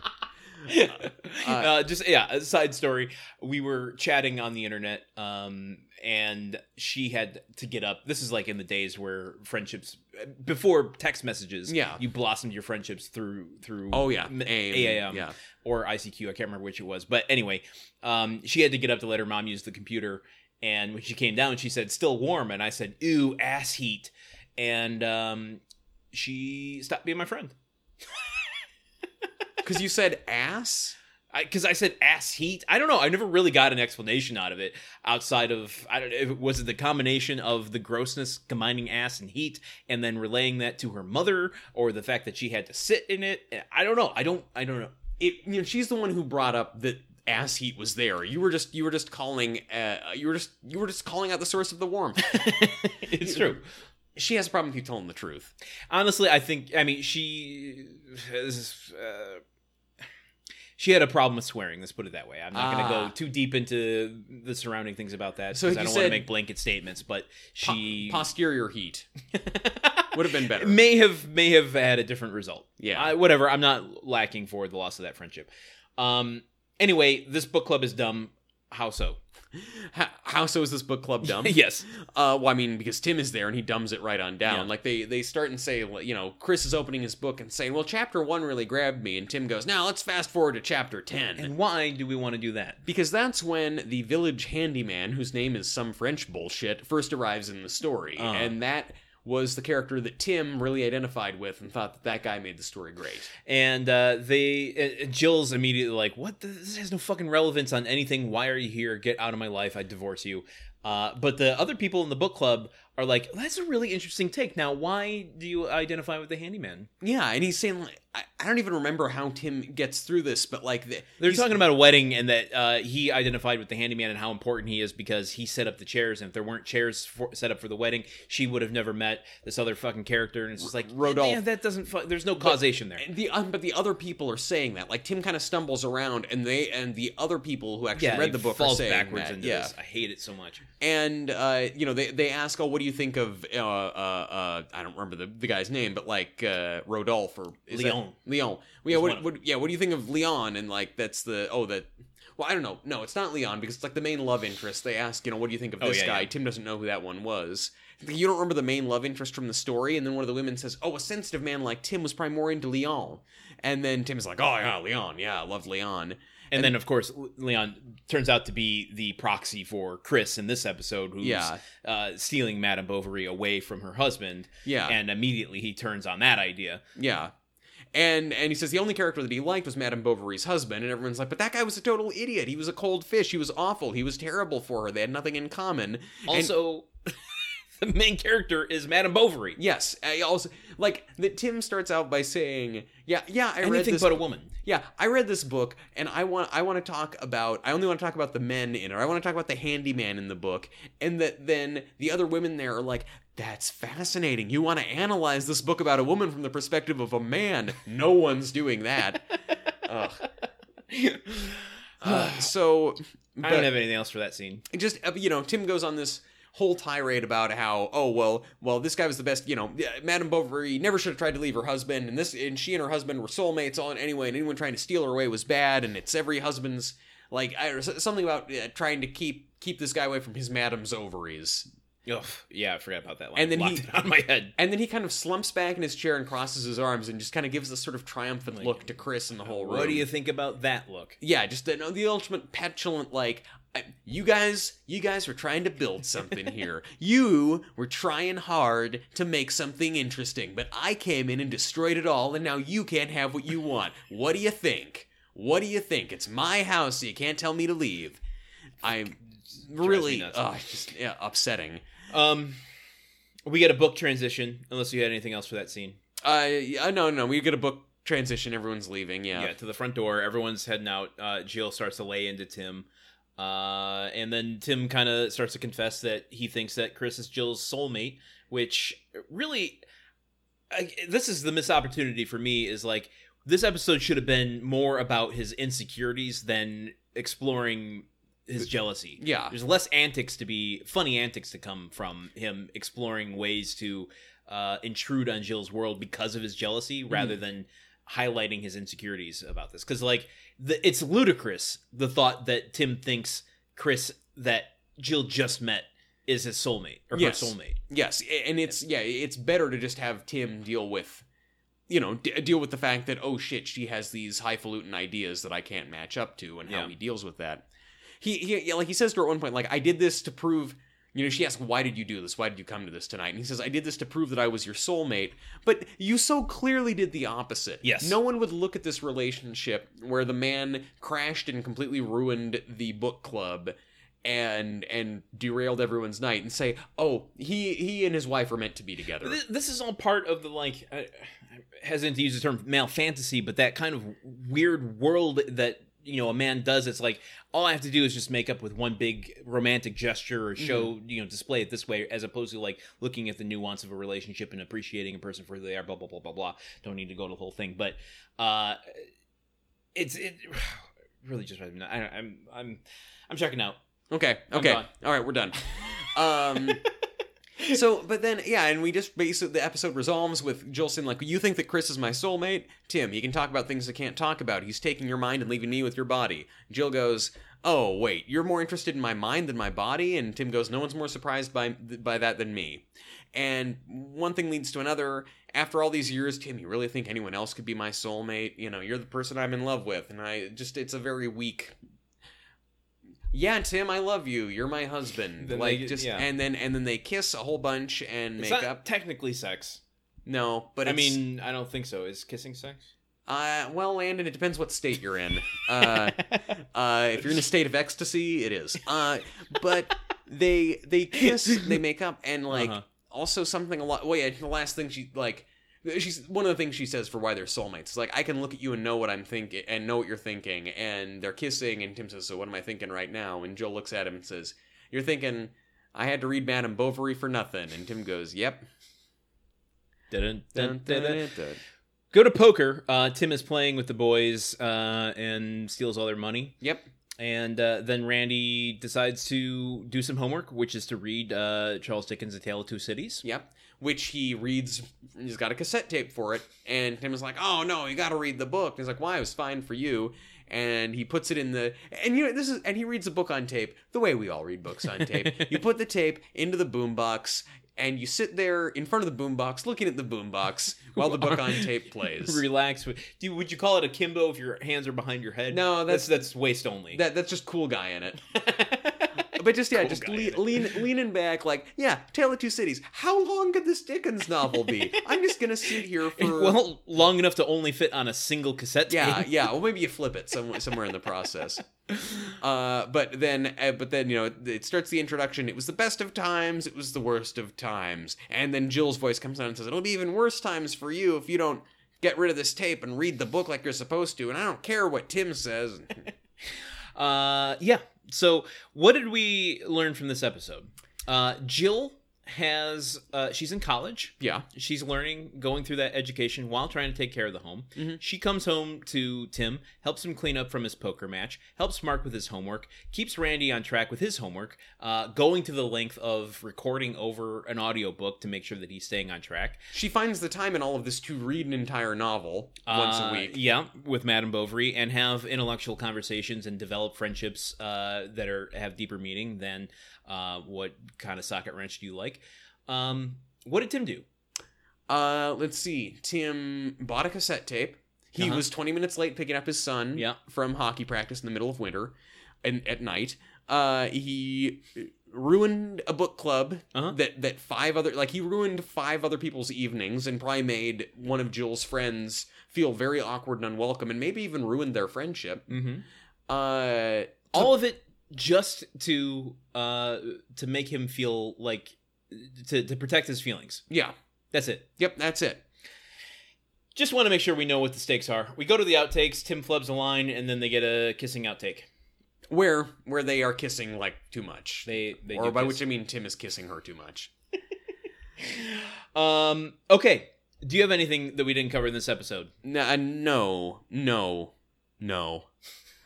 [SPEAKER 2] uh, just yeah, a side story. We were chatting on the internet, um, and she had to get up. This is like in the days where friendships before text messages.
[SPEAKER 1] Yeah.
[SPEAKER 2] you blossomed your friendships through through.
[SPEAKER 1] oh yeah,
[SPEAKER 2] m-
[SPEAKER 1] aim,
[SPEAKER 2] AAM.
[SPEAKER 1] yeah,
[SPEAKER 2] or ICQ. I can't remember which it was, but anyway, um, she had to get up to let her mom use the computer. And when she came down, she said, "Still warm," and I said, "Ooh, ass heat," and um, she stopped being my friend.
[SPEAKER 1] because you said ass.
[SPEAKER 2] because I, said ass heat. I don't know. I never really got an explanation out of it outside of I don't know. if it- Was it the combination of the grossness combining ass and heat, and then relaying that to her mother, or the fact that she had to sit in it? I don't know. I don't. I don't know.
[SPEAKER 1] It, you know, she's the one who brought up that ass heat was there. You were just you were just calling uh, you were just you were just calling out the source of the warmth.
[SPEAKER 2] it's true.
[SPEAKER 1] she has a problem with you telling the truth.
[SPEAKER 2] Honestly, I think I mean she has, uh, she had a problem with swearing. Let's put it that way. I'm not going to
[SPEAKER 1] Ah.
[SPEAKER 2] go too deep into the surrounding things about that
[SPEAKER 1] So
[SPEAKER 2] because
[SPEAKER 1] if
[SPEAKER 2] I
[SPEAKER 1] you
[SPEAKER 2] don't want
[SPEAKER 1] said-
[SPEAKER 2] to make blanket statements. But
[SPEAKER 1] Po-
[SPEAKER 2] she
[SPEAKER 1] posterior heat would have been better.
[SPEAKER 2] may have may have had a different result.
[SPEAKER 1] Yeah.
[SPEAKER 2] I, whatever. I'm not lacking for the loss of that friendship. Um. Anyway, this book club is dumb. How so?
[SPEAKER 1] How, how so is this book club dumb?
[SPEAKER 2] yes.
[SPEAKER 1] Uh, well, I mean, because Tim is there and he dumbs it right on down.
[SPEAKER 2] Yeah.
[SPEAKER 1] Like they they start and say, like, you know, Chris is opening his book and saying, "Well, chapter one really grabbed me," and Tim goes, "Now let's fast forward to chapter ten.
[SPEAKER 2] And why do we want to do that?
[SPEAKER 1] because that's when the village handyman, whose name is some French bullshit, first arrives in the story,
[SPEAKER 2] Uh-huh.
[SPEAKER 1] and that was the character that Tim really identified with and thought that that guy made the story great.
[SPEAKER 2] And uh, they uh, uh, Jill's immediately like, "What? The, this has no fucking relevance on anything. Why are you here? Get out of my life. I divorce you." Uh, but the other people in the book club are like, "That's a really interesting take. Now, why do you identify with the handyman?"
[SPEAKER 1] Yeah, and he's saying, like, I, I don't even remember how Tim gets through this, but like, the,
[SPEAKER 2] They're
[SPEAKER 1] he's-
[SPEAKER 2] talking about a wedding and that uh, he identified with the handyman and how important he is because he set up the chairs. And if there weren't chairs for, set up for the wedding, she would have never met this other fucking character. And it's just like,
[SPEAKER 1] Rodolph.
[SPEAKER 2] "Yeah, that doesn't. Fu- there's no causation there."
[SPEAKER 1] And the um, but the other people are saying that. Like Tim kind of stumbles around, and they and the other people who actually
[SPEAKER 2] Yeah,
[SPEAKER 1] read
[SPEAKER 2] it
[SPEAKER 1] the book
[SPEAKER 2] falls
[SPEAKER 1] are saying
[SPEAKER 2] backwards
[SPEAKER 1] that.
[SPEAKER 2] into
[SPEAKER 1] yeah,
[SPEAKER 2] this. I hate it so much.
[SPEAKER 1] and uh, you know they they ask, "Oh, what do you think of?" Uh, uh, uh, I don't remember the, the guy's name, but like uh, Rodolphe or is that-
[SPEAKER 2] Leon.
[SPEAKER 1] Leon. Well, yeah,
[SPEAKER 2] He's one
[SPEAKER 1] what,
[SPEAKER 2] of
[SPEAKER 1] what, yeah. What do you think of Leon? And like that's the oh that. Well, I don't know. No, it's not Leon because it's like the main love interest. They ask, you know, what do you think of
[SPEAKER 2] Oh,
[SPEAKER 1] this
[SPEAKER 2] yeah,
[SPEAKER 1] guy?
[SPEAKER 2] yeah.
[SPEAKER 1] Tim doesn't know who that one was. You don't remember the main love interest from the story, and then one of the women says, "Oh, a sensitive man like Tim was probably more into Leon." And then Tim's like, "Oh yeah, Leon. Yeah, I love Leon."
[SPEAKER 2] And, then, of course, Le- Leon turns out to be the proxy for Chris in this episode, who's
[SPEAKER 1] Yeah.
[SPEAKER 2] uh, stealing Madame Bovary away from her husband.
[SPEAKER 1] Yeah.
[SPEAKER 2] And immediately he turns on that idea.
[SPEAKER 1] Yeah. And and he says the only character that he liked was Madame Bovary's husband, and everyone's like, but that guy was a total idiot. He was a cold fish. He was awful. He was terrible for her. They had nothing in common. And-
[SPEAKER 2] Also, the main character is Madame Bovary.
[SPEAKER 1] yes, I also like that. Tim starts out by saying, yeah, yeah, I read
[SPEAKER 2] Anything
[SPEAKER 1] this.
[SPEAKER 2] but a woman.
[SPEAKER 1] yeah, I read this book, and I want I want to talk about. I only want to talk about the men in it. I want to talk about the handyman in the book, and that then the other women there are like. That's fascinating. You want to analyze this book about a woman from the perspective of a man. No one's doing that. Ugh. Uh, so
[SPEAKER 2] I
[SPEAKER 1] but
[SPEAKER 2] don't have anything else for that scene.
[SPEAKER 1] it just uh, you know tim goes on this whole tirade about how oh well well this guy was the best you know yeah, madame bovary never should have tried to leave her husband and this and she and her husband were soulmates on anyway and anyone trying to steal her away was bad and it's every husband's like I, or s- something about uh, trying to keep keep this guy away from his madame's ovaries
[SPEAKER 2] Ugh, yeah, I forgot about that line.
[SPEAKER 1] And then
[SPEAKER 2] Locked
[SPEAKER 1] he-
[SPEAKER 2] it on my head.
[SPEAKER 1] and then he kind of slumps back in his chair and crosses his arms and just kind of gives this sort of triumphant
[SPEAKER 2] Like,
[SPEAKER 1] look to chris and the whole room
[SPEAKER 2] What do you think about that look?
[SPEAKER 1] yeah, just the, no, the ultimate petulant, like, I, you guys, you guys were trying to build something here. you were trying hard to make something interesting, but I came in and destroyed it all, and now you can't have what you want. What do you think? What do you think? It's my house, so you can't tell me to leave. I'm
[SPEAKER 2] me
[SPEAKER 1] really
[SPEAKER 2] nuts.
[SPEAKER 1] uh, just yeah, upsetting.
[SPEAKER 2] Um, we get a book transition, unless you had anything else for that scene.
[SPEAKER 1] Uh, yeah, no, no, we get a book transition. Everyone's leaving.
[SPEAKER 2] yeah. to the front door everyone's heading out uh, jill starts to lay into tim uh, and then tim kind of starts to confess that he thinks that chris is jill's soulmate which really I, this is the missed opportunity for me is like this episode should have been more about his insecurities than exploring his jealousy
[SPEAKER 1] yeah.
[SPEAKER 2] there's less antics to be funny antics to come from him exploring ways to uh, intrude on Jill's world because of his jealousy
[SPEAKER 1] Hmm.
[SPEAKER 2] rather than highlighting his insecurities about this because like the, it's ludicrous the thought that Tim thinks Chris that Jill just met is his soulmate or
[SPEAKER 1] Yes.
[SPEAKER 2] her soulmate
[SPEAKER 1] Yes, a- and it's yeah, it's better to just have Tim deal with, you know, d- deal with the fact that oh shit, she has these highfalutin ideas that I can't match up to, and how
[SPEAKER 2] Yeah.
[SPEAKER 1] he deals with that. He, he yeah, like he says to her at one point, like I did this to prove. You know, she asks, "Why did you do this? Why did you come to this tonight?" And he says, "I did this to prove that I was your soulmate." But you so clearly did the opposite.
[SPEAKER 2] Yes.
[SPEAKER 1] No one would look at this relationship where the man crashed and completely ruined the book club and and derailed everyone's night and say, "Oh, he he and his wife are meant to be together."
[SPEAKER 2] Th- this is all part of the like uh, hesitant to use the term male fantasy but that kind of weird world that you know a man does it's like all i have to do is just make up with one big romantic gesture or show
[SPEAKER 1] Mm-hmm.
[SPEAKER 2] you know display it this way as opposed to like looking at the nuance of a relationship and appreciating a person for who they are blah blah blah blah blah don't need to go to the whole thing but uh it's it really just I don't, i'm i'm i'm checking out
[SPEAKER 1] Okay.
[SPEAKER 2] I'm
[SPEAKER 1] Okay.
[SPEAKER 2] done.
[SPEAKER 1] All right. We're done. Um. so, but then, yeah, and we just basically the episode resolves with Joel saying, like, "You think that Chris is my soulmate, Tim? He can talk about things I can't talk about. He's taking your mind and leaving me with your body." Jill goes, "Oh, wait, you're more interested in my mind than my body." And Tim goes, "No one's more surprised by by that than me." And one thing leads to another. After all these years, Tim, you really think anyone else could be my soulmate? You know, you're the person I'm in love with, and I just it's a very weak yeah, Tim, I love you. You're my husband.
[SPEAKER 2] Then
[SPEAKER 1] like
[SPEAKER 2] they-
[SPEAKER 1] just
[SPEAKER 2] yeah.
[SPEAKER 1] and then and then they kiss a whole bunch and
[SPEAKER 2] it's
[SPEAKER 1] make
[SPEAKER 2] not
[SPEAKER 1] up.
[SPEAKER 2] technically sex
[SPEAKER 1] No, but
[SPEAKER 2] i
[SPEAKER 1] it's-
[SPEAKER 2] mean i don't think so is kissing sex
[SPEAKER 1] uh, well, Landon, it depends what state you're in. Uh, uh, if you're in a state of ecstasy, it is. Uh, but they they kiss, they make up, and like
[SPEAKER 2] Uh-huh.
[SPEAKER 1] also something a lot. Well, yeah, the last thing she like. She's one of the things she says for why they're soulmates. is, Like I can look at you and know what I'm thinking and know what you're thinking, and they're kissing. And Tim says, "So what am I thinking right now?" And Joel looks at him and says, "You're thinking I had to read Madame Bovary for nothing." And Tim goes, "Yep."
[SPEAKER 2] Dun, dun,
[SPEAKER 1] Dun,
[SPEAKER 2] dun,
[SPEAKER 1] dun,
[SPEAKER 2] dun.
[SPEAKER 1] dun, dun.
[SPEAKER 2] Go to poker. Uh, Tim is playing with the boys uh, and steals all their money.
[SPEAKER 1] Yep.
[SPEAKER 2] And uh, then Randy decides to do some homework, which is to read uh, Charles Dickens' A Tale of Two Cities.
[SPEAKER 1] Yep. Which he reads. He's got a cassette tape for it. And Tim is like, "Oh no, you got to read the book." And he's like, "Why? It was fine for you." And he puts it in the and you know this is and he reads the book on tape the way we all read books on tape. you put the tape into the boombox and you sit there in front of the boombox looking at the boombox while the book on tape plays.
[SPEAKER 2] Relax. with- Do, would you call it a kimbo if your hands are behind your head?
[SPEAKER 1] No,
[SPEAKER 2] that's
[SPEAKER 1] that's-
[SPEAKER 2] that's waist only.
[SPEAKER 1] That that's just cool guy in it. But just yeah,
[SPEAKER 2] Cool
[SPEAKER 1] just
[SPEAKER 2] guy
[SPEAKER 1] lean,
[SPEAKER 2] in it.
[SPEAKER 1] lean leaning back like yeah, Tale of Two Cities. How long could this Dickens novel be? I'm just gonna sit here for
[SPEAKER 2] well, long enough to only fit on a single cassette tape.
[SPEAKER 1] Yeah, yeah. Well, maybe you flip it somewhere, somewhere in the process. Uh, but then, uh, but then you know, it, it starts the introduction. It was the best of times. It was the worst of times. And then Jill's voice comes on and says, "It'll be even worse times for you if you don't get rid of this tape and read the book like you're supposed to." And I don't care what Tim says.
[SPEAKER 2] Uh, yeah. So, what did we learn from this episode? Uh, Jill has uh, she's in college.
[SPEAKER 1] yeah,
[SPEAKER 2] She's learning, going through that education while trying to take care of the home.
[SPEAKER 1] Mhm.
[SPEAKER 2] She comes home to Tim, helps him clean up from his poker match, helps Mark with his homework, keeps Randy on track with his homework, uh, going to the length of recording over an audiobook to make sure that he's staying on track.
[SPEAKER 1] she finds the time in all of this to read an entire novel once
[SPEAKER 2] Uh,
[SPEAKER 1] a week.
[SPEAKER 2] Yeah, with Madame Bovary and have intellectual conversations and develop friendships uh, that are have deeper meaning than uh, what kind of socket wrench do you like. Um, what did Tim do?
[SPEAKER 1] Uh, let's see. Tim bought a cassette tape. He
[SPEAKER 2] Uh-huh.
[SPEAKER 1] was 20 minutes late picking up his son
[SPEAKER 2] Yeah.
[SPEAKER 1] from hockey practice in the middle of winter and at night. Uh, he ruined a book club
[SPEAKER 2] Uh-huh.
[SPEAKER 1] that that five other like he ruined five other people's evenings and probably made one of Jill's friends feel very awkward and unwelcome and maybe even ruined their friendship.
[SPEAKER 2] Mm-hmm.
[SPEAKER 1] Uh,
[SPEAKER 2] all of it just to uh to make him feel like to to protect his feelings
[SPEAKER 1] yeah.
[SPEAKER 2] that's it
[SPEAKER 1] Yep, that's it.
[SPEAKER 2] just want to make sure we know what the stakes are we go to the outtakes tim flubs a line and then they get a kissing outtake
[SPEAKER 1] Where where they are kissing like too much.
[SPEAKER 2] they they
[SPEAKER 1] or
[SPEAKER 2] do
[SPEAKER 1] by
[SPEAKER 2] kiss.
[SPEAKER 1] which I mean Tim is kissing her too much.
[SPEAKER 2] um okay do you have anything that we didn't cover in this episode
[SPEAKER 1] No, uh, no, no, no.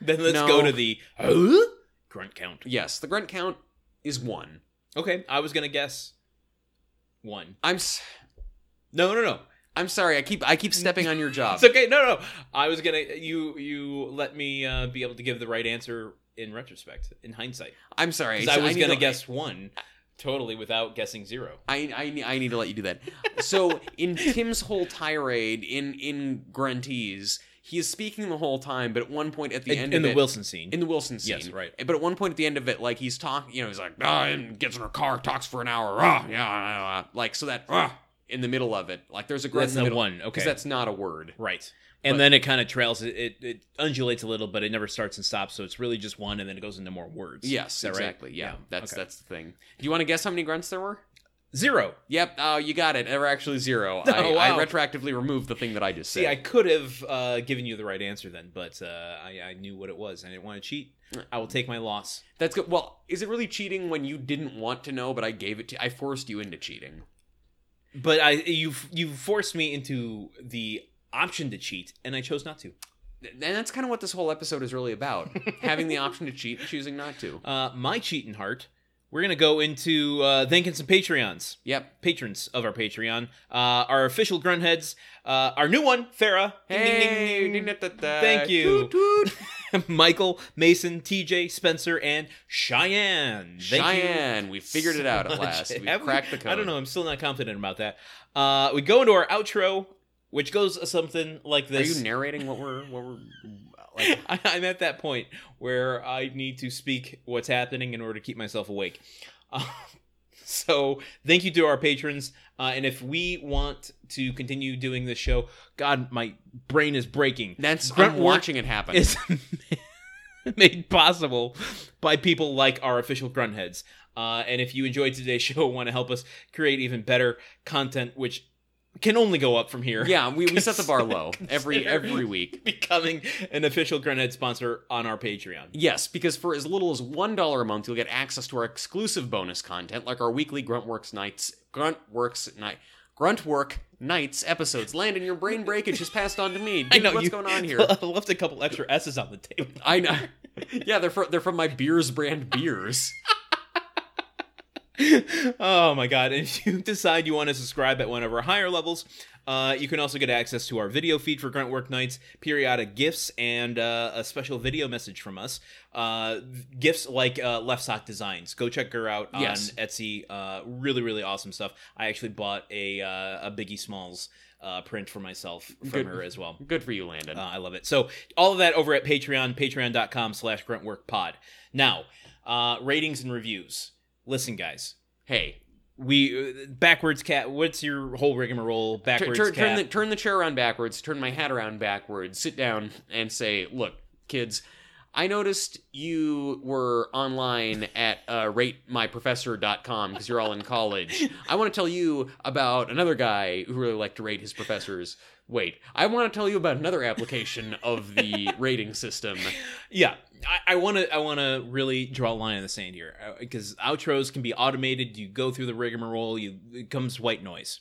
[SPEAKER 2] then let's
[SPEAKER 1] No.
[SPEAKER 2] go to the uh, grunt count
[SPEAKER 1] Yes, the grunt count is one.
[SPEAKER 2] okay i was gonna guess one
[SPEAKER 1] I'm s-
[SPEAKER 2] no no no
[SPEAKER 1] I'm sorry. I keep I keep stepping on your job.
[SPEAKER 2] it's okay no no i was gonna you you let me uh, be able to give the right answer in retrospect in hindsight
[SPEAKER 1] I'm sorry.
[SPEAKER 2] 'Cause I
[SPEAKER 1] So
[SPEAKER 2] was
[SPEAKER 1] need
[SPEAKER 2] gonna
[SPEAKER 1] to-
[SPEAKER 2] guess one totally without guessing zero.
[SPEAKER 1] I, I ne- I need to let you do that. So in Tim's whole tirade in in Grunties, he is speaking the whole time, but at one point at the end of it,
[SPEAKER 2] Wilson scene.
[SPEAKER 1] in the Wilson scene,
[SPEAKER 2] Yes, right.
[SPEAKER 1] But at one point at the end of it, like he's talking, you know, he's like, ah, and gets in her car, talks for an hour, ah, yeah, ah, ah," like so that ah, in the middle of it, like there's a grunt
[SPEAKER 2] that's
[SPEAKER 1] in the
[SPEAKER 2] the
[SPEAKER 1] middle
[SPEAKER 2] one. Okay,
[SPEAKER 1] because that's not a word.
[SPEAKER 2] right. And
[SPEAKER 1] But-
[SPEAKER 2] then it kind of trails. It, it it undulates a little, but it never starts and stops. So it's really just one, and then it goes into more words.
[SPEAKER 1] Yes,
[SPEAKER 2] Is that right?
[SPEAKER 1] exactly. Yeah, that's
[SPEAKER 2] okay.
[SPEAKER 1] that's the thing. Do you want to guess how many grunts there were?
[SPEAKER 2] Zero.
[SPEAKER 1] Yep. Oh, you got it. They're actually zero.
[SPEAKER 2] Oh,
[SPEAKER 1] I,
[SPEAKER 2] wow.
[SPEAKER 1] I retroactively removed the thing that I just said.
[SPEAKER 2] See, I could have uh, given you the right answer then, but uh, I, I knew what it was. I didn't want to cheat. I will take my loss.
[SPEAKER 1] That's good. Well, is it really cheating when you didn't want to know, but I gave it to? I forced you into cheating.
[SPEAKER 2] But I, you, you forced me into the option to cheat, and I chose not to.
[SPEAKER 1] Th- And that's kind of what this whole episode is really about: having the option to cheat, and choosing not to.
[SPEAKER 2] Uh, my cheating heart. We're gonna go into uh, thanking some Patreons.
[SPEAKER 1] Yep.
[SPEAKER 2] patrons of our Patreon, uh, our official gruntheads, uh, our new one, Farah, Ding, ding, ding,
[SPEAKER 1] Hey,
[SPEAKER 2] ding, ding.
[SPEAKER 1] da-da-da.
[SPEAKER 2] Thank you.
[SPEAKER 1] Toot, toot.
[SPEAKER 2] Michael, Mason, TJ, Spencer, and Cheyenne. Thank you
[SPEAKER 1] Cheyenne, we figured it out at
[SPEAKER 2] so
[SPEAKER 1] last.
[SPEAKER 2] much.
[SPEAKER 1] We
[SPEAKER 2] Have
[SPEAKER 1] cracked the code.
[SPEAKER 2] I don't know. I'm still not confident about that. Uh, we go into our outro, which goes something like
[SPEAKER 1] Are
[SPEAKER 2] this.
[SPEAKER 1] you narrating what we're what we're like?
[SPEAKER 2] I, I'm at that point where I need to speak what's happening in order to keep myself awake. Um, so thank you to our patrons, uh, and if we want to continue doing this show, God, my brain is breaking.
[SPEAKER 1] That's
[SPEAKER 2] Grunt
[SPEAKER 1] I'm
[SPEAKER 2] work
[SPEAKER 1] watching it happen.
[SPEAKER 2] It's made possible by people like our official gruntheads. Uh, and if you enjoyed today's show, want to help us create even better content, which can only go up from here.
[SPEAKER 1] yeah, we, we set the bar low every
[SPEAKER 2] Consider-
[SPEAKER 1] every week.
[SPEAKER 2] Becoming an official Grunhead sponsor on our Patreon.
[SPEAKER 1] Yes, because for as little as one dollar a month, you'll get access to our exclusive bonus content, like our weekly Gruntworks nights, Gruntworks night, Gruntwork nights episodes. Landon, your brain breakage is passed on to me. Dude, what's
[SPEAKER 2] you-
[SPEAKER 1] going on here?
[SPEAKER 2] I left a couple extra S's on the table.
[SPEAKER 1] I know. Yeah, they're from, they're from my beers brand beers.
[SPEAKER 2] oh my god! And if you decide you want to subscribe at one of our higher levels, uh, you can also get access to our video feed for Grunt Work Nights, periodic gifts, and uh, a special video message from us. Uh, gifts like uh, Left Sock Designs. Go check her out on
[SPEAKER 1] Yes.
[SPEAKER 2] Etsy. Uh, really, really awesome stuff. I actually bought a uh, a Biggie Smalls uh, print for myself from
[SPEAKER 1] Good.
[SPEAKER 2] her as well.
[SPEAKER 1] Good for you, Landon.
[SPEAKER 2] Uh, I love it. So all of that over at Patreon, patreon.com slash gruntworkpod. Now, uh, ratings and reviews. Listen, guys,
[SPEAKER 1] hey,
[SPEAKER 2] we uh, backwards cat. What's your whole rigmarole?
[SPEAKER 1] tur-
[SPEAKER 2] Backwards
[SPEAKER 1] tur- turn
[SPEAKER 2] cat.
[SPEAKER 1] the turn the chair around backwards. Turn my hat around backwards. Sit down and say, look, kids. I noticed you were online at uh, ratemyprofessor.com because you're all in college. I want to tell you about another guy who really liked to rate his professors. Wait, I want to tell you about another application of the rating system.
[SPEAKER 2] yeah, I want to. I want to really draw a line in the sand here because outros can be automated. You go through the rigmarole. You it comes white noise.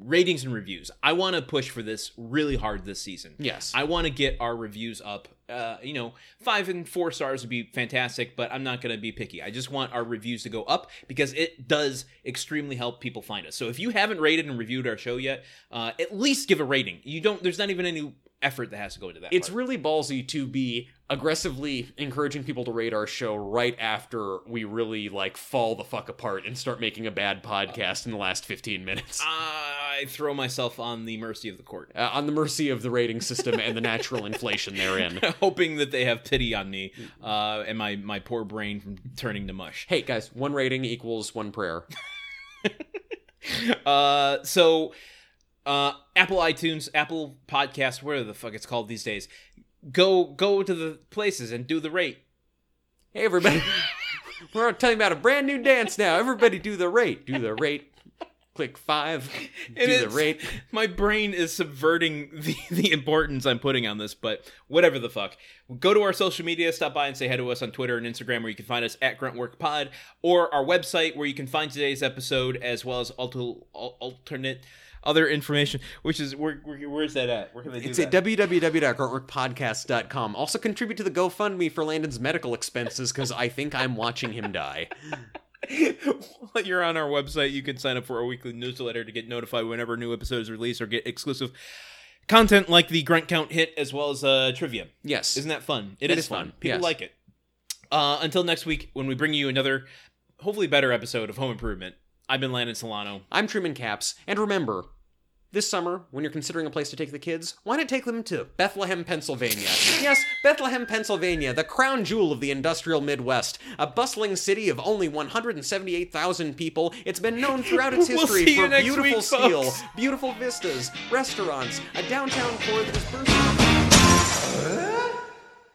[SPEAKER 2] Ratings and reviews. I want to push for this really hard this season.
[SPEAKER 1] Yes.
[SPEAKER 2] I want to get our reviews up. Uh, you know, five and four stars would be fantastic, but I'm not going to be picky. I just want our reviews to go up because it does extremely help people find us. So if you haven't rated and reviewed our show yet, uh, at least give a rating. You don't. There's not even any effort that has to go into that.
[SPEAKER 1] it's
[SPEAKER 2] part.
[SPEAKER 1] really ballsy to be aggressively encouraging people to rate our show right after we really like fall the fuck apart and start making a bad podcast in the last 15 minutes
[SPEAKER 2] I throw myself on the mercy of the court,
[SPEAKER 1] uh, on the mercy of the rating system and the natural inflation therein
[SPEAKER 2] hoping that they have pity on me uh, and my my poor brain from turning to mush.
[SPEAKER 1] hey guys one rating equals one prayer
[SPEAKER 2] uh, so uh, Apple iTunes, Apple Podcasts, whatever the fuck it's called these days. Go go to the places and do the rate.
[SPEAKER 1] hey everybody we're talking about a brand new dance now everybody do the rate do the rate click five
[SPEAKER 2] And
[SPEAKER 1] do the
[SPEAKER 2] it's-
[SPEAKER 1] rate
[SPEAKER 2] My brain is subverting the, the importance I'm putting on this, but whatever the fuck. Go to our social media, stop by and say hi to us on Twitter and Instagram, where you can find us at GruntworkPod, or our website, where you can find today's episode, as well as alter, al- alternate other information, which is, where, where, where's that at? Where can they do
[SPEAKER 1] It's
[SPEAKER 2] that?
[SPEAKER 1] at www.artworkpodcast.com. Also contribute to the GoFundMe for Landon's medical expenses because I think I'm watching him die.
[SPEAKER 2] While you're on our website, you can sign up for our weekly newsletter to get notified whenever a new episode is released or get exclusive content like the grunt count hit as well as uh, trivia.
[SPEAKER 1] Yes.
[SPEAKER 2] Isn't that fun? It
[SPEAKER 1] That
[SPEAKER 2] is
[SPEAKER 1] is
[SPEAKER 2] fun.
[SPEAKER 1] fun,
[SPEAKER 2] People
[SPEAKER 1] yes.
[SPEAKER 2] like it. Uh, until next week, when we bring you another, hopefully better episode of Home Improvement. I've been Landon Solano.
[SPEAKER 1] I'm Truman Caps, and remember, this summer, when you're considering a place to take the kids, why not take them to Bethlehem, Pennsylvania? yes, Bethlehem, Pennsylvania, the crown jewel of the industrial Midwest. A bustling city of only 178,000 people, it's been known throughout its
[SPEAKER 2] We'll
[SPEAKER 1] history
[SPEAKER 2] see you
[SPEAKER 1] for
[SPEAKER 2] next
[SPEAKER 1] beautiful
[SPEAKER 2] week,
[SPEAKER 1] steel,
[SPEAKER 2] folks.
[SPEAKER 1] beautiful vistas, restaurants, a downtown core that is bursting.